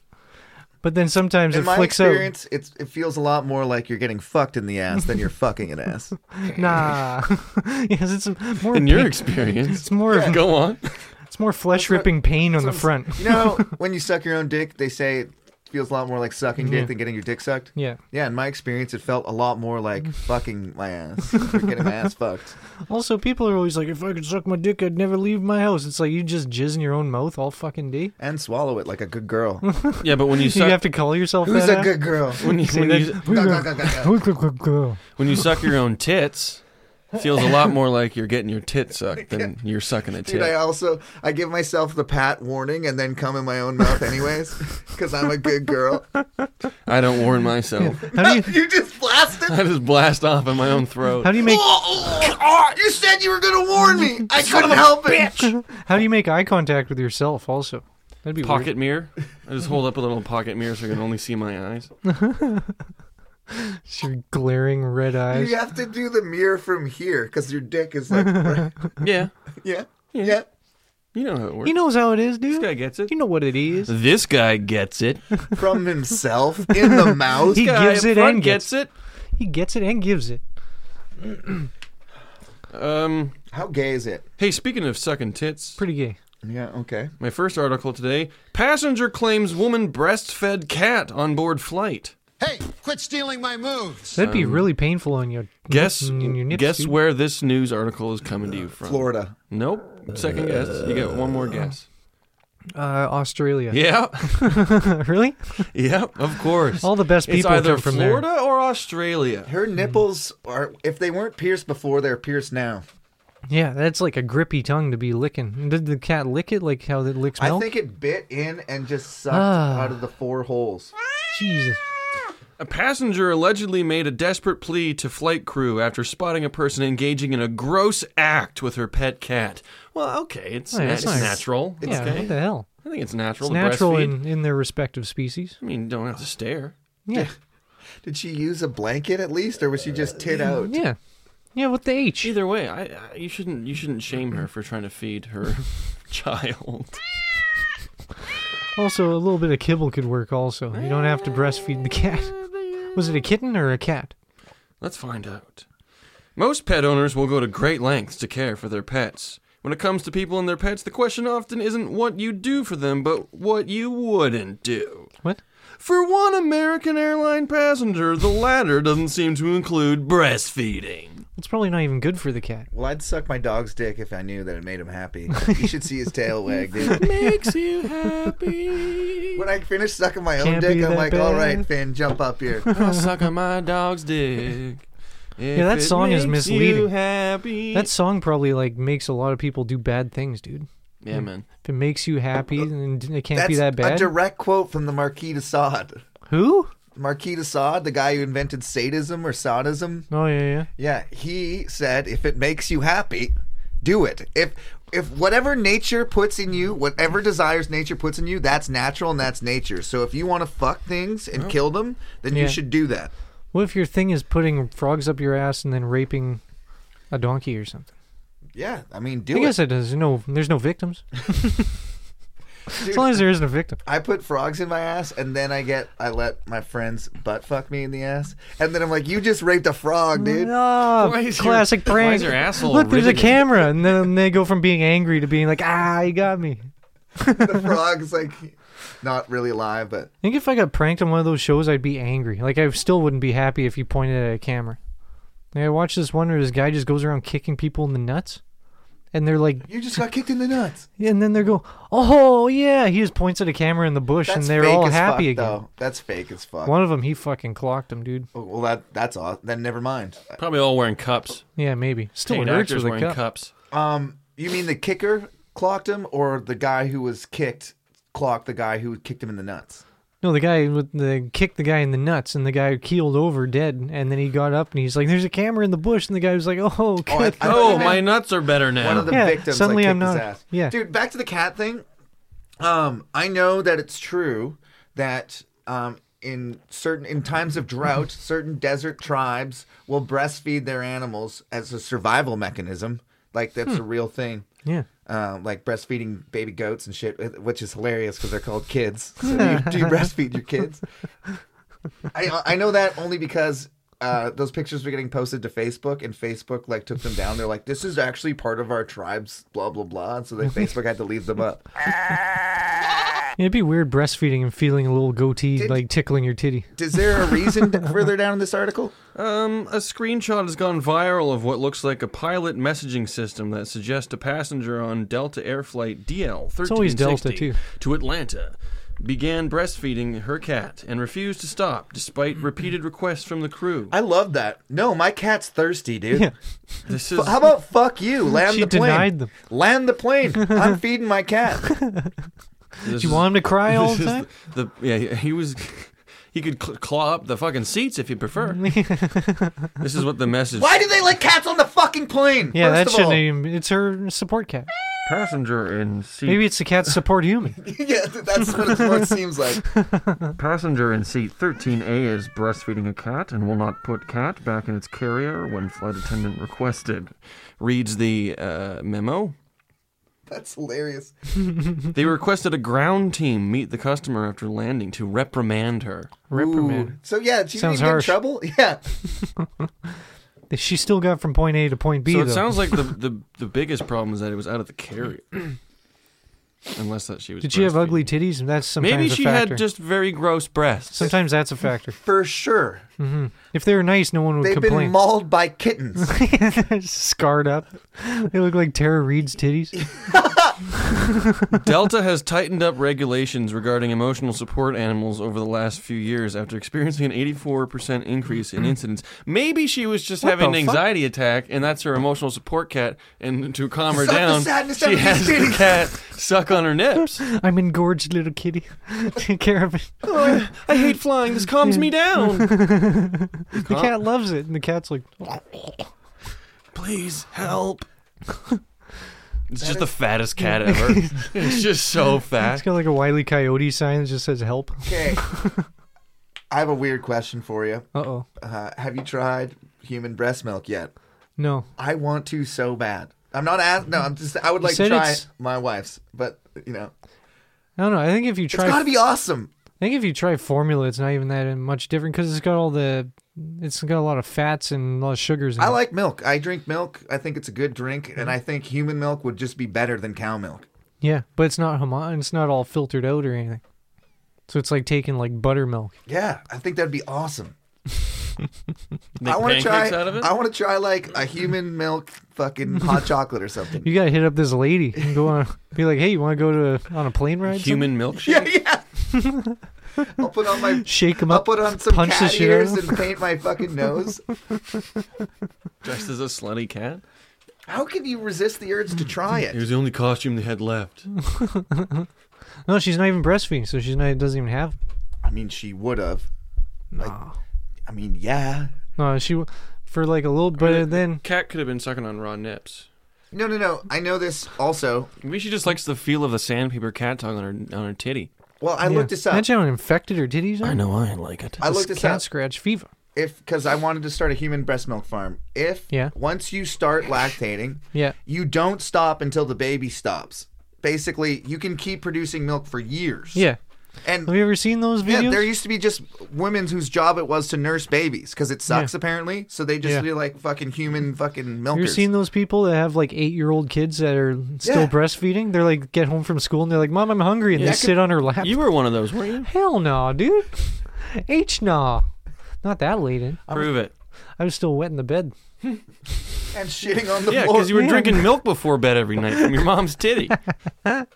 [SPEAKER 2] But then sometimes
[SPEAKER 4] in
[SPEAKER 2] it
[SPEAKER 4] my
[SPEAKER 2] flicks
[SPEAKER 4] experience, it's, it feels a lot more like you're getting fucked in the ass than you're fucking an ass.
[SPEAKER 2] out. Nah. yes, it's more.
[SPEAKER 5] In your
[SPEAKER 2] pain-
[SPEAKER 5] experience.
[SPEAKER 2] it's more.
[SPEAKER 5] Go on.
[SPEAKER 2] It's more flesh ripping pain on the front.
[SPEAKER 4] You know, when you suck your own dick, they say it feels a lot more like sucking dick
[SPEAKER 2] Yeah.
[SPEAKER 4] than getting your dick sucked.
[SPEAKER 2] Yeah.
[SPEAKER 4] Yeah, in my experience, it felt a lot more like fucking my ass, or getting my ass fucked.
[SPEAKER 2] Also, people are always like, if I could suck my dick, I'd never leave my house. It's like you just jizz in your own mouth all fucking day.
[SPEAKER 4] And swallow it like a good girl.
[SPEAKER 5] Yeah, but when you
[SPEAKER 2] Do you
[SPEAKER 5] suck,
[SPEAKER 2] have to call yourself
[SPEAKER 4] Who's
[SPEAKER 2] that
[SPEAKER 4] a good girl?
[SPEAKER 5] when you,
[SPEAKER 2] Say
[SPEAKER 5] when, you,
[SPEAKER 2] that- Who's
[SPEAKER 4] Go, go,
[SPEAKER 2] a
[SPEAKER 4] go, go, go.
[SPEAKER 2] who's a good girl?
[SPEAKER 5] when you suck your own tits, it feels a lot more like you're getting your tit sucked than you're sucking a
[SPEAKER 4] Dude, I
[SPEAKER 5] tit.
[SPEAKER 4] also I give myself the pat warning and then come in my own mouth anyways, because I'm a good girl.
[SPEAKER 5] I don't warn myself.
[SPEAKER 2] How do you
[SPEAKER 4] You just blasted.
[SPEAKER 5] I just blast off in my own throat.
[SPEAKER 2] how do you make
[SPEAKER 4] you said you were gonna warn me. I couldn't help it.
[SPEAKER 2] how do you make eye contact with yourself? Also, that'd be
[SPEAKER 5] pocket mirror? I just hold up a little pocket mirror so you can only see my eyes.
[SPEAKER 2] Weird. It's Your glaring red eyes.
[SPEAKER 4] You have to do the mirror from here because your dick is like,
[SPEAKER 5] Yeah.
[SPEAKER 4] yeah, yeah.
[SPEAKER 5] You know how it works.
[SPEAKER 2] He knows how it is, dude. This
[SPEAKER 5] guy gets it.
[SPEAKER 2] You know what it is.
[SPEAKER 5] This guy gets it.
[SPEAKER 4] From himself in the mouth.
[SPEAKER 2] he
[SPEAKER 5] Guy
[SPEAKER 2] gives
[SPEAKER 5] up
[SPEAKER 2] it
[SPEAKER 5] front
[SPEAKER 2] and
[SPEAKER 5] gets it.
[SPEAKER 2] He gets it and gives it.
[SPEAKER 5] Um,
[SPEAKER 4] how gay is it?
[SPEAKER 5] Hey, speaking of sucking tits,
[SPEAKER 2] pretty gay.
[SPEAKER 4] Yeah. Okay.
[SPEAKER 5] My first article today: passenger claims woman breastfed cat on board flight.
[SPEAKER 15] Hey, quit stealing my moves.
[SPEAKER 2] That'd be
[SPEAKER 5] Um,
[SPEAKER 2] really painful on your
[SPEAKER 5] Guess
[SPEAKER 2] on your nips,
[SPEAKER 5] guess
[SPEAKER 2] dude.
[SPEAKER 5] where this news article is coming to you from?
[SPEAKER 4] Florida.
[SPEAKER 5] Nope. Second guess. You get one more guess.
[SPEAKER 2] Uh, Australia.
[SPEAKER 5] Yeah.
[SPEAKER 2] really?
[SPEAKER 5] Yep. Of course.
[SPEAKER 2] All the best
[SPEAKER 5] It's
[SPEAKER 2] people
[SPEAKER 5] either
[SPEAKER 2] are from there.
[SPEAKER 5] Florida or Australia.
[SPEAKER 4] Her nipples are, if they weren't pierced before, they're pierced now.
[SPEAKER 2] Yeah, that's like a grippy tongue to be licking. Did the cat lick it like how it licks
[SPEAKER 4] I
[SPEAKER 2] milk?
[SPEAKER 4] think it bit in and just sucked
[SPEAKER 2] Ah.
[SPEAKER 4] out of the four holes.
[SPEAKER 2] Jesus.
[SPEAKER 5] A passenger allegedly made a desperate plea to flight crew after spotting a person engaging in a gross act with her pet cat. Well, okay, it's,
[SPEAKER 2] Oh, yeah,
[SPEAKER 5] it's
[SPEAKER 2] that's nice.
[SPEAKER 5] natural.
[SPEAKER 2] Yeah,
[SPEAKER 5] okay.
[SPEAKER 2] what the hell?
[SPEAKER 5] I think it's natural.
[SPEAKER 2] It's
[SPEAKER 5] to
[SPEAKER 2] natural
[SPEAKER 5] breastfeed.
[SPEAKER 2] in, in their respective species.
[SPEAKER 5] I mean, you don't have to stare.
[SPEAKER 2] Yeah.
[SPEAKER 4] Did she use a blanket at least, or was she just tit out?
[SPEAKER 2] Yeah. Yeah, with the H.
[SPEAKER 5] Either way, I, I you shouldn't you shouldn't shame her for trying to feed her child.
[SPEAKER 2] Also, a little bit of kibble could work. Also, you don't have to breastfeed the cat. Was it a kitten or a cat?
[SPEAKER 5] Let's find out. Most pet owners will go to great lengths to care for their pets. When it comes to people and their pets, the question often isn't what you do for them, but what you wouldn't do.
[SPEAKER 2] What?
[SPEAKER 5] For one American airline passenger, the latter doesn't seem to include breastfeeding.
[SPEAKER 2] It's probably not even good for the cat.
[SPEAKER 4] Well, I'd suck my dog's dick if I knew that it made him happy. You should see his tail wag, dude.
[SPEAKER 5] Makes you happy.
[SPEAKER 4] When I finish sucking my own
[SPEAKER 5] Can't be
[SPEAKER 4] dick, I'm
[SPEAKER 5] that
[SPEAKER 4] like,
[SPEAKER 5] bad.
[SPEAKER 4] all right, Finn, jump up here.
[SPEAKER 5] I suck on my dog's dick. If
[SPEAKER 2] yeah, that
[SPEAKER 5] it
[SPEAKER 2] song is
[SPEAKER 5] makes you
[SPEAKER 2] misleading.
[SPEAKER 5] happy.
[SPEAKER 2] That song probably like makes a lot of people do bad things, dude.
[SPEAKER 5] Yeah, man.
[SPEAKER 2] If it makes you happy, then it can't be that
[SPEAKER 4] That's
[SPEAKER 2] bad.
[SPEAKER 4] A direct quote from the Marquis de Sade.
[SPEAKER 2] Who?
[SPEAKER 4] Marquis de Sade, the guy who invented sadism or sadism.
[SPEAKER 2] Oh yeah, yeah.
[SPEAKER 4] Yeah, he said if it makes you happy, do it. If if whatever nature puts in you, whatever desires nature puts in you, that's natural and that's nature. So if you want to fuck things and kill them, then
[SPEAKER 2] Yeah.
[SPEAKER 4] you should do that.
[SPEAKER 2] What if your thing is putting frogs up your ass and then raping a donkey or something?
[SPEAKER 4] Yeah, I mean, do
[SPEAKER 2] I
[SPEAKER 4] it.
[SPEAKER 2] guess it does. No, there's no victims. as long as there isn't a victim.
[SPEAKER 4] I put frogs in my ass, and then I get I let my friends butt fuck me in the ass, and then I'm like, "You just raped a frog, dude."
[SPEAKER 2] Oh, classic prank.
[SPEAKER 5] why is your asshole
[SPEAKER 2] Look, there's a
[SPEAKER 5] riveted?
[SPEAKER 2] camera, and then they go from being angry to being like, ah, you got me.
[SPEAKER 4] the frog's like not really alive, but
[SPEAKER 2] I think if I got pranked on one of those shows, I'd be angry. Like I still wouldn't be happy if you pointed at a camera. Like, I watched this one where this guy just goes around kicking people in the nuts, and they're like,
[SPEAKER 4] you just got kicked in the nuts.
[SPEAKER 2] and then they go, oh yeah, he just points at a camera in the bush, and they're
[SPEAKER 4] fake
[SPEAKER 2] all
[SPEAKER 4] as
[SPEAKER 2] happy
[SPEAKER 4] fuck,
[SPEAKER 2] again.
[SPEAKER 4] Though. That's fake as fuck.
[SPEAKER 2] One of them, he fucking clocked him, dude.
[SPEAKER 4] Oh, well, that that's all. Then never mind.
[SPEAKER 5] Probably all wearing cups.
[SPEAKER 2] Yeah, maybe. Still
[SPEAKER 5] Paid
[SPEAKER 2] it hurts
[SPEAKER 5] actors
[SPEAKER 2] with a
[SPEAKER 5] wearing
[SPEAKER 2] cup.
[SPEAKER 5] cups.
[SPEAKER 4] Um, you mean the kicker clocked him, or the guy who was kicked clocked the guy who kicked him in the nuts?
[SPEAKER 2] No, the guy with the kicked the guy in the nuts, and the guy keeled over dead, and then he got up and he's like, "There's a camera in the bush," and the guy was like, "Oh, good."
[SPEAKER 4] I thought
[SPEAKER 5] oh,
[SPEAKER 4] you meant
[SPEAKER 5] my nuts are better now.
[SPEAKER 4] One of the
[SPEAKER 2] Yeah,
[SPEAKER 4] victims
[SPEAKER 2] suddenly
[SPEAKER 4] like,
[SPEAKER 2] I'm
[SPEAKER 4] kicked his
[SPEAKER 2] not-
[SPEAKER 4] ass.
[SPEAKER 2] yeah.
[SPEAKER 4] dude. Back to the cat thing. Um, I know that it's true that um, in certain in times of drought, certain desert tribes will breastfeed their animals as a survival mechanism. Like that's a real thing.
[SPEAKER 2] Hmm. Yeah.
[SPEAKER 4] Um, like breastfeeding baby goats and shit, uh, which is hilarious because they're called kids. So you, do you breastfeed your kids? I I know that only because uh, those pictures were getting posted to Facebook, and Facebook like took them down. They're like, "This is actually part of our tribe's blah blah blah," and so they Facebook had to leave them up.
[SPEAKER 2] It'd be weird breastfeeding and feeling a little goatee, like tickling your titty.
[SPEAKER 4] Is there a reason to- further down in this article?
[SPEAKER 5] Um, a screenshot has gone viral of what looks like a pilot messaging system that suggests a passenger on Delta Air Flight DL
[SPEAKER 2] It's always Delta,
[SPEAKER 5] 1360 to Atlanta began breastfeeding her cat and refused to stop despite repeated requests from the crew.
[SPEAKER 4] I love that. No, my cat's thirsty, dude.
[SPEAKER 5] Yeah. This is
[SPEAKER 4] F- How about fuck you? Land
[SPEAKER 2] She
[SPEAKER 4] the plane.
[SPEAKER 2] denied them.
[SPEAKER 4] Land the plane. I'm feeding my cat.
[SPEAKER 5] this
[SPEAKER 2] you
[SPEAKER 5] is-
[SPEAKER 2] want him to cry all
[SPEAKER 5] this
[SPEAKER 2] the
[SPEAKER 5] is
[SPEAKER 2] time?
[SPEAKER 5] The, yeah, he- he was. He could cl- claw up the fucking seats if you prefer. this is what the message.
[SPEAKER 4] Why do they let cats on the fucking plane?
[SPEAKER 2] Yeah,
[SPEAKER 4] first
[SPEAKER 2] that
[SPEAKER 4] of
[SPEAKER 2] shouldn't
[SPEAKER 4] all?
[SPEAKER 2] even. It's her support cat.
[SPEAKER 5] Passenger in seat.
[SPEAKER 2] Maybe it's the cat's support human.
[SPEAKER 4] yeah, that's what it what it seems like.
[SPEAKER 5] Passenger in seat 13A is breastfeeding a cat and will not put cat back in its carrier when flight attendant requested. Reads the uh, memo.
[SPEAKER 4] That's hilarious.
[SPEAKER 5] they requested a ground team meet the customer after landing to reprimand her.
[SPEAKER 4] Reprimand. So yeah, she's
[SPEAKER 2] Sounds
[SPEAKER 4] in
[SPEAKER 2] harsh.
[SPEAKER 4] trouble. Yeah.
[SPEAKER 2] She still got from point A to point B.
[SPEAKER 5] so it
[SPEAKER 2] though.
[SPEAKER 5] sounds like the, the the biggest problem is that it was out of the carrier. Unless that she was.
[SPEAKER 2] Did she have ugly titties? And that's sometimes
[SPEAKER 5] Maybe
[SPEAKER 2] a
[SPEAKER 5] she had
[SPEAKER 2] factor.
[SPEAKER 5] just very gross breasts.
[SPEAKER 2] Sometimes that's a factor.
[SPEAKER 4] For sure.
[SPEAKER 2] hmm If they were nice, no one would
[SPEAKER 4] They've been
[SPEAKER 2] complain.
[SPEAKER 4] mauled by kittens.
[SPEAKER 2] Scarred up. They look like Tara Reed's titties.
[SPEAKER 5] Delta has tightened up regulations regarding emotional support animals over the last few years after experiencing an 84% increase in incidents. Maybe she was just
[SPEAKER 4] What
[SPEAKER 5] having an
[SPEAKER 4] the fuck?
[SPEAKER 5] anxiety attack, and that's her emotional support cat. And to calm her
[SPEAKER 4] Suck the
[SPEAKER 5] down,
[SPEAKER 4] sadness out
[SPEAKER 5] she
[SPEAKER 4] of these
[SPEAKER 5] has the
[SPEAKER 4] titties.
[SPEAKER 5] cat suck on her nips.
[SPEAKER 2] I'm engorged, little kitty. Take care of it.
[SPEAKER 5] I, hate flying. This calms me down.
[SPEAKER 2] The cat loves it, and the cat's like,
[SPEAKER 5] Please help. It's
[SPEAKER 2] That
[SPEAKER 5] just
[SPEAKER 2] is-
[SPEAKER 5] the fattest cat ever. it's just so
[SPEAKER 2] It's
[SPEAKER 5] fat.
[SPEAKER 2] got like a wily coyote sign that just says "help."
[SPEAKER 4] Okay. I have a weird question for you.
[SPEAKER 2] Uh-oh.
[SPEAKER 4] Uh, have you tried human breast milk yet?
[SPEAKER 2] No.
[SPEAKER 4] I want to so bad. I'm not asking. No, I'm just. I would
[SPEAKER 2] You
[SPEAKER 4] like to
[SPEAKER 2] said
[SPEAKER 4] try
[SPEAKER 2] it's-
[SPEAKER 4] my wife's, but you know,
[SPEAKER 2] I don't know. I think if you try,
[SPEAKER 4] gotta be awesome.
[SPEAKER 2] I think if you try formula, it's not even that much different because it's got all the, it's got a lot of fats and a lot of sugars. In
[SPEAKER 4] I
[SPEAKER 2] it.
[SPEAKER 4] like milk. I drink milk. I think it's a good drink,
[SPEAKER 2] Mm.
[SPEAKER 4] and I think human milk would just be better than cow milk.
[SPEAKER 2] Yeah, but it's not homo. It's not all filtered out or anything. So it's like taking like buttermilk.
[SPEAKER 4] Yeah, I think that'd be awesome.
[SPEAKER 5] Make
[SPEAKER 4] I want to try.
[SPEAKER 5] pancakes out of it?
[SPEAKER 4] I want to try like a human milk fucking hot chocolate or something.
[SPEAKER 2] You gotta hit up this lady and go on. Be like, hey, you want to go to on a plane ride?
[SPEAKER 5] Human milkshake.
[SPEAKER 4] I'll put on my.
[SPEAKER 2] Shake him
[SPEAKER 4] I'll
[SPEAKER 2] up.
[SPEAKER 4] put on some
[SPEAKER 2] punch the
[SPEAKER 4] cat
[SPEAKER 2] shit out of
[SPEAKER 4] ears and
[SPEAKER 2] him.
[SPEAKER 4] paint my fucking nose.
[SPEAKER 5] Dressed as a slutty cat.
[SPEAKER 4] How can you resist the urge to try
[SPEAKER 5] It
[SPEAKER 4] it?
[SPEAKER 5] was the only costume they had left.
[SPEAKER 2] No, she's not even breastfeeding, so she's not. Doesn't even have.
[SPEAKER 4] I mean, she would have. Like, I mean, yeah.
[SPEAKER 2] No, she w- for like a little bit. then
[SPEAKER 5] Cat could have been sucking on raw nips.
[SPEAKER 4] No, no, no. I know this also.
[SPEAKER 5] Maybe she just likes the feel of the sandpaper cat tongue on her on her titty.
[SPEAKER 4] Well, I
[SPEAKER 2] Yeah.
[SPEAKER 4] looked this up.
[SPEAKER 2] Imagine how infected her titties are.
[SPEAKER 5] I know I like it.
[SPEAKER 4] I looked this
[SPEAKER 2] cat
[SPEAKER 4] up.
[SPEAKER 2] scratch fever.
[SPEAKER 4] If because I wanted to start a human breast milk farm. If
[SPEAKER 2] Yeah.
[SPEAKER 4] once you start lactating,
[SPEAKER 2] Yeah.
[SPEAKER 4] you don't stop until the baby stops. Basically, you can keep producing milk for years.
[SPEAKER 2] Yeah.
[SPEAKER 4] And
[SPEAKER 2] Have you ever seen those videos?
[SPEAKER 4] yeah, there used to be just women whose job it was to nurse babies because it sucks
[SPEAKER 2] Yeah.
[SPEAKER 4] apparently. So they just
[SPEAKER 2] Yeah.
[SPEAKER 4] do like fucking human fucking
[SPEAKER 2] Have you ever
[SPEAKER 4] milkers.
[SPEAKER 2] seen those people that have like eight year old kids that are still
[SPEAKER 4] Yeah.
[SPEAKER 2] breastfeeding? They're like get home from school and they're like, Mom, I'm hungry and
[SPEAKER 5] Yeah,
[SPEAKER 2] they
[SPEAKER 5] that could-
[SPEAKER 2] sit on her lap.
[SPEAKER 5] You were one of those, weren't you?
[SPEAKER 2] Hell no, dude. H nah. Not that late in.
[SPEAKER 5] Prove it.
[SPEAKER 2] I was still wet in the bed.
[SPEAKER 4] and shitting on the
[SPEAKER 5] yeah,
[SPEAKER 4] floor.
[SPEAKER 5] because you were
[SPEAKER 2] Yeah.
[SPEAKER 5] drinking milk before bed every night from your mom's titty. It's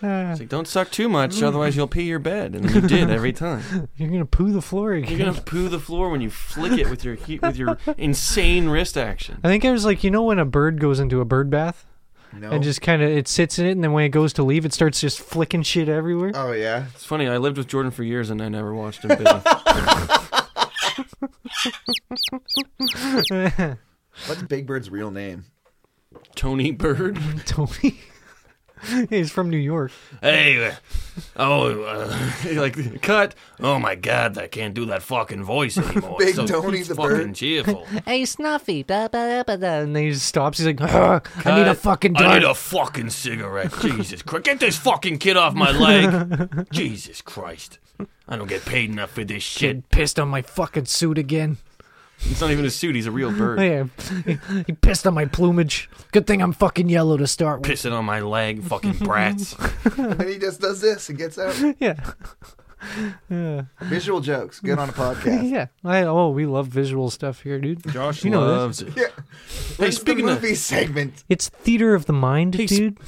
[SPEAKER 5] like, don't suck too much, otherwise you'll pee your bed, and you did every time.
[SPEAKER 2] You're gonna poo the floor again.
[SPEAKER 5] You're gonna poo the floor when you flick it with your he- with your insane wrist action.
[SPEAKER 2] I think I was like, you know when a bird goes into a bird bath?
[SPEAKER 4] No.
[SPEAKER 2] And just kinda it sits in it and then when it goes to leave it starts just flicking shit everywhere.
[SPEAKER 4] Oh yeah.
[SPEAKER 5] It's funny. I lived with Jordan for years, and I never watched him bathe.
[SPEAKER 4] What's Big Bird's real name?
[SPEAKER 5] Tony Bird.
[SPEAKER 2] Tony. He's from New York.
[SPEAKER 9] Hey, uh, oh, uh, like cut. Oh my God, I can't do that fucking voice anymore.
[SPEAKER 4] Big
[SPEAKER 9] It's so
[SPEAKER 4] Tony the
[SPEAKER 9] fucking
[SPEAKER 4] bird.
[SPEAKER 9] cheerful.
[SPEAKER 2] Hey Snuffy, blah, blah, blah, blah. and then he just stops. He's like, "Ugh, I need a
[SPEAKER 9] Cut.
[SPEAKER 2] fucking
[SPEAKER 9] I
[SPEAKER 2] dart.
[SPEAKER 9] need a fucking cigarette. Jesus Christ, get this fucking kid off my leg. Jesus Christ, I don't get paid enough for this shit.
[SPEAKER 2] Kid pissed on my fucking suit again.
[SPEAKER 5] It's not even a suit. He's a real bird.
[SPEAKER 2] Oh, yeah, he, he pissed on my plumage. Good thing I'm fucking yellow to start with.
[SPEAKER 9] Pissing on my leg, fucking brats.
[SPEAKER 4] and he just does this and gets out.
[SPEAKER 2] Yeah. Yeah.
[SPEAKER 4] Visual jokes, good on a podcast.
[SPEAKER 2] Yeah. I, oh, we love visual stuff here, dude.
[SPEAKER 5] Josh
[SPEAKER 2] You know this.
[SPEAKER 5] loves it.
[SPEAKER 4] Yeah. Hey,
[SPEAKER 5] speaking
[SPEAKER 4] speaking the
[SPEAKER 5] of-
[SPEAKER 4] movie segment,
[SPEAKER 2] It's theater of the mind,
[SPEAKER 5] Hey,
[SPEAKER 2] dude.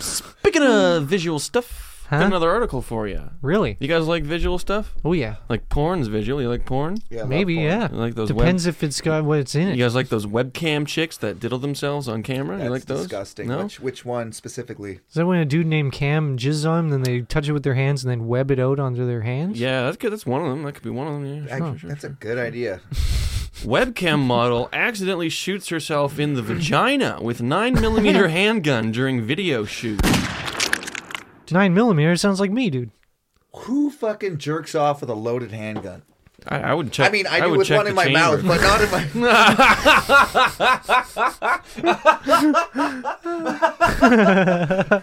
[SPEAKER 5] Speaking of visual stuff,
[SPEAKER 2] Huh?
[SPEAKER 5] got another article for you.
[SPEAKER 2] Really?
[SPEAKER 5] You guys like visual stuff?
[SPEAKER 2] Oh yeah.
[SPEAKER 5] Like porn's visual? You like porn?
[SPEAKER 4] yeah,
[SPEAKER 2] Maybe
[SPEAKER 4] love porn.
[SPEAKER 2] uh, yeah.
[SPEAKER 5] You like those
[SPEAKER 2] Depends if it's got what it's in it.
[SPEAKER 5] You guys like those webcam chicks that diddle themselves on camera?
[SPEAKER 4] That's
[SPEAKER 5] you like those?
[SPEAKER 4] disgusting.
[SPEAKER 5] No?
[SPEAKER 4] Which which one specifically?
[SPEAKER 2] Is that when a dude named Cam jizzes on him, then they touch it with their hands and then web it out onto their hands?
[SPEAKER 5] Yeah, that's good. That's one of them. That could be one of them. Yeah,
[SPEAKER 4] I-
[SPEAKER 5] sure, sure, sure.
[SPEAKER 4] that's a good idea.
[SPEAKER 5] Webcam model accidentally shoots herself in the vagina with nine millimeter handgun during video shoot.
[SPEAKER 2] Nine millimeter sounds like me, dude.
[SPEAKER 4] Who fucking jerks off with a loaded handgun?
[SPEAKER 5] I, I would check.
[SPEAKER 4] I mean, I, do
[SPEAKER 5] would
[SPEAKER 4] with
[SPEAKER 5] check
[SPEAKER 4] one
[SPEAKER 5] the
[SPEAKER 4] in my
[SPEAKER 5] chamber.
[SPEAKER 4] mouth, but not in my.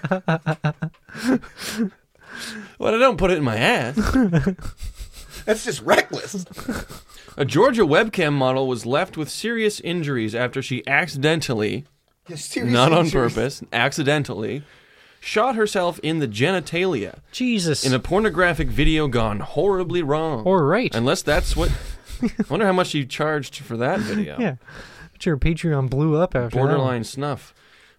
[SPEAKER 5] Well, I don't put it in my ass.
[SPEAKER 4] That's just reckless.
[SPEAKER 5] A Georgia webcam model was left with serious injuries after she accidentally,
[SPEAKER 4] Yeah, serious
[SPEAKER 5] not on
[SPEAKER 4] injuries.
[SPEAKER 5] purpose, accidentally, shot herself in the genitalia.
[SPEAKER 2] Jesus.
[SPEAKER 5] In a pornographic video gone horribly wrong.
[SPEAKER 2] All right.
[SPEAKER 5] Unless that's what. I wonder how much she charged for that video.
[SPEAKER 2] Yeah. But your Patreon blew up after that one.
[SPEAKER 5] Borderline snuff.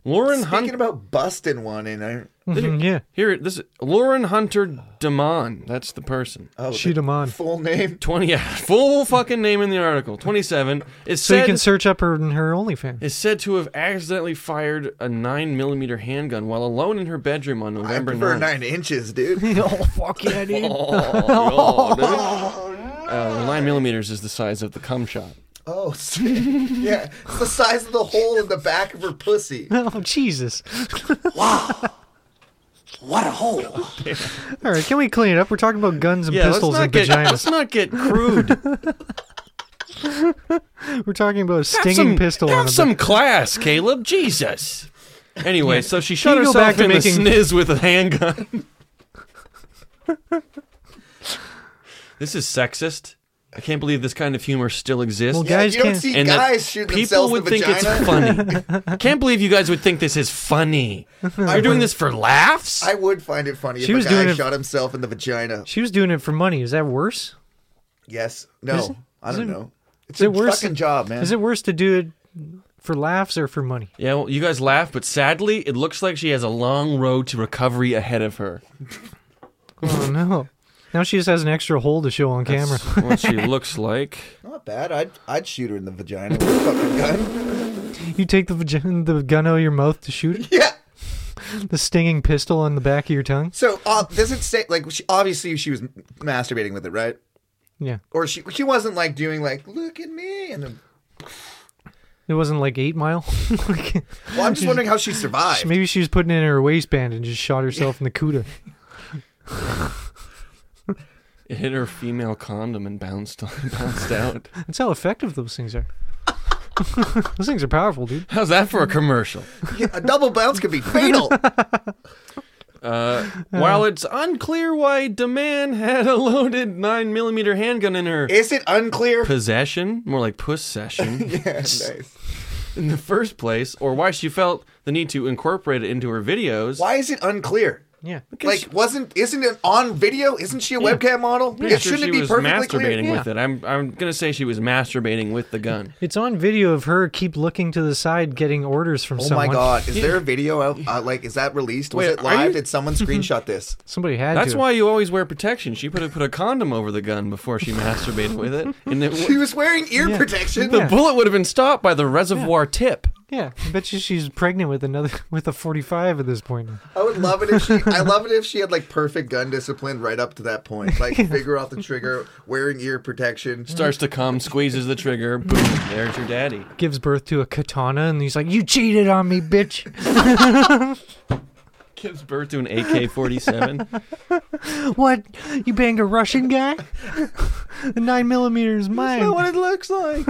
[SPEAKER 5] Lauren
[SPEAKER 4] Speaking about busting one, and I
[SPEAKER 2] Mhm, yeah.
[SPEAKER 5] Here, this is Lauren Hunter Damon. That's the person.
[SPEAKER 4] Oh,
[SPEAKER 2] She the Damon.
[SPEAKER 4] full name.
[SPEAKER 5] Twenty. Yeah, full fucking name in the article. Twenty-seven. Is
[SPEAKER 2] So
[SPEAKER 5] said
[SPEAKER 2] you can search up her and her OnlyFans.
[SPEAKER 5] is said to have accidentally fired a nine millimeter handgun while alone in her bedroom on
[SPEAKER 4] I
[SPEAKER 5] November
[SPEAKER 4] prefer
[SPEAKER 5] 9th.
[SPEAKER 4] nine inches, dude.
[SPEAKER 2] oh fuck yeah, dude.
[SPEAKER 5] Oh, no, dude. Uh, nine millimeters is the size of the cum shot.
[SPEAKER 4] Oh, s- yeah. It's the size of the hole in the back of her pussy.
[SPEAKER 2] Oh Jesus!
[SPEAKER 4] What a hole.
[SPEAKER 2] All right, can we clean it up? We're talking about guns and
[SPEAKER 5] Yeah, let's
[SPEAKER 2] pistols
[SPEAKER 5] not
[SPEAKER 2] and
[SPEAKER 5] get-
[SPEAKER 2] vaginas.
[SPEAKER 5] let's not get crude.
[SPEAKER 2] We're talking about a stinging
[SPEAKER 5] have some,
[SPEAKER 2] pistol.
[SPEAKER 5] Have
[SPEAKER 2] on a
[SPEAKER 5] some class, Caleb. Jesus. Anyway, so she shot
[SPEAKER 2] you go
[SPEAKER 5] herself
[SPEAKER 2] back to
[SPEAKER 5] in
[SPEAKER 2] making-
[SPEAKER 5] the sniz with a handgun. this is sexist. I can't believe this kind of humor still exists.
[SPEAKER 2] Well, Yeah, guys you don't can't- see
[SPEAKER 5] that
[SPEAKER 4] guys shoot
[SPEAKER 5] people
[SPEAKER 4] themselves
[SPEAKER 5] would
[SPEAKER 4] in the
[SPEAKER 5] think it's
[SPEAKER 4] vagina.
[SPEAKER 5] funny. I can't believe you guys would think this is funny. You're doing this for laughs.
[SPEAKER 4] I would find it funny
[SPEAKER 2] She
[SPEAKER 4] if
[SPEAKER 2] was
[SPEAKER 4] a guy
[SPEAKER 2] doing it-
[SPEAKER 4] shot himself in the vagina.
[SPEAKER 2] She was doing it for money. Is that worse?
[SPEAKER 4] Yes.
[SPEAKER 2] Is
[SPEAKER 4] No.
[SPEAKER 2] it-
[SPEAKER 4] I
[SPEAKER 2] is
[SPEAKER 4] don't
[SPEAKER 2] it-
[SPEAKER 4] know. It's
[SPEAKER 2] is
[SPEAKER 4] a
[SPEAKER 2] it worse-
[SPEAKER 4] fucking job, man.
[SPEAKER 2] Is it worse to do it for laughs or for money?
[SPEAKER 5] Yeah, well, you guys laugh, but sadly, it looks like she has a long road to recovery ahead of her.
[SPEAKER 2] Oh no! Now she just has an extra hole to show on camera.
[SPEAKER 5] That's what she looks like.
[SPEAKER 4] Not bad. I'd, I'd shoot her in the vagina with a fucking gun.
[SPEAKER 2] you take the vagina, the gun out of your mouth to shoot it.
[SPEAKER 4] Yeah.
[SPEAKER 2] The stinging pistol on the back of your tongue.
[SPEAKER 4] So, uh, does it say, like, she, obviously she was masturbating with it, right?
[SPEAKER 2] Yeah.
[SPEAKER 4] Or she she wasn't, like, doing, like, look at me. And then,
[SPEAKER 2] It wasn't like eight mile. Like,
[SPEAKER 4] well, I'm just wondering how she survived.
[SPEAKER 2] maybe she was putting it in her waistband and just shot herself in the cooter.
[SPEAKER 5] It hit her female condom and bounced bounced out.
[SPEAKER 2] That's how effective those things are. those things are powerful, dude.
[SPEAKER 5] How's that for a commercial?
[SPEAKER 4] Yeah, a double bounce could be fatal.
[SPEAKER 5] Uh, while it's unclear why Deman had a loaded 9mm handgun in her
[SPEAKER 4] Is it unclear?
[SPEAKER 5] possession, more like puss session,
[SPEAKER 4] yeah, nice.
[SPEAKER 5] in the first place, or why she felt the need to incorporate it into her videos.
[SPEAKER 4] Why is it unclear?
[SPEAKER 2] Yeah.
[SPEAKER 4] Like, wasn't isn't it on video? Isn't she a webcam model?
[SPEAKER 5] Pretty
[SPEAKER 4] it
[SPEAKER 5] sure
[SPEAKER 4] shouldn't
[SPEAKER 5] she
[SPEAKER 4] it be
[SPEAKER 5] was
[SPEAKER 4] perfectly clear.
[SPEAKER 5] masturbating with it. I'm, I'm going to say she was masturbating with the gun.
[SPEAKER 2] It's on video of her keep looking to the side, getting orders from
[SPEAKER 4] Oh
[SPEAKER 2] someone.
[SPEAKER 4] my god! Is there a video out? Uh, like, is that released? Was
[SPEAKER 5] Wait,
[SPEAKER 4] it
[SPEAKER 5] are
[SPEAKER 4] live?
[SPEAKER 5] you-
[SPEAKER 4] Did someone screenshot this?
[SPEAKER 2] Somebody had
[SPEAKER 5] That's
[SPEAKER 2] to.
[SPEAKER 5] why you always wear protection. She put a, put a condom over the gun before she masturbated with it. And it,
[SPEAKER 4] She was wearing ear protection.
[SPEAKER 5] the bullet would have been stopped by the reservoir tip.
[SPEAKER 2] Yeah, I bet you she's pregnant with another with a 45 at this point.
[SPEAKER 4] I would love it if she. I love it if she had like perfect gun discipline right up to that point. Like, figure out the trigger, wearing ear protection.
[SPEAKER 5] Starts to come, squeezes the trigger, boom, there's your daddy.
[SPEAKER 2] Gives birth to a katana, and he's like, "You cheated on me, bitch."
[SPEAKER 5] Gives birth to an AK 47.
[SPEAKER 2] what? You banged a Russian guy? the nine millimeter is mine.
[SPEAKER 5] it looks like.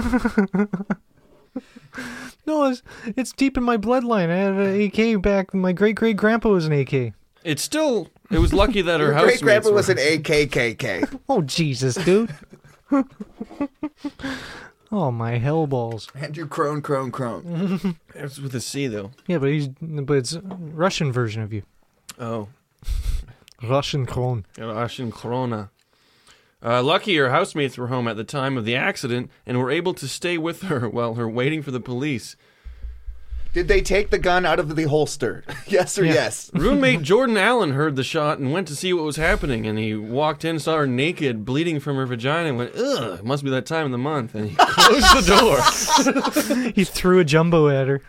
[SPEAKER 2] No, it's, it's deep in my bloodline. I had an AK back. My great great grandpa was an AK.
[SPEAKER 5] It's still, it was lucky that her
[SPEAKER 4] Your
[SPEAKER 5] housemates
[SPEAKER 4] great grandpa
[SPEAKER 5] were-
[SPEAKER 4] was an AKKK.
[SPEAKER 2] Oh Jesus, dude. oh my hell balls.
[SPEAKER 4] Andrew Crone, Crone, Crone.
[SPEAKER 5] It was with a C, though.
[SPEAKER 2] Yeah, but he's but it's Russian version of you.
[SPEAKER 5] Oh.
[SPEAKER 2] Russian clone.
[SPEAKER 5] Russian Corona. Uh, lucky her housemates were home at the time of the accident and were able to stay with her while her waiting for the police.
[SPEAKER 4] Did they take the gun out of the holster? yes or
[SPEAKER 2] Yeah.
[SPEAKER 4] yes?
[SPEAKER 5] Roommate Jordan Allen heard the shot and went to see what was happening. And he walked in, saw her naked, bleeding from her vagina, and went, "Ugh, it must be that time of the month." And he closed the door.
[SPEAKER 2] He threw a jumbo at her.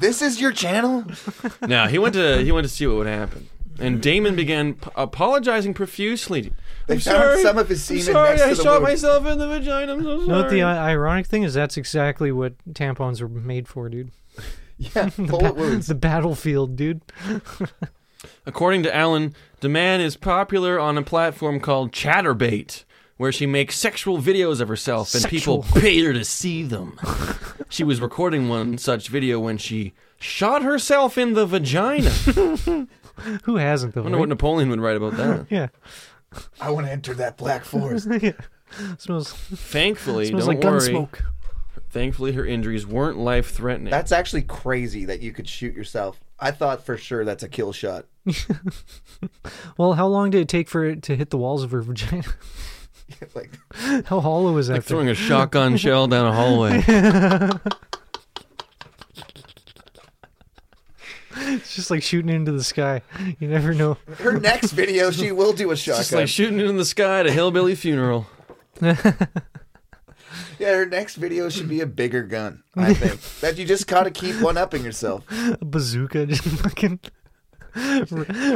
[SPEAKER 4] This is your channel.
[SPEAKER 5] No, he went to he went to see what would happen. And Damon began p- apologizing profusely.
[SPEAKER 4] They found
[SPEAKER 5] I'm sorry.
[SPEAKER 4] some of his
[SPEAKER 5] I'm
[SPEAKER 4] semen
[SPEAKER 5] sorry,
[SPEAKER 4] next to
[SPEAKER 5] I
[SPEAKER 4] the
[SPEAKER 5] shot
[SPEAKER 4] wound."
[SPEAKER 5] myself in the vagina. I'm so sorry.
[SPEAKER 2] No, the i- ironic thing is that's exactly what tampons were made for, dude.
[SPEAKER 4] Yeah, bullet wounds.
[SPEAKER 2] The battlefield, dude.
[SPEAKER 5] According to Allen, Demand is popular on a platform called Chatterbait, where she makes sexual videos of herself and people
[SPEAKER 9] Sexual.
[SPEAKER 5] pay her to see them. she was recording one such video when she shot herself in the vagina.
[SPEAKER 2] Who hasn't
[SPEAKER 5] I
[SPEAKER 2] though?
[SPEAKER 5] wonder what
[SPEAKER 2] right?
[SPEAKER 5] Napoleon would write about that.
[SPEAKER 2] yeah.
[SPEAKER 4] I want to enter that black forest.
[SPEAKER 2] Smells.
[SPEAKER 5] Thankfully,
[SPEAKER 2] Smells
[SPEAKER 5] don't
[SPEAKER 2] like
[SPEAKER 5] worry.
[SPEAKER 2] Gunsmoke.
[SPEAKER 5] Thankfully, her injuries weren't life threatening.
[SPEAKER 4] That's actually crazy that you could shoot yourself. I thought for sure that's a kill shot.
[SPEAKER 2] Well, how long did it take for it to hit the walls of her vagina?
[SPEAKER 4] like
[SPEAKER 2] how hollow is that?
[SPEAKER 5] like
[SPEAKER 2] thing?
[SPEAKER 5] throwing a shotgun shell down a hallway.
[SPEAKER 2] it's just like shooting into the sky. You never know.
[SPEAKER 4] Her next video, she will do a
[SPEAKER 5] Just
[SPEAKER 4] shotgun.
[SPEAKER 5] like shooting it in the sky at a hillbilly funeral.
[SPEAKER 4] yeah, her next video should be a bigger gun. I think that you just gotta keep one upping yourself.
[SPEAKER 2] A bazooka just fucking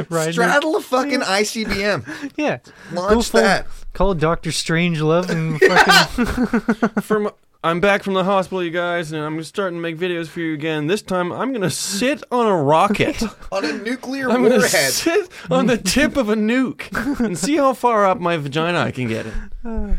[SPEAKER 2] right
[SPEAKER 4] Straddle a fucking ICBM.
[SPEAKER 2] Yeah,
[SPEAKER 4] launch that.
[SPEAKER 2] Call Doctor Strange Love and fucking
[SPEAKER 5] From I'm back from the hospital, you guys, and I'm starting to make videos for you again. This time, I'm gonna sit on a rocket.
[SPEAKER 4] on a nuclear
[SPEAKER 5] I'm gonna
[SPEAKER 4] warhead.
[SPEAKER 5] sit on the tip of a nuke and see how far up my vagina I can get it,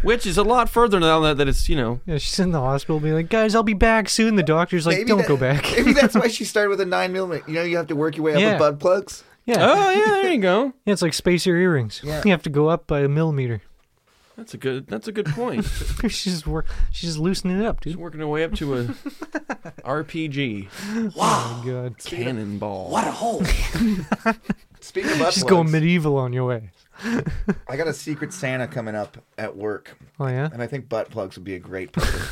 [SPEAKER 5] which is a lot further now that, that it's you know
[SPEAKER 2] yeah, she's in the hospital, being like, "Guys, I'll be back soon." The doctor's like,
[SPEAKER 4] Maybe
[SPEAKER 2] "Don't
[SPEAKER 4] that-
[SPEAKER 2] go back."
[SPEAKER 4] Maybe that's why she started with a nine millimeter. You know, you have to work your way up
[SPEAKER 2] Yeah.
[SPEAKER 4] with butt plugs.
[SPEAKER 2] Yeah.
[SPEAKER 5] Oh yeah, there you go.
[SPEAKER 2] Yeah, it's like space your earrings.
[SPEAKER 4] Yeah.
[SPEAKER 2] You have to go up by a millimeter.
[SPEAKER 5] That's a good. That's a good point.
[SPEAKER 2] she's just work. She's just loosening it up, dude.
[SPEAKER 5] Working her way up to a RPG
[SPEAKER 2] Wow. Oh my god.
[SPEAKER 5] cannonball.
[SPEAKER 4] What a hole. Speaking of butt plugs,
[SPEAKER 2] She's going medieval on your way.
[SPEAKER 4] I got a secret Santa coming up at work.
[SPEAKER 2] Oh yeah.
[SPEAKER 4] And I think butt plugs would be a great present.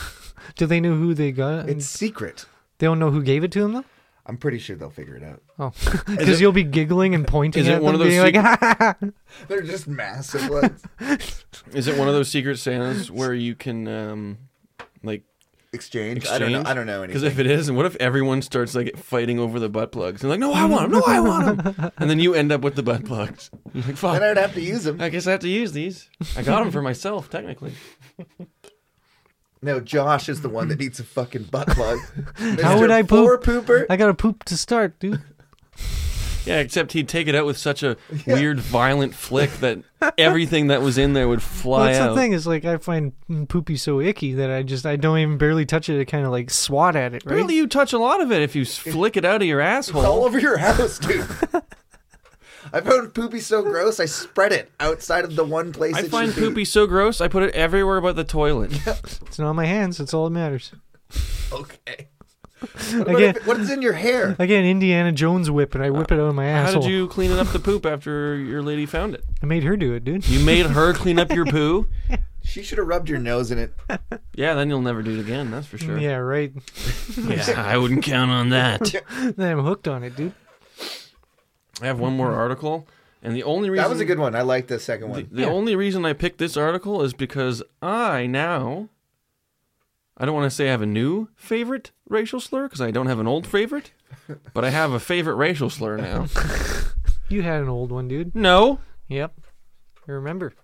[SPEAKER 2] Do they know who they got? it?
[SPEAKER 4] it's secret.
[SPEAKER 2] They don't know who gave it to them though.
[SPEAKER 4] I'm pretty sure they'll figure it out.
[SPEAKER 2] Oh, because you'll be giggling and pointing
[SPEAKER 5] is it
[SPEAKER 2] at
[SPEAKER 5] one
[SPEAKER 2] them,
[SPEAKER 5] of those
[SPEAKER 2] being like,
[SPEAKER 5] secret-
[SPEAKER 4] They're just massive ones.
[SPEAKER 5] Is it one of those secret Santas where you can um like
[SPEAKER 4] Exchange?
[SPEAKER 5] exchange?
[SPEAKER 4] I don't know. I don't know
[SPEAKER 5] Because
[SPEAKER 4] anything.
[SPEAKER 5] if it is, and what if everyone starts like fighting over the butt plugs and like, no, I want them, no, I want them, and then you end up with the butt plugs. You're like, fuck.
[SPEAKER 4] then I'd have to use them.
[SPEAKER 5] I guess I have to use these. I got them for myself, technically.
[SPEAKER 4] No, Josh is the one that needs a fucking butt plug.
[SPEAKER 2] "How would I
[SPEAKER 4] Poor
[SPEAKER 2] poop?
[SPEAKER 4] pooper.
[SPEAKER 2] "Ah, I gotta poop to start, dude."
[SPEAKER 5] Yeah, except he'd take it out with such a weird, violent flick that everything that was in there would
[SPEAKER 2] Well,
[SPEAKER 5] fly
[SPEAKER 2] that's
[SPEAKER 5] out.
[SPEAKER 2] the thing is like I find poopy so icky that I just I don't even barely touch it. I kind of like swat at it, right?
[SPEAKER 5] Really, you touch a lot of it if you s- flick it out of your asshole.
[SPEAKER 4] It's all over your house, dude. I found poopy so gross. I spread it outside of the one place.
[SPEAKER 5] I
[SPEAKER 4] it
[SPEAKER 5] find
[SPEAKER 4] should
[SPEAKER 5] poopy
[SPEAKER 4] be.
[SPEAKER 5] so gross. I put it everywhere but the toilet.
[SPEAKER 2] It's not on my hands. That's all that matters.
[SPEAKER 4] Okay. What,
[SPEAKER 2] Again,
[SPEAKER 4] if, what is in your hair?
[SPEAKER 2] I get an Indiana Jones whip and I whip it out of my
[SPEAKER 5] How
[SPEAKER 2] asshole.
[SPEAKER 5] did you clean up the poop after your lady found it?
[SPEAKER 2] I made her do it, dude.
[SPEAKER 5] You made her clean up your poo.
[SPEAKER 4] She should have rubbed your nose in it.
[SPEAKER 5] Yeah, then you'll never do it again. That's for sure.
[SPEAKER 2] Yeah, right.
[SPEAKER 9] Yeah, I wouldn't count on that.
[SPEAKER 2] then I'm hooked on it, dude.
[SPEAKER 5] I have one more article, and the only reason
[SPEAKER 4] That was a good one. I like the second one.
[SPEAKER 5] The only reason I picked this article is because I now I don't want to say I have a new favorite racial slur because I don't have an old favorite, but I have a favorite racial slur now.
[SPEAKER 2] You had an old one, dude.
[SPEAKER 5] No,
[SPEAKER 2] Yep. I remember.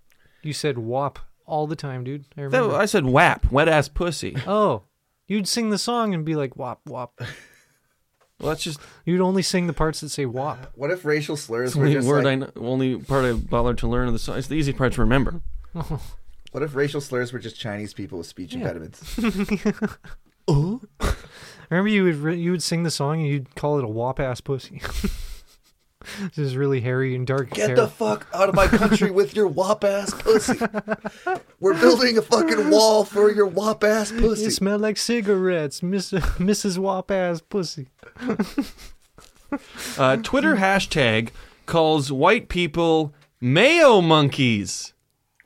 [SPEAKER 2] You said "wop" all the time, dude. I
[SPEAKER 5] that,
[SPEAKER 2] remember.
[SPEAKER 5] I said WAP, wet ass pussy.
[SPEAKER 2] Oh, you'd sing the song and be like "wop wop."
[SPEAKER 5] Well, that's just
[SPEAKER 2] You'd only sing the parts that say "wop."
[SPEAKER 4] What if racial slurs
[SPEAKER 5] the
[SPEAKER 4] were
[SPEAKER 5] only
[SPEAKER 4] just
[SPEAKER 5] word
[SPEAKER 4] like,
[SPEAKER 5] I know, only part I bothered to learn of the song. It's the easy part to remember.
[SPEAKER 4] What if racial slurs were just Chinese people with speech impediments?
[SPEAKER 2] Remember, you would re- you would sing the song and you'd call it a "wop ass pussy." this is really hairy and dark
[SPEAKER 4] Get
[SPEAKER 2] hair.
[SPEAKER 4] the fuck out of my country with your wop ass pussy. We're building a fucking wall for your wop ass
[SPEAKER 2] you
[SPEAKER 4] pussy.
[SPEAKER 2] smell like cigarettes, Miss- Mrs. Wop ass pussy.
[SPEAKER 5] Uh,
[SPEAKER 4] Mm-hmm.
[SPEAKER 5] Twitter hashtag calls white people mayo monkeys.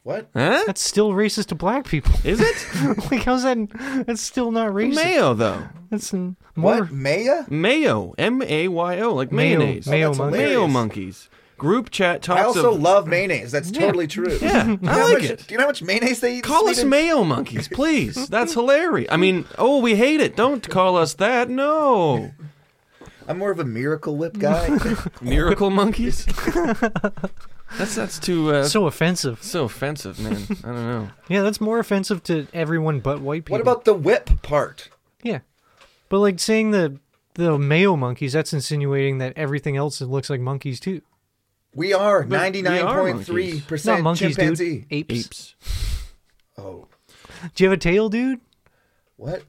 [SPEAKER 4] What?
[SPEAKER 5] Huh?
[SPEAKER 2] That's still racist to black people.
[SPEAKER 5] Is it
[SPEAKER 2] like how's that? That's still not racist.
[SPEAKER 5] mayo though?
[SPEAKER 2] That's mm, more.
[SPEAKER 4] What? Maya?
[SPEAKER 5] Mayo, M A Y O, like
[SPEAKER 2] Mayo-
[SPEAKER 5] mayonnaise.
[SPEAKER 2] mayo
[SPEAKER 4] Oh, that's
[SPEAKER 2] monkey.
[SPEAKER 4] hilarious.
[SPEAKER 5] Mayo monkeys. Group chat talks
[SPEAKER 4] I also
[SPEAKER 5] of.
[SPEAKER 4] love mayonnaise. That's totally true.
[SPEAKER 5] yeah,
[SPEAKER 4] Do you know
[SPEAKER 5] I like
[SPEAKER 4] how much-
[SPEAKER 5] it.
[SPEAKER 4] Do you know how much mayonnaise they eat? in
[SPEAKER 5] Call us
[SPEAKER 4] Sweden?
[SPEAKER 5] mayo monkeys, please. That's hilarious. I mean, oh, we hate it. Don't call us that. No.
[SPEAKER 4] I'm more of a miracle whip guy.
[SPEAKER 5] Miracle monkeys? That's that's too uh, so,
[SPEAKER 2] So offensive.
[SPEAKER 5] offensive, man. I don't know.
[SPEAKER 2] Yeah, that's more offensive to everyone but white people.
[SPEAKER 4] what about the whip part?
[SPEAKER 2] Yeah, but like saying the the mayo monkeys. That's insinuating that everything else looks like monkeys too.
[SPEAKER 4] We are
[SPEAKER 5] But we are
[SPEAKER 4] 99.3%
[SPEAKER 2] Not monkeys,
[SPEAKER 4] chimpanzee.
[SPEAKER 2] dude. Apes.
[SPEAKER 5] Apes.
[SPEAKER 4] Oh.
[SPEAKER 2] Do you have a tail, dude?
[SPEAKER 4] What?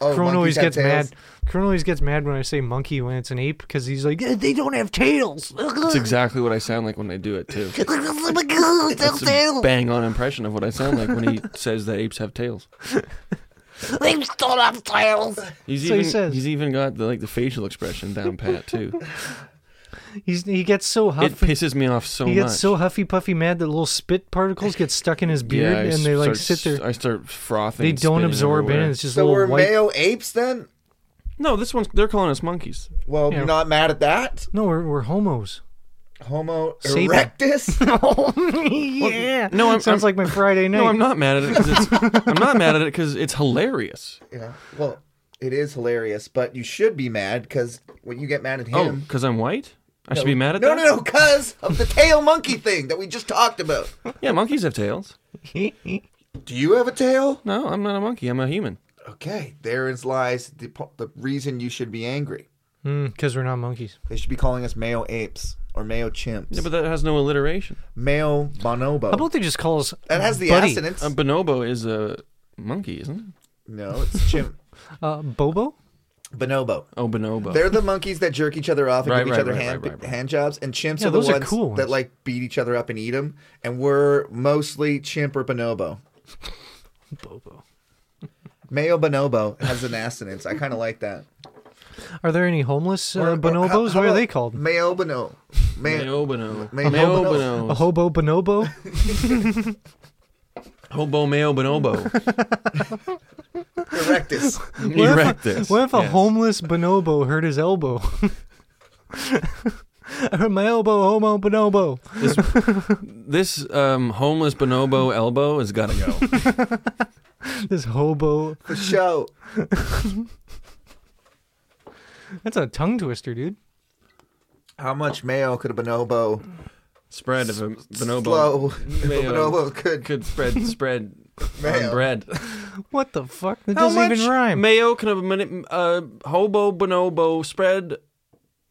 [SPEAKER 2] Oh, Corona always
[SPEAKER 4] monkeys have
[SPEAKER 2] gets
[SPEAKER 4] tails?
[SPEAKER 2] mad. Corona always gets mad when I say monkey when it's an ape because he's like, "Eh, they don't have tails.
[SPEAKER 5] That's exactly what I sound like when I do it too.
[SPEAKER 2] That's
[SPEAKER 5] It's a bang on impression of what I sound like when he says that apes have tails.
[SPEAKER 6] They still have tails.
[SPEAKER 5] He's
[SPEAKER 2] So he
[SPEAKER 5] even
[SPEAKER 2] says.
[SPEAKER 5] he's even got the like the facial expression down pat too.
[SPEAKER 2] He's, he gets so
[SPEAKER 5] It
[SPEAKER 2] huffy.
[SPEAKER 5] pisses me off so
[SPEAKER 2] he gets
[SPEAKER 5] much.
[SPEAKER 2] so huffy puffy mad that little spit particles get stuck in his beard
[SPEAKER 5] I
[SPEAKER 2] and they like
[SPEAKER 5] start-
[SPEAKER 2] sit there.
[SPEAKER 5] I start frothing.
[SPEAKER 2] They
[SPEAKER 5] and
[SPEAKER 2] don't
[SPEAKER 5] spitting
[SPEAKER 2] absorb in.
[SPEAKER 5] everywhere.
[SPEAKER 2] It's just
[SPEAKER 4] So
[SPEAKER 2] little
[SPEAKER 4] we're
[SPEAKER 2] white.
[SPEAKER 4] mayo apes then?
[SPEAKER 5] No, this one's they're calling us monkeys.
[SPEAKER 4] Well,
[SPEAKER 2] Yeah.
[SPEAKER 4] you're not mad at that?
[SPEAKER 2] No, we're, we're homos.
[SPEAKER 4] Homo
[SPEAKER 2] Sapien.
[SPEAKER 4] erectus?
[SPEAKER 2] yeah.
[SPEAKER 5] no, I'm-
[SPEAKER 2] sounds
[SPEAKER 5] I'm-
[SPEAKER 2] like my Friday night.
[SPEAKER 5] No, I'm not mad at it because it's I'm not mad at it because it's hilarious.
[SPEAKER 4] yeah. Well, it is hilarious, but you should be mad because when you get mad at him.
[SPEAKER 5] Oh, because I'm white, I should
[SPEAKER 4] No.
[SPEAKER 5] be mad at
[SPEAKER 4] no,
[SPEAKER 5] that.
[SPEAKER 4] No, no, because of the tail monkey thing that we just talked about.
[SPEAKER 5] Yeah, monkeys have tails.
[SPEAKER 4] Do you have a tail?
[SPEAKER 5] No, I'm not a monkey. I'm a human.
[SPEAKER 4] Okay, therein lies the, po- the reason you should be angry.
[SPEAKER 2] Because Hmm, we're not monkeys.
[SPEAKER 4] They should be calling us male apes or male chimps.
[SPEAKER 5] Yeah, but that has no alliteration.
[SPEAKER 4] male bonobo.
[SPEAKER 2] How about they just call us?
[SPEAKER 4] That has the
[SPEAKER 2] buddy?
[SPEAKER 4] assonance.
[SPEAKER 5] A Um, bonobo is a monkey, isn't it?
[SPEAKER 4] no, it's chimp.
[SPEAKER 2] Uh, Bobo.
[SPEAKER 4] Bonobo.
[SPEAKER 5] Oh, bonobo.
[SPEAKER 4] They're the monkeys that jerk each other off and
[SPEAKER 5] Right,
[SPEAKER 4] give each
[SPEAKER 5] right,
[SPEAKER 4] other
[SPEAKER 5] right,
[SPEAKER 4] hand,
[SPEAKER 5] right, right, right.
[SPEAKER 4] hand jobs, and chimps
[SPEAKER 2] Yeah,
[SPEAKER 4] are the
[SPEAKER 2] those are
[SPEAKER 4] ones,
[SPEAKER 2] cool ones.
[SPEAKER 4] that like beat each other up and eat them. And we're mostly chimp or bonobo.
[SPEAKER 2] Bobo.
[SPEAKER 4] Male bonobo has an assonance. I kind of like that.
[SPEAKER 2] Are there any homeless
[SPEAKER 4] Or-
[SPEAKER 2] uh,
[SPEAKER 4] or how-
[SPEAKER 2] bonobos?
[SPEAKER 4] how
[SPEAKER 2] what are
[SPEAKER 4] about
[SPEAKER 2] they called?
[SPEAKER 4] Male bonobo. Male.
[SPEAKER 5] Mayobono.
[SPEAKER 4] Mayo-
[SPEAKER 5] Mayobono.
[SPEAKER 2] A hobo bonobo?
[SPEAKER 5] Hobo mayo bonobo.
[SPEAKER 4] Erectus.
[SPEAKER 5] Erectus.
[SPEAKER 2] What if a
[SPEAKER 5] Yes.
[SPEAKER 2] homeless bonobo hurt his elbow? I hurt my elbow, homo bonobo.
[SPEAKER 5] This um, homeless bonobo elbow has got to go.
[SPEAKER 2] This hobo.
[SPEAKER 4] For show.
[SPEAKER 2] That's a tongue twister, dude.
[SPEAKER 4] How much mayo could a bonobo
[SPEAKER 5] Spread of a bonobo.
[SPEAKER 4] slow? if a
[SPEAKER 5] mayo
[SPEAKER 4] bonobo could.
[SPEAKER 5] Could spread spread
[SPEAKER 4] Mayo.
[SPEAKER 5] on bread.
[SPEAKER 2] What the fuck? That
[SPEAKER 5] How
[SPEAKER 2] doesn't
[SPEAKER 5] much
[SPEAKER 2] even rhyme.
[SPEAKER 5] mayo can a min- uh, hobo bonobo spread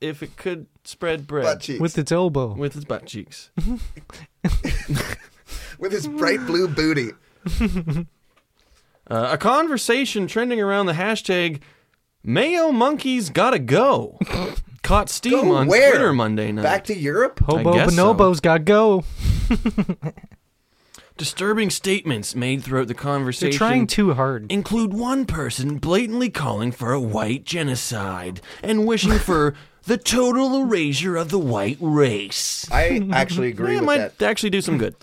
[SPEAKER 5] if it could spread bread
[SPEAKER 4] Butt cheeks.
[SPEAKER 2] With its elbow.
[SPEAKER 5] with its butt cheeks?
[SPEAKER 4] with his bright blue booty.
[SPEAKER 5] Uh, a conversation trending around the hashtag Mayo Monkeys Gotta Go caught steam
[SPEAKER 4] Go
[SPEAKER 5] on
[SPEAKER 4] where?
[SPEAKER 5] Twitter Monday night.
[SPEAKER 4] Back to Europe?
[SPEAKER 2] Hobo
[SPEAKER 5] guess so.
[SPEAKER 2] bonobos gotta go.
[SPEAKER 5] Disturbing statements made throughout the
[SPEAKER 2] They're
[SPEAKER 5] conversation
[SPEAKER 2] trying too hard.
[SPEAKER 5] include one person blatantly calling for a white genocide and wishing for the total erasure of the white race.
[SPEAKER 4] I actually agree
[SPEAKER 5] Yeah, it
[SPEAKER 4] with
[SPEAKER 5] might
[SPEAKER 4] that.
[SPEAKER 5] actually do some good.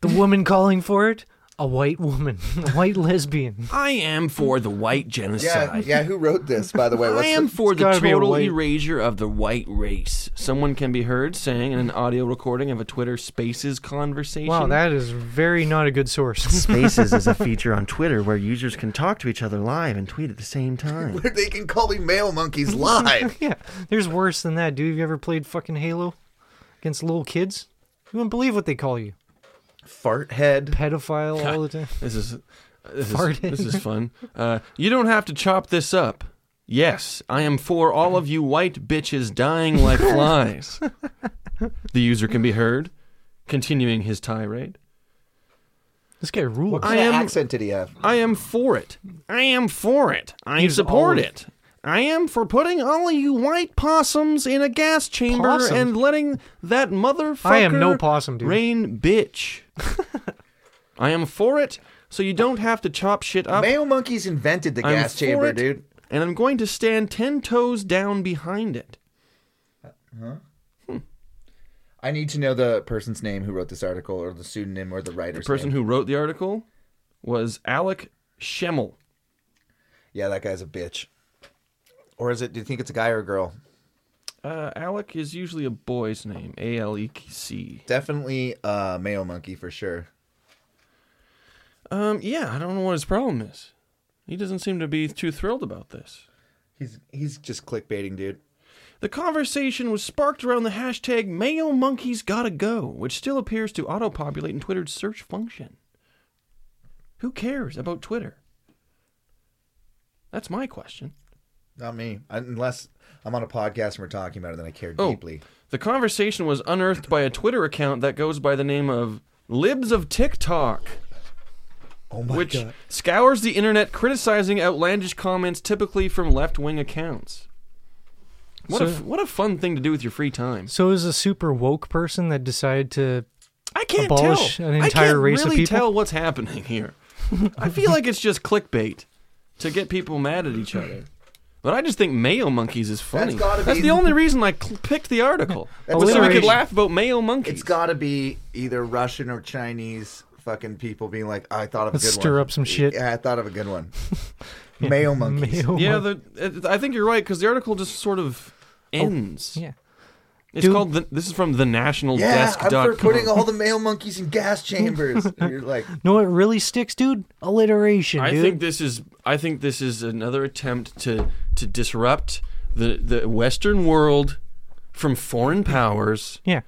[SPEAKER 2] The woman calling for it? A white woman. A white lesbian.
[SPEAKER 5] I am for the white genocide.
[SPEAKER 4] Yeah, yeah. Who wrote this, by the way?
[SPEAKER 5] I am
[SPEAKER 4] the-
[SPEAKER 5] for the
[SPEAKER 2] gotta be a
[SPEAKER 5] total
[SPEAKER 2] white-
[SPEAKER 5] erasure of the white race. Someone can be heard saying in an audio recording of a Twitter Spaces conversation.
[SPEAKER 2] Wow, that is very not a good source.
[SPEAKER 7] Spaces is a feature on Twitter where users can talk to each other live and tweet at the same time.
[SPEAKER 4] they can call me male monkeys live.
[SPEAKER 2] yeah, there's worse than that, dude. Have you ever played fucking Halo against little kids? You wouldn't believe what they call you.
[SPEAKER 4] Fart head.
[SPEAKER 2] Pedophile all the time.
[SPEAKER 5] This is this is,
[SPEAKER 2] Farted.
[SPEAKER 5] this is fun. Uh, you don't have to chop this up. Yes, I am for all of you white bitches dying like flies. the user can be heard continuing his tirade.
[SPEAKER 2] This guy rules.
[SPEAKER 5] I am-
[SPEAKER 4] What accent did he have?
[SPEAKER 5] I am for it. I am for it. I
[SPEAKER 2] Use
[SPEAKER 5] support
[SPEAKER 2] all of-
[SPEAKER 5] it. I am for putting all of you white possums in a gas chamber
[SPEAKER 2] Possums?
[SPEAKER 5] and letting that motherfucker
[SPEAKER 2] I am no possum, dude.
[SPEAKER 5] rain bitch. I am for it, so you don't have to chop shit up.
[SPEAKER 4] Male monkeys invented the
[SPEAKER 5] I'm
[SPEAKER 4] gas
[SPEAKER 5] for
[SPEAKER 4] chamber,
[SPEAKER 5] it,
[SPEAKER 4] dude.
[SPEAKER 5] And I'm going to stand ten toes down behind it.
[SPEAKER 4] I need to know the person's name who wrote this article, or the pseudonym, or the writer's
[SPEAKER 5] The person who wrote the article was Alec Schemmel.
[SPEAKER 4] Yeah, that guy's a bitch. Or is it? Do you think it's a guy or a girl?
[SPEAKER 5] Uh, Alec is usually a boy's name. A L E C.
[SPEAKER 4] Definitely a male monkey for sure.
[SPEAKER 5] Um, yeah, I don't know what his problem is. He doesn't seem to be too thrilled about this.
[SPEAKER 4] He's he's just clickbaiting, dude.
[SPEAKER 5] The conversation was sparked around the hashtag Mayo Monkeys Gotta Go, which still appears to auto populate in Twitter's search function. Who cares about Twitter? That's my question.
[SPEAKER 4] Not me. Unless I'm on a podcast and we're talking about it, then I care
[SPEAKER 5] Oh,
[SPEAKER 4] deeply.
[SPEAKER 5] the conversation was unearthed by a Twitter account that goes by the name of Libs of TikTok.
[SPEAKER 2] Oh
[SPEAKER 5] my which scours the internet criticizing outlandish comments typically from left wing accounts. What, a
[SPEAKER 2] So-
[SPEAKER 5] f- what a fun thing to do with your free time.
[SPEAKER 2] So is a super woke person that decided to
[SPEAKER 5] I can't
[SPEAKER 2] abolish
[SPEAKER 5] tell.
[SPEAKER 2] an entire
[SPEAKER 5] I can't
[SPEAKER 2] race
[SPEAKER 5] really
[SPEAKER 2] of people.
[SPEAKER 5] tell what's happening here. I feel like it's just clickbait to get people mad at each other. But I just think Mayo Monkeys is funny.
[SPEAKER 4] That's gotta be-
[SPEAKER 5] the only reason I cl- picked the article.
[SPEAKER 4] That's
[SPEAKER 5] was so we could
[SPEAKER 4] alliteration.
[SPEAKER 5] laugh about Mayo Monkeys.
[SPEAKER 4] It's got to be either Russian or Chinese fucking people being like, I thought of a
[SPEAKER 2] Let's
[SPEAKER 4] good one.
[SPEAKER 2] stir up some shit.
[SPEAKER 4] Yeah, I thought of a good one. Mayo monkeys.
[SPEAKER 5] yeah, the, it, I think you're right because the article just sort of ends.
[SPEAKER 2] yeah.
[SPEAKER 5] It's called. The, this is from the National
[SPEAKER 4] yeah,
[SPEAKER 5] Desk.
[SPEAKER 4] I'm for putting all the male monkeys in gas chambers. And you're like,
[SPEAKER 2] No, it really sticks, dude. Alliteration,
[SPEAKER 5] I
[SPEAKER 2] dude.
[SPEAKER 5] think this is. I think this is another attempt to to disrupt the the Western world from foreign powers.
[SPEAKER 2] Yeah.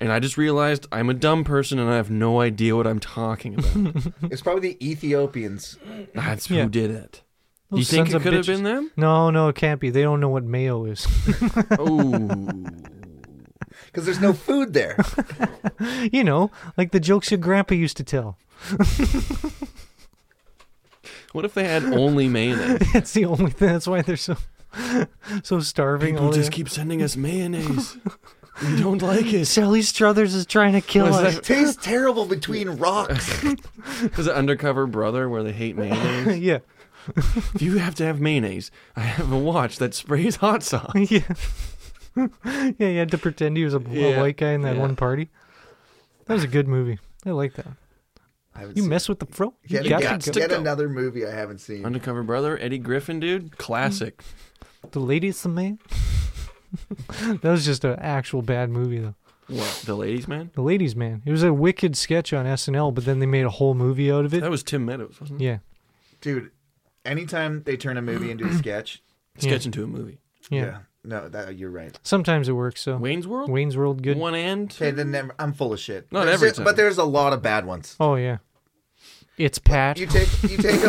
[SPEAKER 5] And I just realized I'm a dumb person and I have no idea what I'm talking about.
[SPEAKER 4] it's probably the Ethiopians.
[SPEAKER 5] That's
[SPEAKER 2] Yeah.
[SPEAKER 5] who did it. Do
[SPEAKER 2] Those
[SPEAKER 5] you think
[SPEAKER 2] sons
[SPEAKER 5] it
[SPEAKER 2] of
[SPEAKER 5] could have
[SPEAKER 2] bitches.
[SPEAKER 5] been them?
[SPEAKER 2] No, no, it can't be. They don't know what mayo is.
[SPEAKER 5] oh,
[SPEAKER 4] because there's no food there.
[SPEAKER 2] you know, like the jokes your grandpa used to tell.
[SPEAKER 5] What if they had only mayonnaise?
[SPEAKER 2] That's the only thing. That's why they're so so starving.
[SPEAKER 5] People
[SPEAKER 2] all
[SPEAKER 5] just
[SPEAKER 2] they-
[SPEAKER 5] keep sending us mayonnaise. We don't like it.
[SPEAKER 2] Sally Struthers is trying to kill
[SPEAKER 5] What is
[SPEAKER 2] us.
[SPEAKER 5] that?
[SPEAKER 4] Tastes terrible between rocks.
[SPEAKER 5] Is it Undercover Brother where they hate mayonnaise?
[SPEAKER 2] yeah.
[SPEAKER 5] if you have to have mayonnaise, I have a watch that sprays hot sauce.
[SPEAKER 2] yeah. yeah, you had to pretend he was a, a
[SPEAKER 5] Yeah,
[SPEAKER 2] white guy in that
[SPEAKER 5] yeah.
[SPEAKER 2] one party. That was a good movie. I like that.
[SPEAKER 4] haven't
[SPEAKER 2] You
[SPEAKER 4] seen
[SPEAKER 2] mess with the fro. You
[SPEAKER 4] Yet,
[SPEAKER 2] got
[SPEAKER 4] yet-
[SPEAKER 2] to go.
[SPEAKER 4] yet another movie I haven't seen.
[SPEAKER 5] Undercover Brother, Eddie Griffin, dude, classic.
[SPEAKER 2] The ladies, the man. that was just an actual bad movie, though.
[SPEAKER 5] What the ladies' man?
[SPEAKER 2] The ladies, man. It was a wicked sketch on SNL, but then they made a whole movie out of it.
[SPEAKER 4] Oh.
[SPEAKER 5] That was Tim Meadows, wasn't it?
[SPEAKER 2] yeah,
[SPEAKER 4] Dude, anytime they turn a movie into a sketch,
[SPEAKER 5] Sketch into a movie.
[SPEAKER 2] yeah,
[SPEAKER 4] No, that, you're right.
[SPEAKER 2] Sometimes it works. So
[SPEAKER 5] Wayne's World.
[SPEAKER 2] Wayne's World, good.
[SPEAKER 5] One and
[SPEAKER 4] Okay, then never, I'm full of shit.
[SPEAKER 5] Not
[SPEAKER 4] There's
[SPEAKER 5] every
[SPEAKER 4] it-
[SPEAKER 5] time.
[SPEAKER 4] but there's a lot of bad ones.
[SPEAKER 2] Oh yeah, it's Pat.
[SPEAKER 4] You take you take a,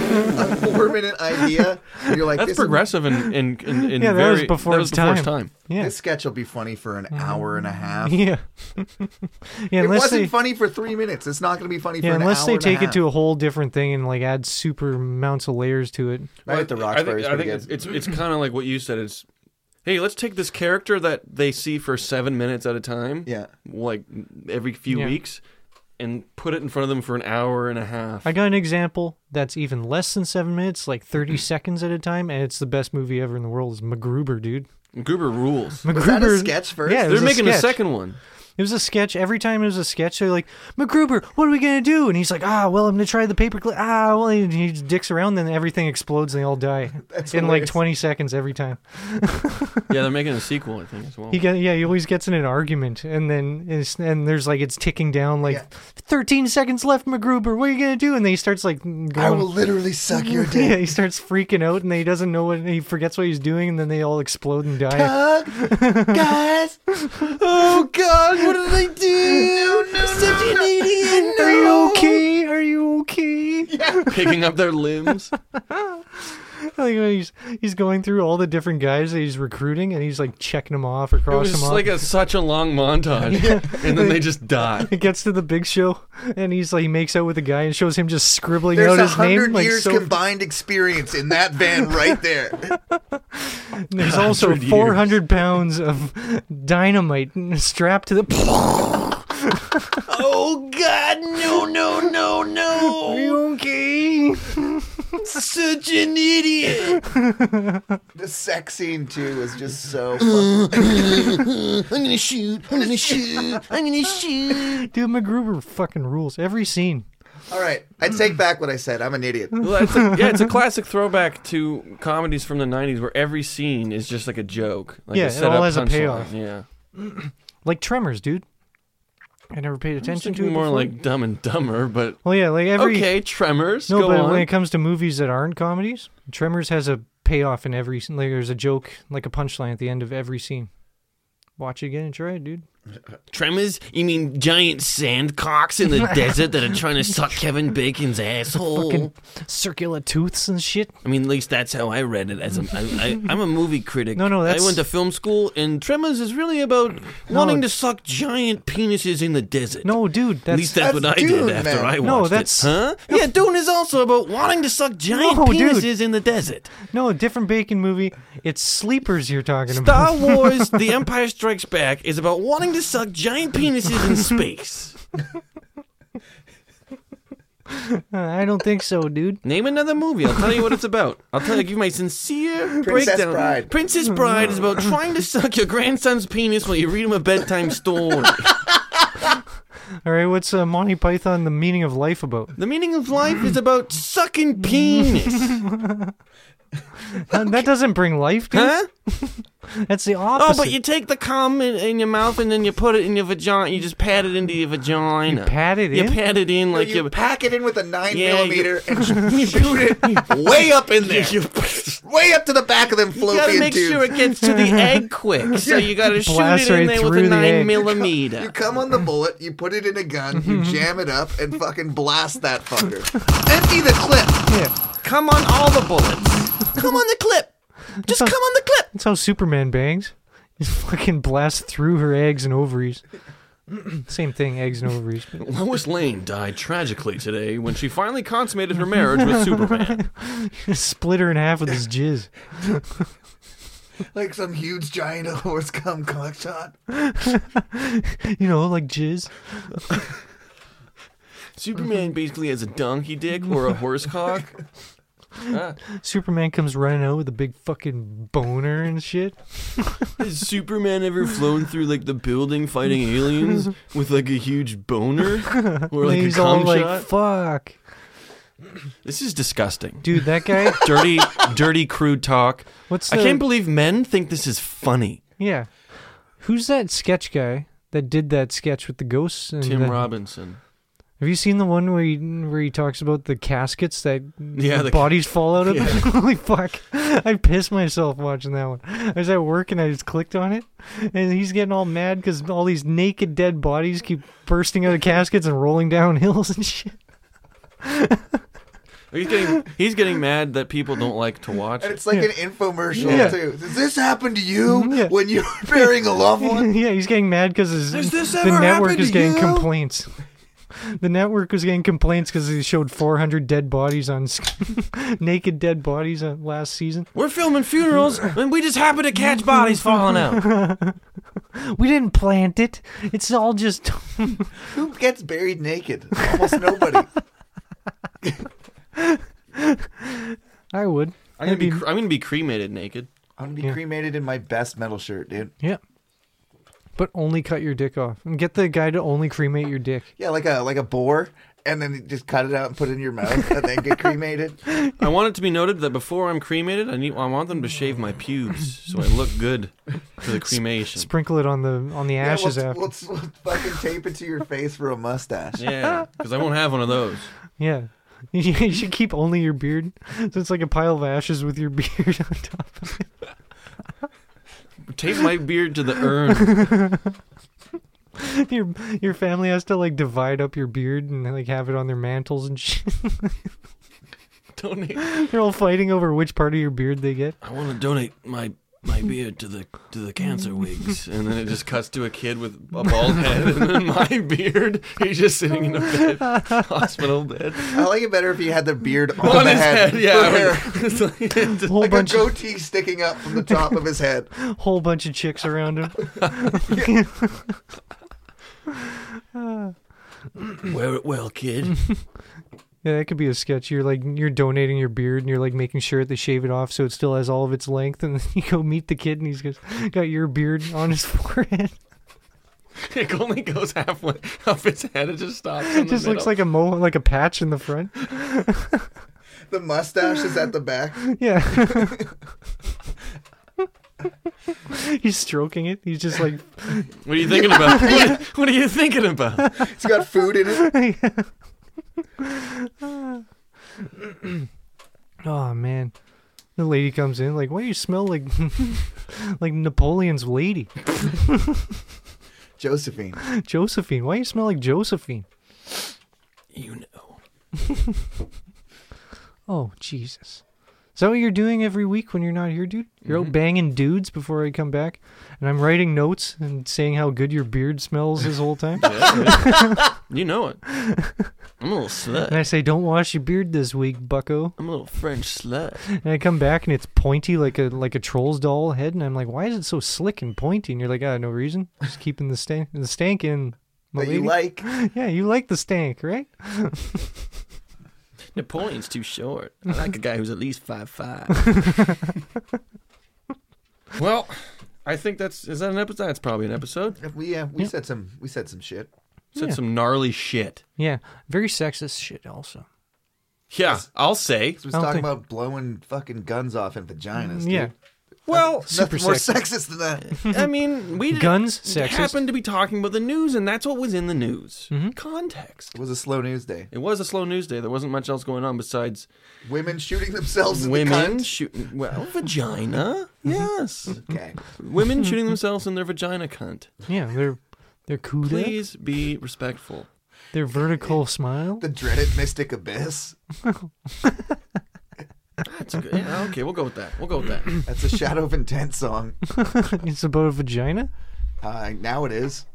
[SPEAKER 4] a four minute idea, and you're like,
[SPEAKER 5] That's
[SPEAKER 4] this,
[SPEAKER 5] progressive and in, in, in
[SPEAKER 2] Yeah, that
[SPEAKER 5] very,
[SPEAKER 2] was before
[SPEAKER 5] that was
[SPEAKER 2] its
[SPEAKER 5] before its
[SPEAKER 2] time.
[SPEAKER 5] time.
[SPEAKER 2] Yeah.
[SPEAKER 4] This sketch will be funny for an hour and a half.
[SPEAKER 2] yeah, yeah.
[SPEAKER 4] it
[SPEAKER 2] Unless
[SPEAKER 4] wasn't
[SPEAKER 2] they,
[SPEAKER 4] funny for three minutes. It's not going to be funny
[SPEAKER 2] yeah,
[SPEAKER 4] for an
[SPEAKER 2] unless
[SPEAKER 4] hour
[SPEAKER 2] they
[SPEAKER 4] and
[SPEAKER 2] take
[SPEAKER 4] a
[SPEAKER 2] it to a whole different thing and like add super amounts of layers to it.
[SPEAKER 4] Night at the
[SPEAKER 5] I
[SPEAKER 4] Roxbury
[SPEAKER 5] think,
[SPEAKER 4] is
[SPEAKER 5] I
[SPEAKER 4] pretty
[SPEAKER 5] think
[SPEAKER 4] good.
[SPEAKER 5] it's it's, it's kind of like what you said. It's hey, let's take this character that they see for seven minutes at a time.
[SPEAKER 4] Yeah.
[SPEAKER 5] like every few
[SPEAKER 2] Yeah.
[SPEAKER 5] weeks, and put it in front of them for an hour and a half.
[SPEAKER 2] I got an example that's even less than seven minutes, like thirty seconds at a time, and it's the best movie ever in the world. Is MacGruber, dude.
[SPEAKER 5] Gruber rules.
[SPEAKER 2] MacGruber
[SPEAKER 4] Was that a sketch first?
[SPEAKER 2] Yeah, it was
[SPEAKER 5] They're making a,
[SPEAKER 2] sketch.
[SPEAKER 5] second one.
[SPEAKER 2] It was a sketch. Every time it was a sketch, they're like, MacGruber, what are we gonna do? And he's like, Ah, well, I'm gonna try the paperclip. Ah, well, and he just dicks around, then everything explodes, and they all die
[SPEAKER 4] That's
[SPEAKER 2] in like
[SPEAKER 4] hilarious.
[SPEAKER 2] 20 seconds every time.
[SPEAKER 5] Yeah, they're making a sequel, I think, as well.
[SPEAKER 2] He get, yeah, he always gets in an argument, and then it's, and there's like it's ticking down, like
[SPEAKER 4] Yeah.
[SPEAKER 2] 13 seconds left, MacGruber. What are you gonna do? And then he starts like going,
[SPEAKER 4] I will literally suck your
[SPEAKER 2] yeah,
[SPEAKER 4] dick.
[SPEAKER 2] he starts freaking out, and then he doesn't know what he forgets what he's doing, and then they all explode and die.
[SPEAKER 4] Doug, guys, oh god, what did I do? No, no, Such an idiot.
[SPEAKER 2] Are you okay? Are you okay?
[SPEAKER 5] picking up their limbs.
[SPEAKER 2] Like when he's he's going through all the different guys that he's recruiting, and he's like checking them off or
[SPEAKER 5] It was
[SPEAKER 2] crossing them
[SPEAKER 5] just
[SPEAKER 2] off.
[SPEAKER 5] like a, such a long montage, and then they just die.
[SPEAKER 2] it gets to the big show, and he's like he makes out with a guy and shows him just scribbling
[SPEAKER 4] There's
[SPEAKER 2] out
[SPEAKER 4] a
[SPEAKER 2] his name.
[SPEAKER 4] hundred
[SPEAKER 2] Like
[SPEAKER 4] years
[SPEAKER 2] so,
[SPEAKER 4] combined experience in that van right there.
[SPEAKER 2] there's also
[SPEAKER 5] 100 years.
[SPEAKER 2] 400 pounds of dynamite strapped to the.
[SPEAKER 4] oh god, no, no, no, no.
[SPEAKER 2] Are you okay?
[SPEAKER 4] Such an idiot. the sex scene too was just so. fucking-
[SPEAKER 7] I'm gonna shoot. I'm gonna shoot. I'm gonna shoot.
[SPEAKER 2] Dude, MacGruber fucking rules every scene.
[SPEAKER 4] All right, I take back what I said. I'm an idiot.
[SPEAKER 5] Well, it's a, yeah, it's a classic throwback to comedies from the '90s, where every scene is just like a joke. Like
[SPEAKER 2] Yeah,
[SPEAKER 5] a
[SPEAKER 2] it
[SPEAKER 5] setup
[SPEAKER 2] all has a
[SPEAKER 5] punchline.
[SPEAKER 2] payoff.
[SPEAKER 5] Yeah,
[SPEAKER 2] Like Tremors, dude. I never paid attention to it.
[SPEAKER 5] Thinking more
[SPEAKER 2] before.
[SPEAKER 5] like Dumb and Dumber, but
[SPEAKER 2] Well, yeah, like every.
[SPEAKER 5] okay, Tremors.
[SPEAKER 2] No,
[SPEAKER 5] go
[SPEAKER 2] but
[SPEAKER 5] on.
[SPEAKER 2] when it comes to movies that aren't comedies, Tremors has a payoff in every. Like, there's a joke, like a punchline at the end of every scene. Watch it again and try it, dude.
[SPEAKER 9] Tremors? You mean giant sand cocks in the desert that are trying to suck Kevin Bacon's asshole?
[SPEAKER 2] Fucking circular tooths and shit.
[SPEAKER 9] I mean, at least that's how I read it. As a, I, I, I'm a movie critic.
[SPEAKER 2] No, no, that's-
[SPEAKER 9] I went to film school, and Tremors is really about wanting to
[SPEAKER 2] it's-
[SPEAKER 9] suck giant penises in the desert.
[SPEAKER 2] No, dude, that's
[SPEAKER 9] at least that's, what I did after I watched
[SPEAKER 2] no,
[SPEAKER 9] it.
[SPEAKER 2] that's
[SPEAKER 9] huh? Yeah, Dune is also about wanting to suck giant
[SPEAKER 2] No, dude.
[SPEAKER 9] penises in the desert.
[SPEAKER 2] no different Bacon movie. It's sleepers you're talking
[SPEAKER 9] Star
[SPEAKER 2] about.
[SPEAKER 9] Wars: The Empire Strikes Back is about wanting to suck giant penises in space.
[SPEAKER 2] I don't think so, dude.
[SPEAKER 9] Name another movie. I'll tell you what it's about. I'll tell you. Give my sincere
[SPEAKER 4] Princess
[SPEAKER 9] breakdown.
[SPEAKER 4] Bride.
[SPEAKER 9] Princess Bride is about trying to suck your grandson's penis while you read him a bedtime story.
[SPEAKER 2] All right, what's uh, Monty Python: The Meaning of Life about?
[SPEAKER 9] the meaning of life is about sucking penis.
[SPEAKER 2] That- That doesn't bring life, dude.
[SPEAKER 9] Huh?
[SPEAKER 2] That's the
[SPEAKER 9] Oh,
[SPEAKER 2] opposite.
[SPEAKER 9] but you take the cum in, in your mouth and then you put it in your vagina. You just pat it into your vagina. You
[SPEAKER 2] pat it
[SPEAKER 9] You
[SPEAKER 2] in?
[SPEAKER 9] pat it in like
[SPEAKER 4] you,
[SPEAKER 9] you.
[SPEAKER 4] pack it in with a nine
[SPEAKER 9] Yeah,
[SPEAKER 4] millimeter and shoot it way up in there,
[SPEAKER 9] You-
[SPEAKER 4] way up to the back of them
[SPEAKER 9] You gotta
[SPEAKER 4] fallopian
[SPEAKER 9] make
[SPEAKER 4] tubes.
[SPEAKER 9] sure it gets to the egg quick. So you gotta shoot
[SPEAKER 2] Blast
[SPEAKER 9] it in
[SPEAKER 2] right
[SPEAKER 9] there with
[SPEAKER 2] through
[SPEAKER 9] a
[SPEAKER 2] the
[SPEAKER 9] nine
[SPEAKER 2] egg.
[SPEAKER 9] millimeter.
[SPEAKER 4] you come on the bullet, you put it in a gun, you jam it up, and fucking blast that fucker. Empty the clip.
[SPEAKER 9] Come on, all the bullets. Come on the clip. Just come on the clip.
[SPEAKER 2] That's how Superman bangs. He fucking blasts through her eggs and ovaries. Same thing, eggs and ovaries.
[SPEAKER 5] Lois Lane died tragically today when she finally consummated her marriage with Superman.
[SPEAKER 2] Split her in half with his jizz.
[SPEAKER 4] Like some huge giant horse cum cock shot.
[SPEAKER 2] You know, like jizz.
[SPEAKER 9] Superman basically has a donkey dick or a horse cock.
[SPEAKER 2] Superman comes running out with a big fucking boner and shit.
[SPEAKER 5] Has Superman ever flown through like the building fighting aliens with like a huge boner or like
[SPEAKER 2] He's
[SPEAKER 5] a
[SPEAKER 2] all
[SPEAKER 5] cum
[SPEAKER 2] like,
[SPEAKER 5] shot?
[SPEAKER 2] "Fuck,
[SPEAKER 5] This is disgusting.
[SPEAKER 2] dude, that guy."
[SPEAKER 5] Dirty, dirty, crude talk.
[SPEAKER 2] What's
[SPEAKER 5] I
[SPEAKER 2] the-
[SPEAKER 5] can't believe men think this is funny.
[SPEAKER 2] yeah, who's that sketch guy that did that sketch with the ghosts? And
[SPEAKER 5] Tim
[SPEAKER 2] the-
[SPEAKER 5] Robinson.
[SPEAKER 2] Have you seen the one where he where he talks about the caskets that
[SPEAKER 5] Yeah,
[SPEAKER 2] the
[SPEAKER 5] the-
[SPEAKER 2] bodies fall out of? Holy fuck! I pissed myself watching that one. I was at work and I just clicked on it, and he's getting all mad because all these naked dead bodies keep bursting out of caskets and rolling down hills and shit.
[SPEAKER 5] He's getting he's getting mad that people don't like to watch
[SPEAKER 4] And
[SPEAKER 5] it.
[SPEAKER 4] it's like an infomercial
[SPEAKER 2] Yeah.
[SPEAKER 4] too. Does this happen to you
[SPEAKER 2] Yeah.
[SPEAKER 4] when you're burying a loved one?
[SPEAKER 2] yeah, he's getting mad because
[SPEAKER 4] Has this
[SPEAKER 2] the
[SPEAKER 4] ever
[SPEAKER 2] network
[SPEAKER 4] happened
[SPEAKER 2] is
[SPEAKER 4] to
[SPEAKER 2] getting
[SPEAKER 4] you?
[SPEAKER 2] complaints. The network was getting complaints because they showed 400 dead bodies on sc- naked dead bodies on last season.
[SPEAKER 5] We're filming funerals and we just happen to catch bodies falling out.
[SPEAKER 2] We didn't plant it. It's all just
[SPEAKER 4] Who gets buried naked? Almost nobody.
[SPEAKER 2] I would.
[SPEAKER 5] I'm gonna be cre- I'm gonna be cremated naked.
[SPEAKER 4] I'm gonna be cremated in my best metal shirt, dude.
[SPEAKER 2] Yeah. But only cut your dick off. And get the guy to only cremate your dick.
[SPEAKER 4] Yeah, like a like a boar, and then just cut it out and put it in your mouth, and then get cremated.
[SPEAKER 5] I want it to be noted that before I'm cremated, I need I want them to shave my pubes so I look good for the cremation.
[SPEAKER 2] Sprinkle it on the on the ashes
[SPEAKER 4] yeah,
[SPEAKER 2] after.
[SPEAKER 4] we'll, we'll, we'll fucking tape it to your face for a mustache.
[SPEAKER 5] Yeah, because I won't have one of those.
[SPEAKER 2] yeah. You should keep only your beard. So it's like a pile of ashes with your beard on top.
[SPEAKER 5] Tape my beard to the urn.
[SPEAKER 2] Your your family has to like divide up your beard and like have it on their mantles and shit.
[SPEAKER 5] Donate.
[SPEAKER 2] They're all fighting over which part of your beard they get.
[SPEAKER 5] I want to donate my my beard to the to the cancer wigs, and then it just cuts to a kid with a bald head, and then my beard. He's just sitting in a bed, hospital bed,
[SPEAKER 4] I like it better if you had the beard on,
[SPEAKER 5] on
[SPEAKER 4] the
[SPEAKER 5] his head.
[SPEAKER 4] Hair.
[SPEAKER 5] Yeah, It's like-
[SPEAKER 2] Whole
[SPEAKER 4] like
[SPEAKER 2] bunch
[SPEAKER 4] a goatee sticking up from the top of his head.
[SPEAKER 2] of, whole bunch of chicks around him.
[SPEAKER 5] wear it well, kid.
[SPEAKER 2] Yeah, that could be a sketch. You're like you're donating your beard and you're like making sure they shave it off so it still has all of its length and then you go meet the kid and he's got, got your beard on his forehead.
[SPEAKER 5] It only goes halfway up his head. It just stops. In the
[SPEAKER 2] Just
[SPEAKER 5] middle.
[SPEAKER 2] looks like a mo like a patch in the front.
[SPEAKER 4] The mustache is at the back.
[SPEAKER 2] Yeah. he's stroking it. He's just like
[SPEAKER 5] What are you thinking about? What, what are you thinking about?
[SPEAKER 4] It's got food in it.
[SPEAKER 2] Oh man. The lady comes in like, "Why do you smell like like Napoleon's lady?"
[SPEAKER 4] Josephine.
[SPEAKER 2] Josephine. Why you smell like Josephine?
[SPEAKER 9] You know.
[SPEAKER 2] Oh, Jesus. Is that what you're doing every week when you're not here, dude? You're out
[SPEAKER 4] Mm-hmm.
[SPEAKER 9] Mhm.
[SPEAKER 2] banging dudes before I come back, and I'm writing notes and saying how good your beard smells this whole time.
[SPEAKER 5] You know it. I'm a little slut.
[SPEAKER 2] And I say, "Don't wash your beard this week, Bucko."
[SPEAKER 5] I'm a little French slut.
[SPEAKER 2] And I come back and it's pointy like a like a troll's doll head, and I'm like, "Why is it so slick and pointy?" And you're like, "Ah, no reason. Just keeping the stank the stank in." my
[SPEAKER 4] That you
[SPEAKER 2] lady."
[SPEAKER 4] like.
[SPEAKER 2] yeah, you like the stank, right?
[SPEAKER 5] Napoleon's too short. I like a guy who's at least five five. well, I think that's is that an episode? That's probably an episode.
[SPEAKER 4] We yeah, we said some we said some shit.
[SPEAKER 5] Said
[SPEAKER 2] Yeah.
[SPEAKER 5] some gnarly shit.
[SPEAKER 2] yeah, very sexist shit. Also,
[SPEAKER 5] Yeah, I'll say.
[SPEAKER 4] This was
[SPEAKER 2] I don't
[SPEAKER 4] talking
[SPEAKER 2] think-
[SPEAKER 4] about blowing fucking guns off in vaginas.
[SPEAKER 2] yeah,
[SPEAKER 4] dude.
[SPEAKER 5] Well,
[SPEAKER 4] Oh, Nothing more sexist than that.
[SPEAKER 5] I mean, we
[SPEAKER 2] Guns,
[SPEAKER 5] didn't-
[SPEAKER 2] sexist.
[SPEAKER 5] happened to be talking about the news, and that's what was in the news.
[SPEAKER 2] Mm-hmm.
[SPEAKER 5] Context.
[SPEAKER 4] It was a slow news day.
[SPEAKER 5] It was a slow news day. There wasn't much else going on besides
[SPEAKER 4] Women shooting themselves in the
[SPEAKER 5] women Mm-hmm.
[SPEAKER 4] cunt.
[SPEAKER 5] shooting. Well, vagina. Yes.
[SPEAKER 4] Okay.
[SPEAKER 5] women shooting themselves in their vagina cunt.
[SPEAKER 2] yeah, they're they're cool.
[SPEAKER 5] Please be respectful.
[SPEAKER 2] Their vertical smile.
[SPEAKER 4] The dreaded mystic abyss.
[SPEAKER 5] That's good. Yeah, okay, we'll go with that. We'll go with that.
[SPEAKER 4] That's a Shadow of Intent song.
[SPEAKER 2] it's about a vagina.
[SPEAKER 4] Uh, now it is.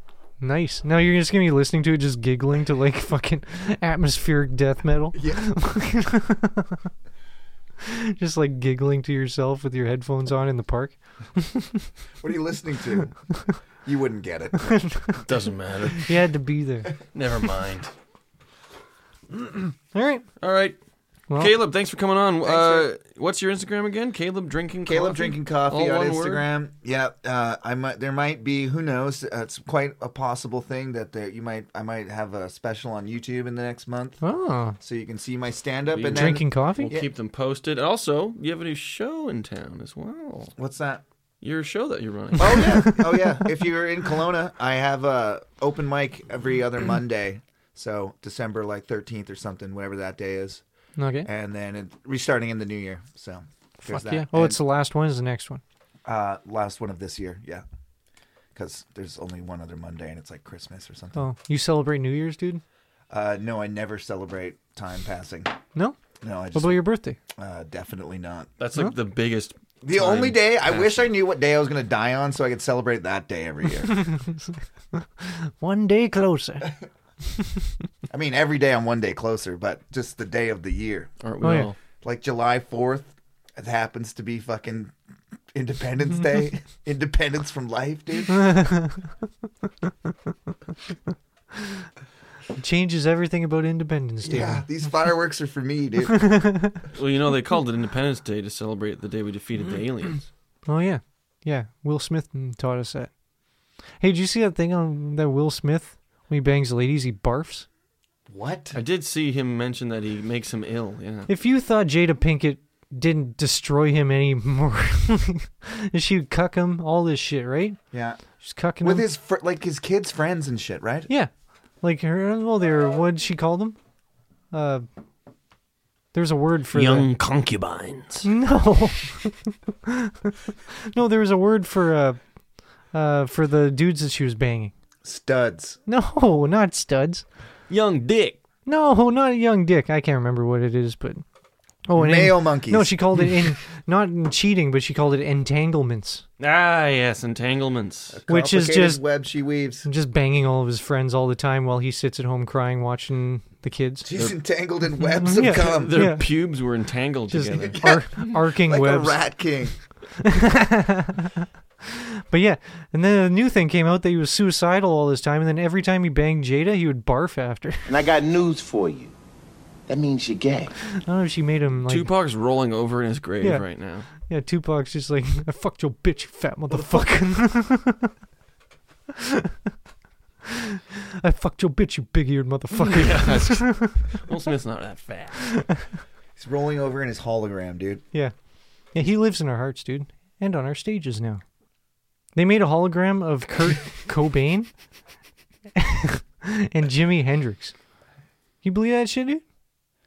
[SPEAKER 2] Nice. Now you're just gonna be listening to it, just giggling to like fucking atmospheric death metal.
[SPEAKER 4] Yeah.
[SPEAKER 2] just like giggling to yourself with your headphones on in the park.
[SPEAKER 4] What are you listening to? You wouldn't get it.
[SPEAKER 5] Doesn't matter.
[SPEAKER 2] He had to be there.
[SPEAKER 5] Never mind.
[SPEAKER 2] All right.
[SPEAKER 5] All right.
[SPEAKER 2] Well-
[SPEAKER 5] Caleb, thanks for coming on. Uh, what's your Instagram again? Caleb drinking coffee.
[SPEAKER 4] Caleb drinking coffee on
[SPEAKER 5] All one word?
[SPEAKER 4] Instagram. Yeah, uh, I might. There might be. Who knows? Uh, it's quite a possible thing that there, you might. I might have a special on YouTube in the next month,
[SPEAKER 2] Oh.
[SPEAKER 4] so you can see my stand up
[SPEAKER 5] We-
[SPEAKER 4] and then-
[SPEAKER 2] Drinking coffee?
[SPEAKER 5] We'll keep them posted. Also, you have a new show in town as well.
[SPEAKER 4] What's that?
[SPEAKER 5] Your show that you're running.
[SPEAKER 4] Oh yeah, oh yeah. If you're in Kelowna, I have a open mic every other Monday. So December like 13th or something, whatever that day is.
[SPEAKER 2] Okay.
[SPEAKER 4] And then it, restarting in the new year. So there's
[SPEAKER 2] Fuck
[SPEAKER 4] that.
[SPEAKER 2] yeah. Oh, it's the last one. Is the next one?
[SPEAKER 4] uh, last one of this year. Yeah, because there's only one other Monday, and it's like Christmas or something.
[SPEAKER 2] Oh, you celebrate New Year's, dude?
[SPEAKER 4] Uh, no, I never celebrate time passing.
[SPEAKER 2] No.
[SPEAKER 4] No, I
[SPEAKER 2] What
[SPEAKER 4] just
[SPEAKER 2] about your birthday?
[SPEAKER 4] uh, definitely not.
[SPEAKER 5] That's like the biggest.
[SPEAKER 4] The
[SPEAKER 5] time
[SPEAKER 4] only day I
[SPEAKER 5] pass.
[SPEAKER 4] wish I knew what day I was going to die on, so I could celebrate that day every year.
[SPEAKER 2] One day closer.
[SPEAKER 4] I mean, every day I'm one day closer, but just the day of the year,
[SPEAKER 5] Aren't we
[SPEAKER 2] Oh, yeah.
[SPEAKER 5] all?
[SPEAKER 4] like July Fourth, it happens to be fucking Independence Day, Independence from life, dude.
[SPEAKER 2] It changes everything about Independence Day.
[SPEAKER 4] Yeah, these fireworks are for me, dude.
[SPEAKER 5] Well, you know, they called it Independence Day to celebrate the day we defeated the aliens.
[SPEAKER 2] Oh yeah, yeah. Will Smith taught us that. Hey, did you see that thing on that Will Smith when he bangs ladies, he barfs?
[SPEAKER 4] What?
[SPEAKER 5] I did see him mention that he makes him ill. Yeah.
[SPEAKER 2] If you thought Jada Pinkett didn't destroy him anymore, and she would cuck him, all this shit, right?
[SPEAKER 4] Yeah,
[SPEAKER 2] She's cucking
[SPEAKER 4] with
[SPEAKER 2] him.
[SPEAKER 4] his fr- like his kids' friends and shit, right?
[SPEAKER 2] yeah, like her. Well, they were. What she called them? Uh, there's a word for
[SPEAKER 9] Young concubines.
[SPEAKER 2] That. No. no, there was a word for uh, uh, for the dudes that she was banging.
[SPEAKER 4] Studs.
[SPEAKER 2] Mm. No, not studs.
[SPEAKER 5] Young dick.
[SPEAKER 2] No, not a young dick. I can't remember what it is, but oh, and
[SPEAKER 4] Male
[SPEAKER 2] en-
[SPEAKER 4] monkeys.
[SPEAKER 2] No, she called it in not in cheating, but she called it entanglements,
[SPEAKER 5] Ah, yes, entanglements.
[SPEAKER 2] which is
[SPEAKER 4] Complicated
[SPEAKER 2] just
[SPEAKER 4] web she weaves.
[SPEAKER 2] just banging all of his friends all the time while he sits at home crying, watching the kids,
[SPEAKER 4] She's entangled in webs of
[SPEAKER 2] Yeah.
[SPEAKER 4] cum,
[SPEAKER 5] Their
[SPEAKER 2] Yeah.
[SPEAKER 5] pubes were entangled
[SPEAKER 2] just
[SPEAKER 5] together.
[SPEAKER 2] ar- arcing
[SPEAKER 4] like
[SPEAKER 2] webs.
[SPEAKER 4] a rat king.
[SPEAKER 2] But yeah, and then a new thing came out that he was suicidal all this time, and then every time he banged Jada, he would barf after.
[SPEAKER 16] And I got news for you. That means you're gay.
[SPEAKER 2] I don't know if she made him like
[SPEAKER 5] Tupac's rolling over in his grave
[SPEAKER 2] Yeah.
[SPEAKER 5] right now.
[SPEAKER 2] yeah, Tupac's just like I fucked your bitch, you fat motherfucker. I fucked your bitch, you big-eared motherfucker.
[SPEAKER 5] Will Smith's not that fat.
[SPEAKER 4] He's rolling over in his hologram, dude.
[SPEAKER 2] Yeah. Yeah, he lives in our hearts, dude, and on our stages now. They made a hologram of Kurt Cobain and Jimi Hendrix. You believe that shit, dude?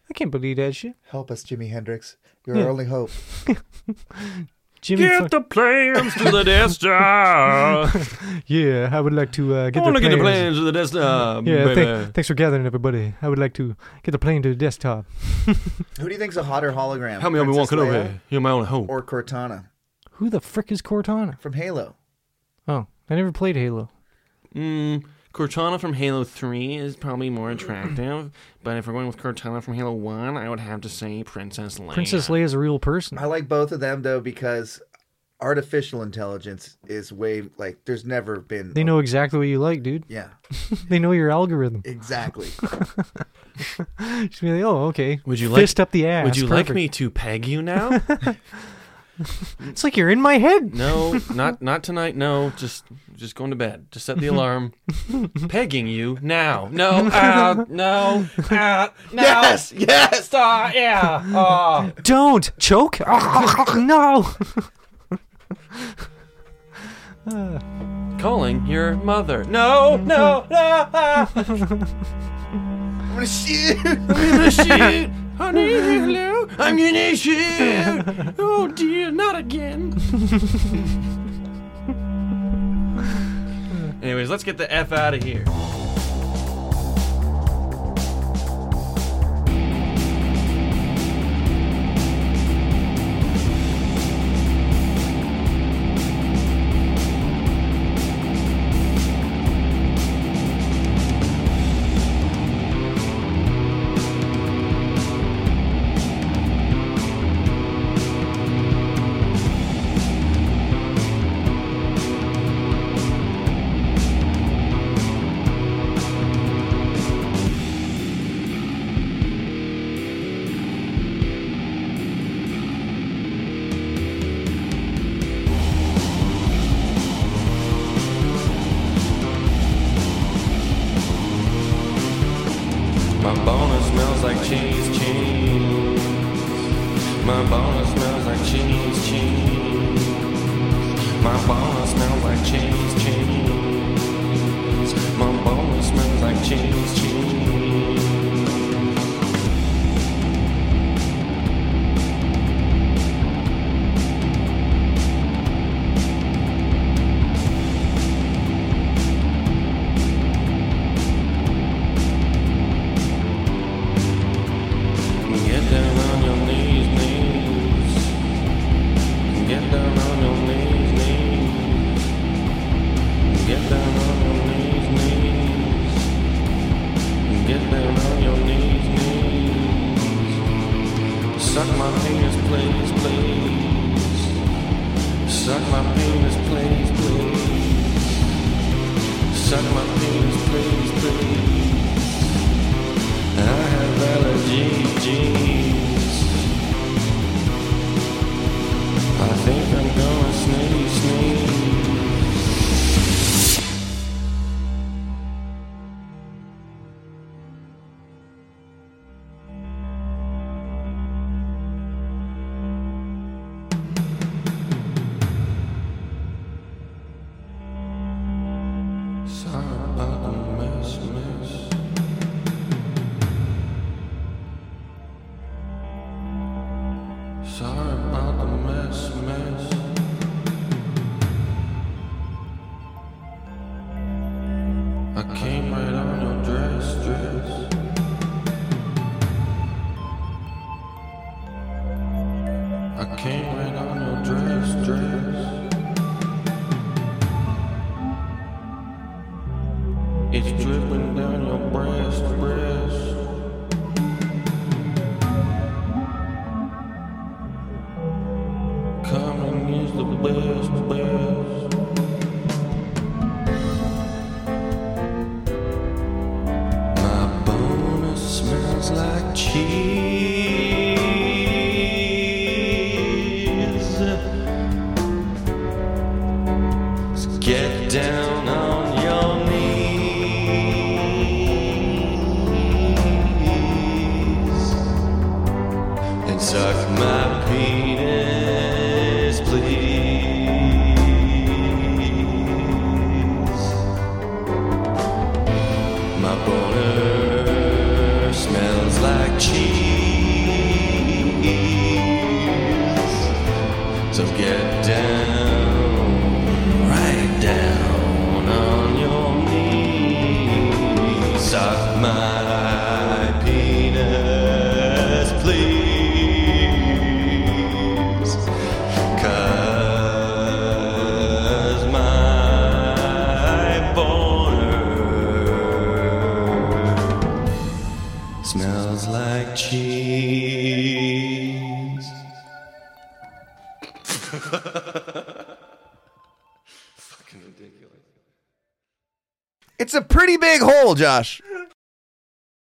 [SPEAKER 2] I can't believe that shit.
[SPEAKER 4] Help us, Jimi Hendrix. You're
[SPEAKER 2] Yeah.
[SPEAKER 4] our only hope.
[SPEAKER 2] Jimmy
[SPEAKER 17] Get
[SPEAKER 2] fuck-
[SPEAKER 17] the plans to the Death Star.
[SPEAKER 2] yeah, I would like to uh,
[SPEAKER 17] I
[SPEAKER 2] get
[SPEAKER 17] want
[SPEAKER 2] the
[SPEAKER 17] to get the plans
[SPEAKER 2] plans.
[SPEAKER 17] to the Death
[SPEAKER 5] uh,
[SPEAKER 17] Star,
[SPEAKER 2] Yeah,
[SPEAKER 17] baby.
[SPEAKER 2] thank- thanks for gathering, everybody. I would like to get the plane to the desktop.
[SPEAKER 4] Who do you think's a hotter hologram?
[SPEAKER 17] Help me, Obi-Wan
[SPEAKER 4] Princess
[SPEAKER 17] Kenobi.
[SPEAKER 4] Leia
[SPEAKER 17] You're my only hope.
[SPEAKER 4] Or Cortana
[SPEAKER 2] Who the frick is Cortana?
[SPEAKER 4] from Halo.
[SPEAKER 2] Oh, I never played Halo.
[SPEAKER 5] Mm, Cortana from Halo 3 is probably more attractive, but if we're going with Cortana from Halo 1, I would have to say Princess Leia.
[SPEAKER 2] Princess Leia is a real person.
[SPEAKER 4] I like both of them though because artificial intelligence is way like there's never been
[SPEAKER 2] They know exactly what you like, dude.
[SPEAKER 4] Yeah.
[SPEAKER 2] they know your algorithm.
[SPEAKER 4] exactly.
[SPEAKER 2] Just be like, oh, okay.
[SPEAKER 5] Would you
[SPEAKER 2] Fist
[SPEAKER 5] like
[SPEAKER 2] up the ass?
[SPEAKER 5] Would you like
[SPEAKER 2] perfect.
[SPEAKER 5] me to peg you now?
[SPEAKER 2] It's like you're in my head.
[SPEAKER 5] no, not not tonight. No, just just going to bed. Just set the alarm. Pegging you now. No, uh, no, uh, no.
[SPEAKER 6] Yes, yes.
[SPEAKER 5] Stop. Yeah. Oh.
[SPEAKER 2] Don't choke. Ah, no.
[SPEAKER 5] Calling your mother. No, no, no. ah.
[SPEAKER 4] I'm gonna shoot. I'm
[SPEAKER 5] gonna shoot. Honey, hello. I'm gonna shoot. Oh dear, not again. Anyways, let's get the f out of here. My boner smells like cheese, cheese. My boner smells like cheese, cheese. My boner smells like cheese, cheese. My boner smells like cheese, cheese. Get down on your knees, knees. Get down on your knees, knees. Get down on your knees, knees. Get down on your knees, knees. Suck my penis, please, please. Suck my penis, please, please. Suck my penis, please, please. I have allergies. I think I'm gonna sneeze, sneeze. Sorry about the mess, mess. Sorry about the mess, mess. I came right on your dress, dress. I came right on your dress, dress. It's dripping down your breast, breast. Coming is the best, best. My bonus smells like cheese. So get down on your knees and suck my penis, please. My boner smells like cheese, so get Fucking ridiculous.
[SPEAKER 4] It's a pretty big hole, Josh.